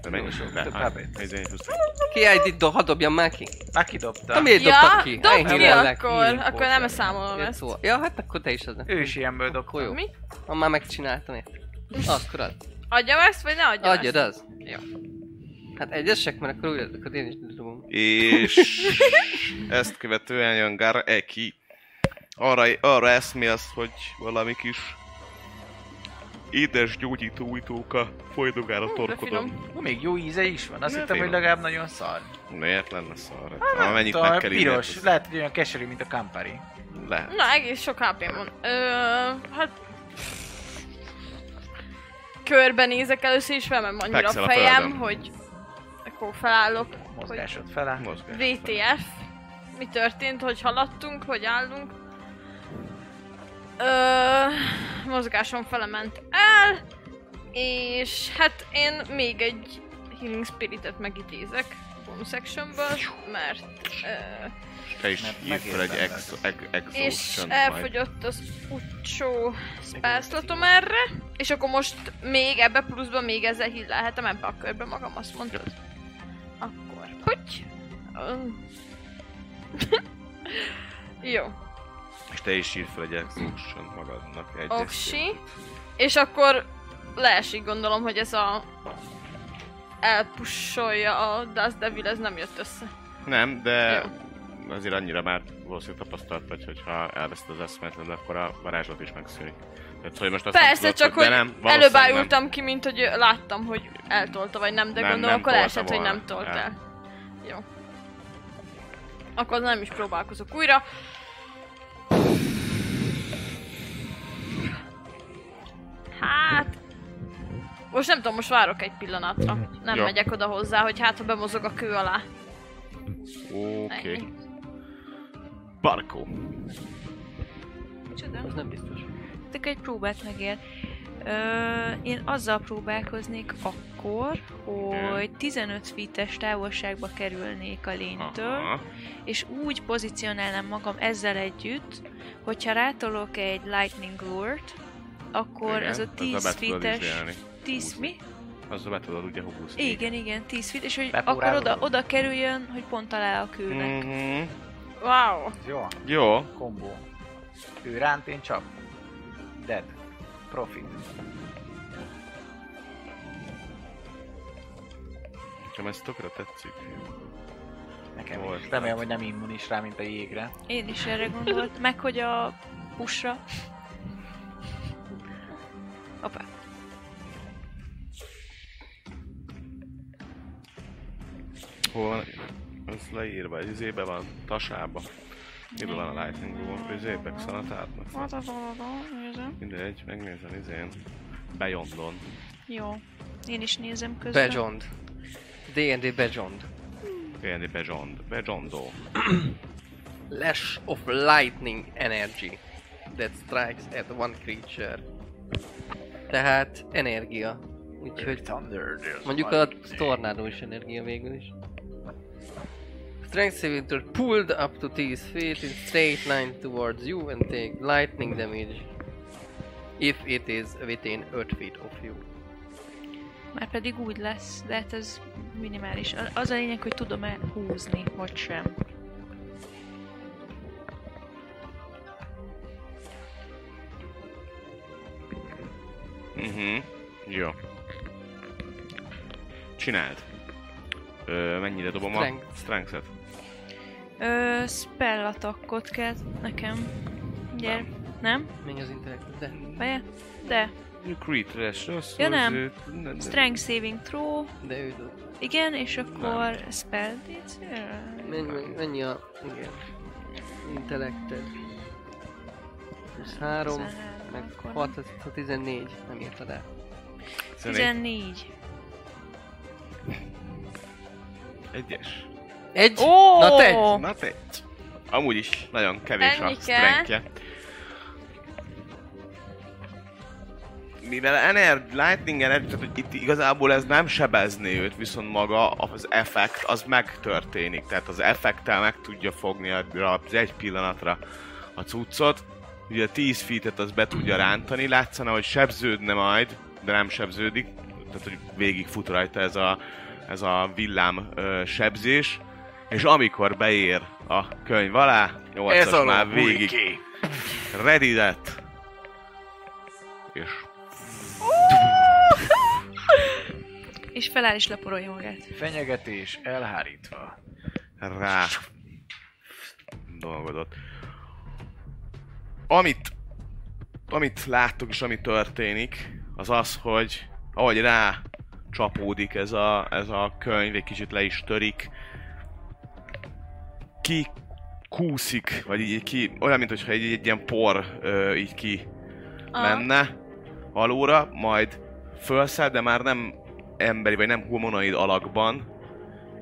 De mennyi sok le?
több
Hát,
rábejtesz.
4D4 plusz
Ki egy itt, do- hadd dobjam már ki?
Már kidobta.
Na miért dobtad
Ja,
ki?
dobd
Ennyi
ki
lellek.
akkor,
Hm.
akkor nem számolom
Miért
ezt.
szól? Ja, hát akkor te is az. ne.
Ő is ilyenből
Akkor
dobta.
jó.
Mi?
Ha már megcsináltam, érted? Akkor az.
Adjam ezt, vagy ne adjam
Adjad
ezt?
az. Jó. Hát egyesek, mert akkor újra, akkor én is dobom.
4. És ezt követően jön Gareki. Arra, arra eszmél azt, hogy valami kis édes gyógyító újtóka folydogál a
de
torkodon.
finom.
Ó, még jó íze is van, azt
Ne,
hittem, hogy
finom.
legalább nagyon szar.
Miért lenne szar?
Hát,
Amennyit
Tudom,
meg kell így,
Piros,
hát
lehet, hogy olyan keserű, mint a Campari.
ez- Lehet.
Na, egész sok hp van. Ö, hát... Körbenézek először is fel, mert annyira
Fekszel
a
a
fejem,
földön.
hogy... Akkor felállok, hogy
Mozgásod fele.
Mozgás.
VTF. Mi történt, hogy haladtunk, hogy állunk? Ö, mozgásom felement el, és hát én még egy Healing Spiritet megidézek bonus actionből, mert ö,
Te is
Meg-
írd fel egy
megérdemled.
ex, ex, ex,
és elfogyott az utcsó spászlatom erre, és akkor most még ebbe pluszban még ezzel hillelhetem ebbe a körbe magam, azt mondtad. Akkor, hogy? Ö. Jó,
És te is írd fel egy exhaustion magadnak. Egy
oksi. És akkor leesik gondolom, hogy ez a elpussolja a Dust Devil, ez nem jött össze.
Nem, de azért annyira már valószínűleg tapasztalt vagy, hogyha elveszed az eszmetlen, akkor a varázslat is megszűnik. Tehát, hogy most azt nem
Persze,
tudod,
csak hogy
de nem,
előbb
valószínűleg nem.
állultam ki, mint hogy ö, láttam, hogy eltolta, vagy nem, de
Nem,
gondolom,
nem
akkor
tolta
esett, hogy
volna.
nem tolt
Nem.
el. Jó. Akkor nem is próbálkozok újra. Hát... Most nem tudom, most várok egy pillanatra. Nem
Jó.
megyek oda hozzá, hogy hát ha bemozog a kő alá.
Oké.
Ennyi.
Okay. Barkó.
Micsoda?
Az nem biztos.
Tök egy próbát megél. Ö, én azzal próbálkoznék akkor, hogy 15 feet-es távolságba kerülnék a lénytől,
Aha.
és úgy pozícionálnám magam ezzel együtt, hogyha rátolok egy lightning lure-t, akkor
Igen,
az a
azzal
10
be tudod
feet-es...
izélni.
10 mi?
Azzal be tudod ugye húzni.
Igen, igen, 10 feet, és hogy akkor
Bepórálod?
oda, oda kerüljön, hogy pont alá a kőnek.
Mhm.
Wow!
Jó,
Jó.
kombó. Ő ránt, én csap. Dead. Profit.
Nekem ez tökre tetszik.
Nekem
Volt.
is. Remélem, hogy nem immunis rá, mint a jégre.
Én is erre gondolt, meg hogy a pusra. Hoppá.
Hol van? Ez leírva, egy izébe van, tasába. Miben van a Lightning Ball? Üzébek, szanatárnak.
Nézem.
Mindegy, megnézem izén. Beyondon.
Jó. Én is nézem közben.
Bejond. D&D Bejond.
Kérni Bejond. Bejondó.
Lash of Lightning Energy that strikes at one creature. Tehát energia. Úgyhogy
Thunder. there's
mondjuk
one
a
thing.
tornádó is energia végül is. Strength saving throw pulled up to 10 feet in straight line towards you and take lightning damage if it is within 5 feet of you.
Már pedig úgy lesz, de hát ez minimális. A- Az a lényeg, hogy tudom-e húzni, vagy sem.
Mhm. Jó. Csináld. Ö, mennyire dobom a
Strength.
strength-et?
Ö, spell attackot kell nekem. Gyere. Nem?
Menj az intellekt, de
Vagy? De.
Creed-res,
Ja, nem. Strength saving throw.
de ő dob.
Igen, és akkor spell DC?
Mennyi, mennyi a... igen. Intellekted. Plusz 3, meg 6, az az 14. Nem írtad el.
14.
Egyes.
Egy?
Ó!
Na te!
Na te! Amúgy is nagyon kevés a
Ennyi kell.
strengthje. Mivel ener, lightning energy, tehát hogy itt igazából ez nem sebezné őt, viszont maga az effekt az megtörténik. Tehát az effektel meg tudja fogni arra az egy pillanatra a cuccot. Ugye a 10 feet az be tudja rántani, látszana, hogy sebződne majd, de nem sebződik. Tehát, hogy végig fut rajta ez a, ez a villám ö, sebzés. És amikor beér a könyv alá, 8 már végig ready lett. És
És feláll és leporolja magát.
Fenyegetés E, elhárítva.
rá dolgozott. Amit, amit láttok és ami történik, az az, hogy ahogy rá csapódik ez a, ez a könyv, egy kicsit le is törik, ki kúszik, vagy így ki, olyan, mintha egy, egy ilyen por ö, így ki menne alóra, majd fölszáll, de már nem emberi, vagy nem humanoid alakban,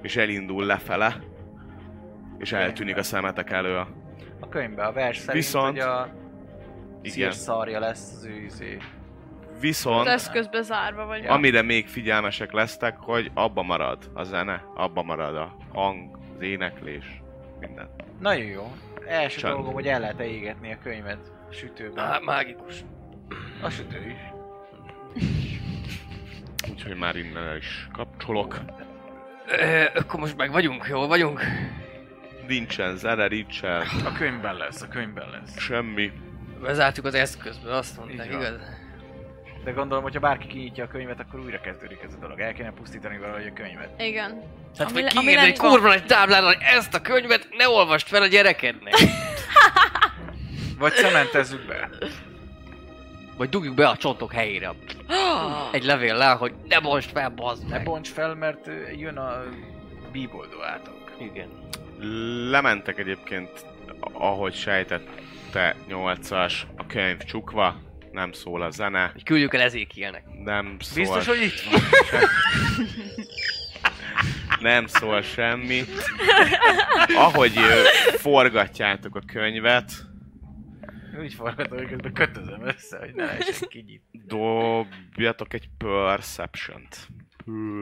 és elindul lefele, és eltűnik a szemetek elől.
A könyvben a vers szerint,
Viszont-
hogy a
Igen.
szírszarja lesz az izé. őzé.
Viszont...
Az eszközbe zárva vagy.
Ja. Amire még figyelmesek lesztek, hogy abba marad a zene, abba marad a hang, az éneklés, minden.
Nagyon jó. Első
Csend.
dolgom, hogy el lehet égetni a könyvet a sütőben.
Á, mágikus.
A sütő is.
Úgyhogy már innen el is kapcsolok.
Ö, akkor most meg vagyunk, jól vagyunk?
Nincsen zene, nincsen
A könyvben lesz, a könyvben lesz.
semmi.
Bezártuk az eszközből, azt mondták,
Így van.
igaz?
De gondolom, hogyha bárki kinyitja a könyvet, akkor újra kezdődik ez a dolog. El kéne pusztítani valahogy a könyvet.
Igen.
Tehát,
Ami
hogy
le- ami
kiírni egy
lent van.
kurva nagy táblára, hogy ezt a könyvet ne olvast fel a gyerekednek.
Vagy cementezzük be.
Vagy dugjuk be a csontok helyére. Egy levéllel, hogy ne most fel, bazd
Ne
meg.
bonts fel, mert ö, jön a bíboldó átok.
Igen.
Lementek egyébként, ahogy sejtette, 8-as, a könyv csukva, nem szól a zene,
Hogy küldjük el ezékielnek.
nem szól,
Biztos, hogy itt van.
nem szól semmi. Ahogy ö, forgatjátok a könyvet,
Úgy forgatom, hogy közben kötözöm össze, hogy ne lehessen kinyitni.
Dobjatok egy Perception-t.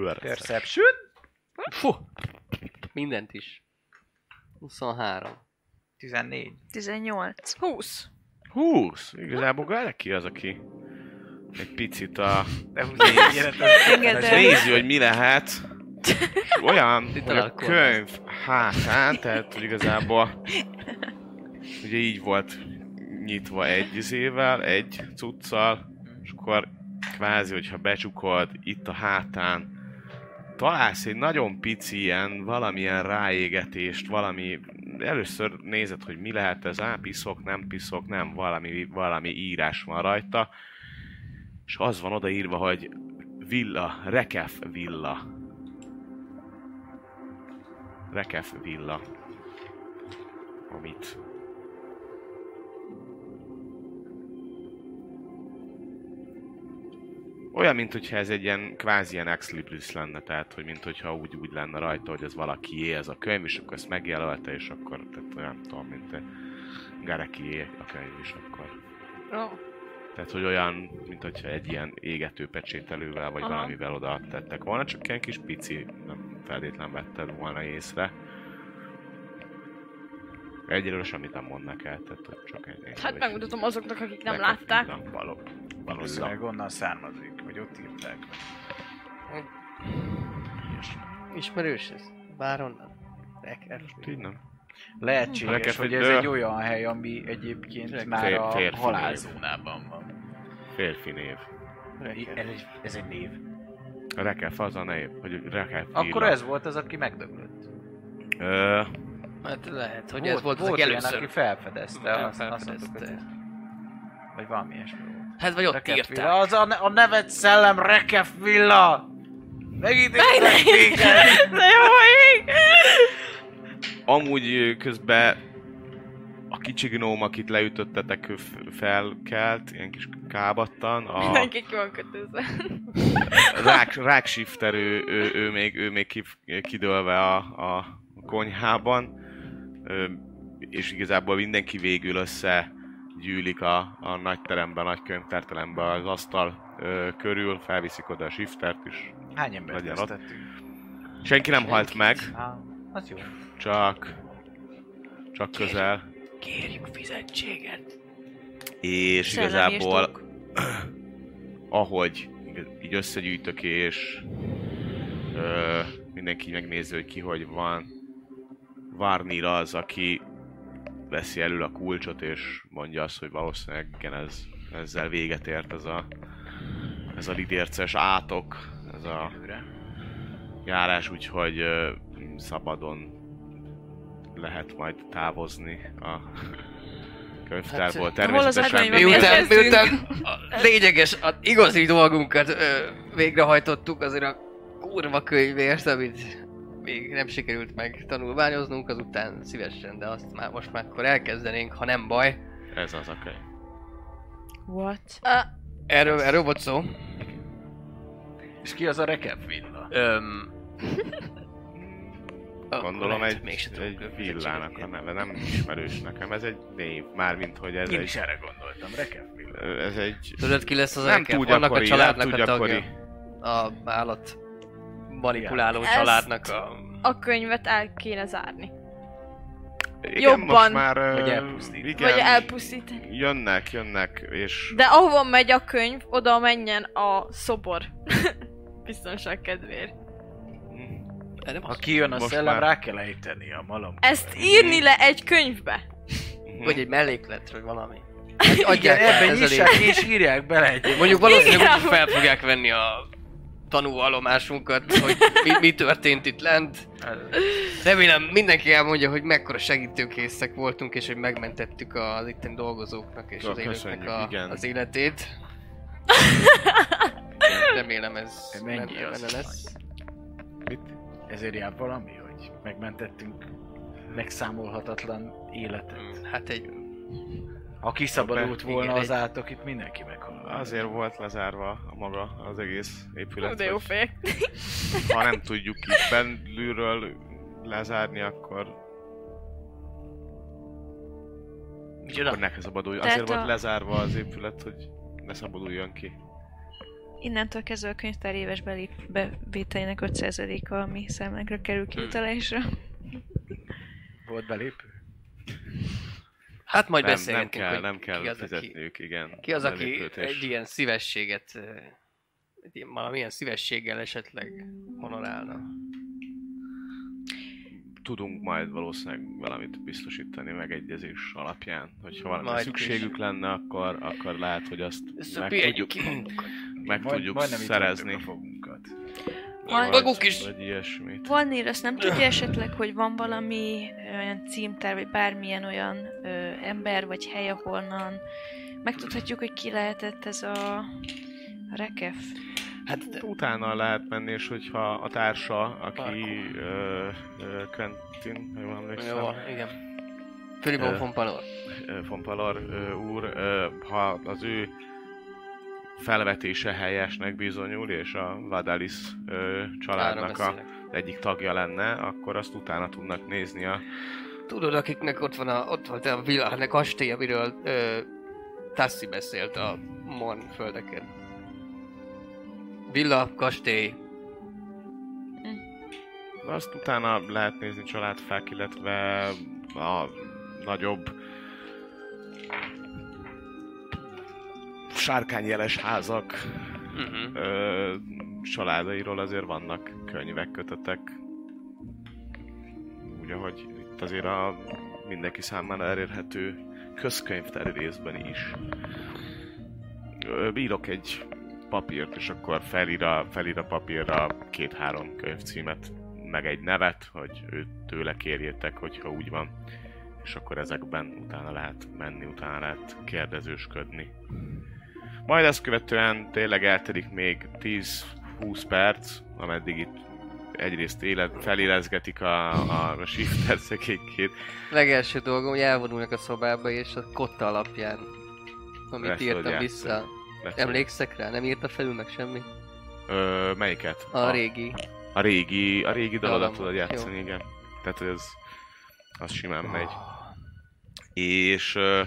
Perception.
Perception?
Fú! Mindent is. 23.
14.
18.
20.
20. Igazából Gale ki az, aki egy picit a...
De 24 jelent az
Engedd el.
Nézi, hogy mi lehet. És Olyan,
Itt
hogy a
alakult.
könyv hátán, tehát hogy igazából... Ugye így volt nyitva egy izével, egy cuccal, és akkor kvázi, hogyha becsukod itt a hátán, találsz egy nagyon pici ilyen valamilyen ráégetést, valami először nézed, hogy mi lehet ez, á, piszok, nem piszok, nem, valami, valami írás van rajta, és az van odaírva, hogy villa, rekef villa. Rekef villa. Amit Olyan, mint hogyha ez egy ilyen kvázi ilyen ex libris lenne, tehát hogy mint hogyha úgy, úgy lenne rajta, hogy ez valakié ez a könyv, és akkor ezt megjelölte, és akkor tehát nem tudom, mint egy Garekié a könyv, és akkor.
Jó.
Tehát, hogy olyan, mint hogyha egy ilyen égető pecsételővel, vagy
Aha.
valamivel oda tettek volna, csak ilyen kis pici, nem feltétlen vetted volna észre. Egyelőre semmit nem mond neked, tehát hogy csak egy...
Hát megmutatom azoknak, akik nem
Neked
látták.
villa, Való, valószínűleg.
Valószínűleg onnan származik, vagy ott írták.
Ismerős ez? Bárhonnan? Reker.
Így nem.
Lehetséges,
Neked
hogy
egy
ez
dö.
egy olyan hely, ami egyébként
Fér-
már a
férfi
halálzónában van.
Férfi név.
I- Ez egy, ez egy név.
A Rekef az a név, hogy Rekef
Akkor
írja.
ez volt az, aki megdöglött.
Ö,
Hát lehet, hogy ez volt az, aki
ilyen,
először.
aki felfedezte,
Nem
azt, azt mondtuk, hogy...
felfedezte.
Vagy valami ilyesmi volt.
Hát vagy ott
Rekef
írták.
villa. Az a, ne- a neved szellem Rekef villa! Megidéztek téged!
De jó, ég!
amúgy ö, közben a kicsi gnóm, akit leütöttetek, ő f- felkelt, ilyen kis kábattan. A
Mindenki ki van kötözve.
rák, rákshifter, ő, ő, ő, még, ő még kif- kidőlve a, a konyhában. Ö, és igazából mindenki végül össze gyűlik a, a nagy teremben, a nagy könyvtárteremben az asztal ö, körül, felviszik oda a shiftert is.
Hány embert
Legyen ott.
vesztettünk?
Senki nem halt meg,
Á, az jó.
csak, csak közel.
Kérjük fizetséget.
És
Szellemi és
igazából, ahogy így összegyűjtök, és ö, mindenki megnézi, hogy ki hogy van, Várnira az, aki veszi elő a kulcsot, és mondja azt, hogy valószínűleg igen, ez, ezzel véget ért ez a, ez a lidérces átok, ez a
Előre.
járás, úgyhogy ö, szabadon lehet majd távozni a könyvtárból.
Hát,
Természetesen
könyv,
még-
ami-
Miután,
Elkezdtünk.
miután a lényeges, a igazi dolgunkat ö, végrehajtottuk azért a kurva könyvért, amit még nem sikerült meg tanulmányoznunk, azután szívesen, de azt már most már akkor elkezdenénk, ha nem baj.
Ez az a könyv.
What?
Ah.
Erről, erről volt szó.
És ki az a rekep villa?
Öm... Akkor
Gondolom
lehet,
egy,
mégsem tudom
egy
különbséget
villának a
csinálni.
neve, nem ismerős nekem. Ez egy név, mármint hogy ez
Én
egy...
is erre gondoltam, rekep villa.
Ez egy...
Tudod ki lesz az
nem
Ekep?
túl
Annak a
gyakori,
családnak
nem
a
túl
tagja.
gyakori.
A állat manipuláló
Ezt-
családnak a...
A könyvet el kéne zárni.
Igen,
Jobban.
most már... ö,
Vagy elpusztít.
Igen,
Vagy elpusztítani.
jönnek, jönnek, és...
De ahova megy a könyv, oda menjen a szobor. Biztonság kedvéért.
Mhm,
De nem
Ha
az.
kijön a
Most
szellem,
már-
rá kell ejteni a malom.
Ezt írni le egy könyvbe.
Mhm.
Vagy egy melléklet, vagy valami.
Igen,
Adják
ebben
ez elég.
nyissák ki, és írják bele egy
Mondjuk valószínűleg
Igen.
úgy fel fogják venni a tanúvallomásunkat, hogy mi, mi történt itt lent. Remélem mindenki elmondja, hogy mekkora segítőkészek voltunk, és hogy megmentettük az itteni dolgozóknak és
Jó,
az élőknek
köszönjük,
a,
igen.
az életét. Remélem ez
De mennyi
men-
az?
menne lesz.
Ezért jár valami, hogy megmentettünk megszámolhatatlan életet.
Mm, Hát egy
Ha kiszabadult
Igen,
volna
egy-
az átok, itt mindenki meghal.
Azért volt lezárva a maga az egész épület.
De jó
hogy
fejek.
Ha nem tudjuk így belülről lezárni, akkor,
Micsoda?
akkor ne szabaduljon.
Tehát
Azért volt
a-
lezárva az épület, hogy ne szabaduljon ki.
Innentől kezdve a könyvtár éves beli bevételének 5%-a, ami számlánkra kerül kiutalásra.
Volt belépő?
Hát majd
nem, nem
beszélgetünk,
kell,
hogy
nem
ki
kell
az, aki,
fizetniük, igen.
ki az, aki
belépőt és-
egy ilyen szívességet, ö, egy ilyen, valamilyen szívességgel esetleg honorálna.
Tudunk majd valószínűleg valamit biztosítani megegyezés alapján. Hogyha valami
Majd is.
szükségük lenne, akkor, akkor lehet, hogy azt meg
Szöpi egy
tudjuk,
kimondokat.
meg
Majd-
tudjuk
majdnem itt
szerezni.
hagytuk a fogunkat.
Majd-
Vagy-
Maguk is.
Vagy ilyesmit.
Valnél azt nem tudja esetleg, hogy van valami olyan címtár, vagy bármilyen olyan ö, ember, vagy hely, ahonnan megtudhatjuk, hogy ki lehetett ez a rekef.
Hát de-
Utána lehet menni, és hogyha a társa, aki
Parkour.
ö, ö, Quentin, ha jól emlékszem,
jó, igen. Fülibon
Ö.
von Panor.
ö, von Palor ö, úr, ö, ha az ő felvetése helyesnek bizonyul, és a Vadalis ö, családnak a, egyik tagja lenne, akkor azt utána tudnak nézni a...
Tudod, akiknek ott van a, ott volt a világ, a kastély, amiről ö, Tassi beszélt a Mon földeken. Villa, kastély.
Azt utána lehet nézni családfák, illetve a nagyobb sárkányjeles házak Mhm.
Uh-huh.
ö, családairól azért vannak könyvek, kötetek. Úgy, ahogy itt azért a mindenki számára elérhető közkönyvtári részben is. Ö, Bírok egy papírt, és akkor felír a, felír a papírra két-három könyvcímet, meg egy nevet, hogy őt tőle kérjétek, hogyha úgy van. És akkor ezekben utána lehet menni, utána lehet kérdezősködni. Majd ezt követően tényleg eltelik még 10-20 perc, ameddig itt egyrészt élet, felélezgetik a, a, a shifter szekékét.
Legelső dolgom, hogy elvonulnak a szobába, és a kotta alapján, amit
Lesz, hogy
írtam
játszani.
vissza. Emlékszek rá? Nem írta felül meg semmi?
Ö, melyiket?
A, a régi.
a régi, a régi dalodat
Dallamot,
tudod játszani,
jó.
igen. Tehát, hogy ez az simán megy. És ö,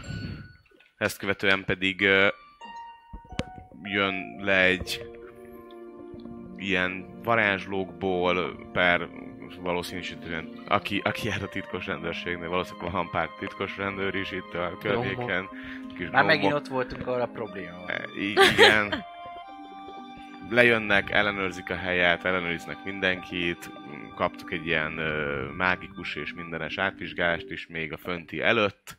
ezt követően pedig ö, jön le egy ilyen varázslókból per valószínűsítően, aki, aki jár a titkos rendőrségnél, valószínűleg van pár titkos rendőr is itt a környéken. Kis
Már
gombok.
megint ott voltunk, ahol a probléma van.
E, i- Igen. Lejönnek, ellenőrzik a helyet, ellenőriznek mindenkit, m, kaptuk egy ilyen ö, mágikus és mindenes átvizsgálást is még a fönti előtt,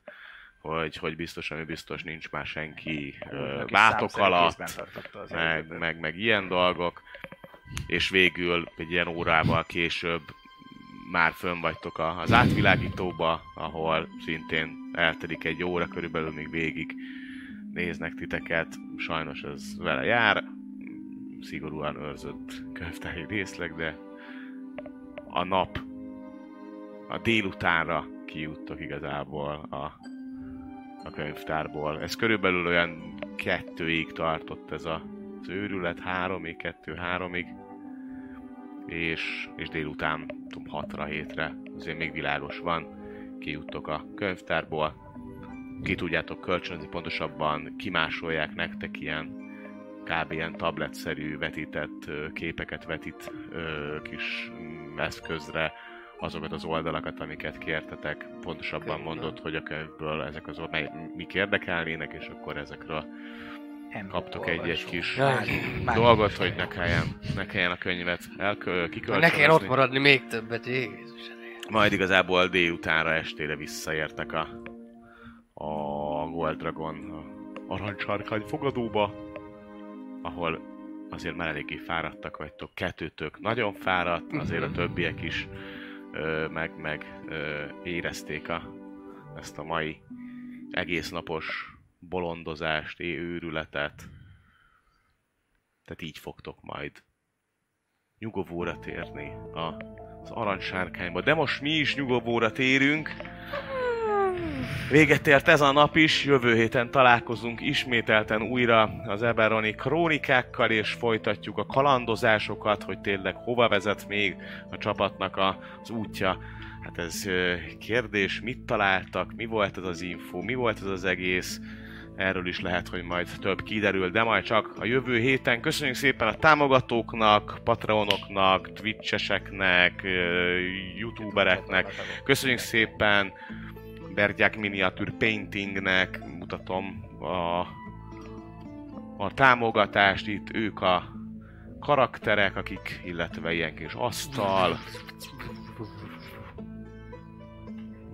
hogy, hogy biztos, ami biztos, nincs már senki ö,
Úrnak, és
látok
számszerű
alatt,
kézben tartotta az
meg,
életet.
meg, meg ilyen dolgok, és végül egy ilyen órával később már fönn vagytok a- az átvilágítóba, ahol szintén eltelik egy óra körülbelül, még végig néznek titeket, sajnos ez vele jár, szigorúan őrzött könyvtári részleg, de a nap, a délutánra kijuttok igazából a, a könyvtárból. Ez körülbelül olyan kettőig tartott ez a, az őrület, háromig, kettő, háromig, és, és délután, tudom, hatra, hétre, azért még világos van, kijuttok a könyvtárból, ki tudjátok kölcsönözni, pontosabban kimásolják nektek ilyen kb. ilyen tabletszerű vetített ö, képeket vetít ö, kis mm, eszközre azokat az oldalakat, amiket kértetek. Pontosabban
Könyvből.
mondod, hogy a könyvből ezek az mely, mik érdekelnének, és akkor ezekről
Nem
kaptok
olvasom.
egy-egy kis
Mágikus.
dolgot, hogy ne kelljen, ne kelljen a könyvet elkö,
Ne kell ott
kikölcsönözni.
maradni még többet, Jézus.
Majd igazából délutánra, estére visszaértek a, a Gold Dragon a aranysárkány fogadóba, ahol azért már eléggé fáradtak vagytok, kettőtök nagyon fáradt, azért a többiek is ö, meg, meg ö, érezték a, ezt a mai egész napos bolondozást, é- őrületet. Tehát így fogtok majd nyugovóra térni a az aranysárkányba. De most mi is nyugovóra térünk. Véget ért ez a nap is, jövő héten találkozunk ismételten újra az Eberoni krónikákkal, és folytatjuk a kalandozásokat, hogy tényleg hova vezet még a csapatnak a- az útja. Hát ez ö, kérdés, mit találtak, mi volt ez az info, mi volt ez az egész, erről is lehet, hogy majd több kiderül, de majd csak a jövő héten. Köszönjük szépen a támogatóknak, patreonoknak, twitcheseknek, ö, youtubereknek, Köszönjük szépen Bergyák Miniatűr Paintingnek, mutatom a, a támogatást, itt ők a karakterek, akik, illetve ilyen kis asztal.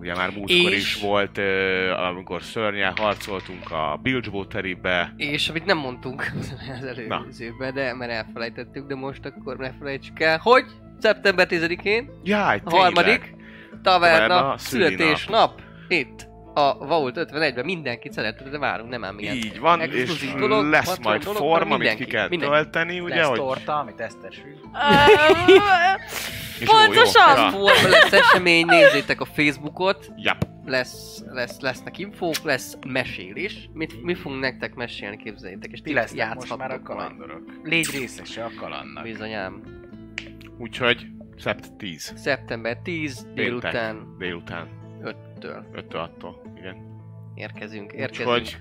Ugye már múltkor
És-
is volt, ö, amikor szörnyel harcoltunk a Bilgewateribe.
És amit nem mondtunk az előzőben, de mert elfelejtettük, de most akkor ne felejtsük el, hogy szeptember 10-én,
Jaj,
a
tényleg.
harmadik taverna
Taverna, szülinap.
születésnap, itt a Vault 51-ben mindenkit szeretettel várunk, nem ám ilyen.
Így van,
Exkluzív
és
dolog,
lesz
patron
majd
dolog,
form, amit
mindenki,
ki kell
mindenki.
tölteni, ugye,
Lesz
hogy...
torta, amit esztesünk.
És jó, jó,
Pontosan!
ja,
Forma lesz esemény, nézzétek a Facebookot,
ja.
lesz, lesz, lesznek infók, lesz mesélés. Mit, mi fogunk nektek mesélni, képzeljétek, és
Ti
ti
lesztek most
játszhattok
már a
majd.
kalandorok. Légy részese a kalandnak.
Bizonyám.
Úgyhogy szept 10.
Szeptember 10 délután
Délután.
5-től
5 attól. Igen.
érkezünk. érkezünk.
Úgyhogy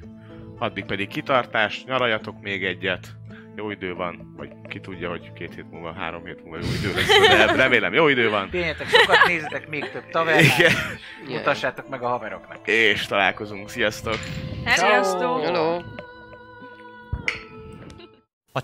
addig pedig kitartás, nyaraljatok még egyet. Jó idő van, vagy ki tudja, hogy két hét múlva, három hét múlva jó idő lesz, de remélem jó idő van.
Pihenjetek sokat, nézzetek még több tavernát,
Igen.
Jaj.
mutassátok meg a haveroknak.
És találkozunk, sziasztok!
Sziasztok!
Hello.
A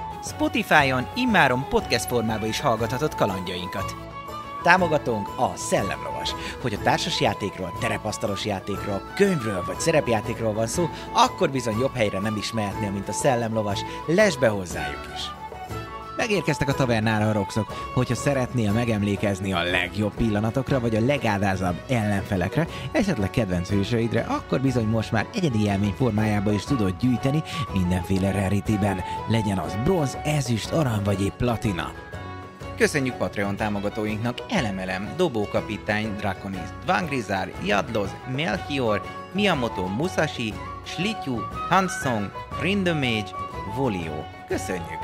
Spotify-on immáron podcast formában is hallgathatod kalandjainkat. Támogatónk a Szellemlovas. Hogy a társasjátékról, terepasztalos játékról, könyvről vagy szerepjátékról van szó, akkor bizony jobb helyre nem is mehetnél, mint a Szellemlovas. Lesz be hozzájuk is! Megérkeztek a tavernára a roxok. Hogyha szeretnél megemlékezni a legjobb pillanatokra, vagy a legádázabb ellenfelekre, esetleg kedvenc hősöidre, akkor bizony most már egyedi élmény formájába is tudod gyűjteni mindenféle rarityben. Legyen az bronz, ezüst, arany vagy épp platina. Köszönjük Patreon támogatóinknak Elemelem, Dobókapitány, Draconis, Dvangrizár, Jadloz, Melchior, Miyamoto Musashi, Slityu, Hansong, Rindomage, Volio. Köszönjük!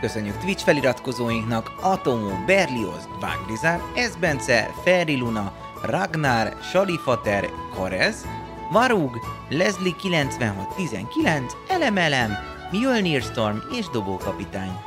Köszönjük Twitch feliratkozóinknak Atomo, Berlioz, Vágrizár, Esbence, Feri Luna, Ragnar, Salifater, Korez, Varug, Leslie 9619, Elemelem, Mjölnir Storm és Dobókapitány.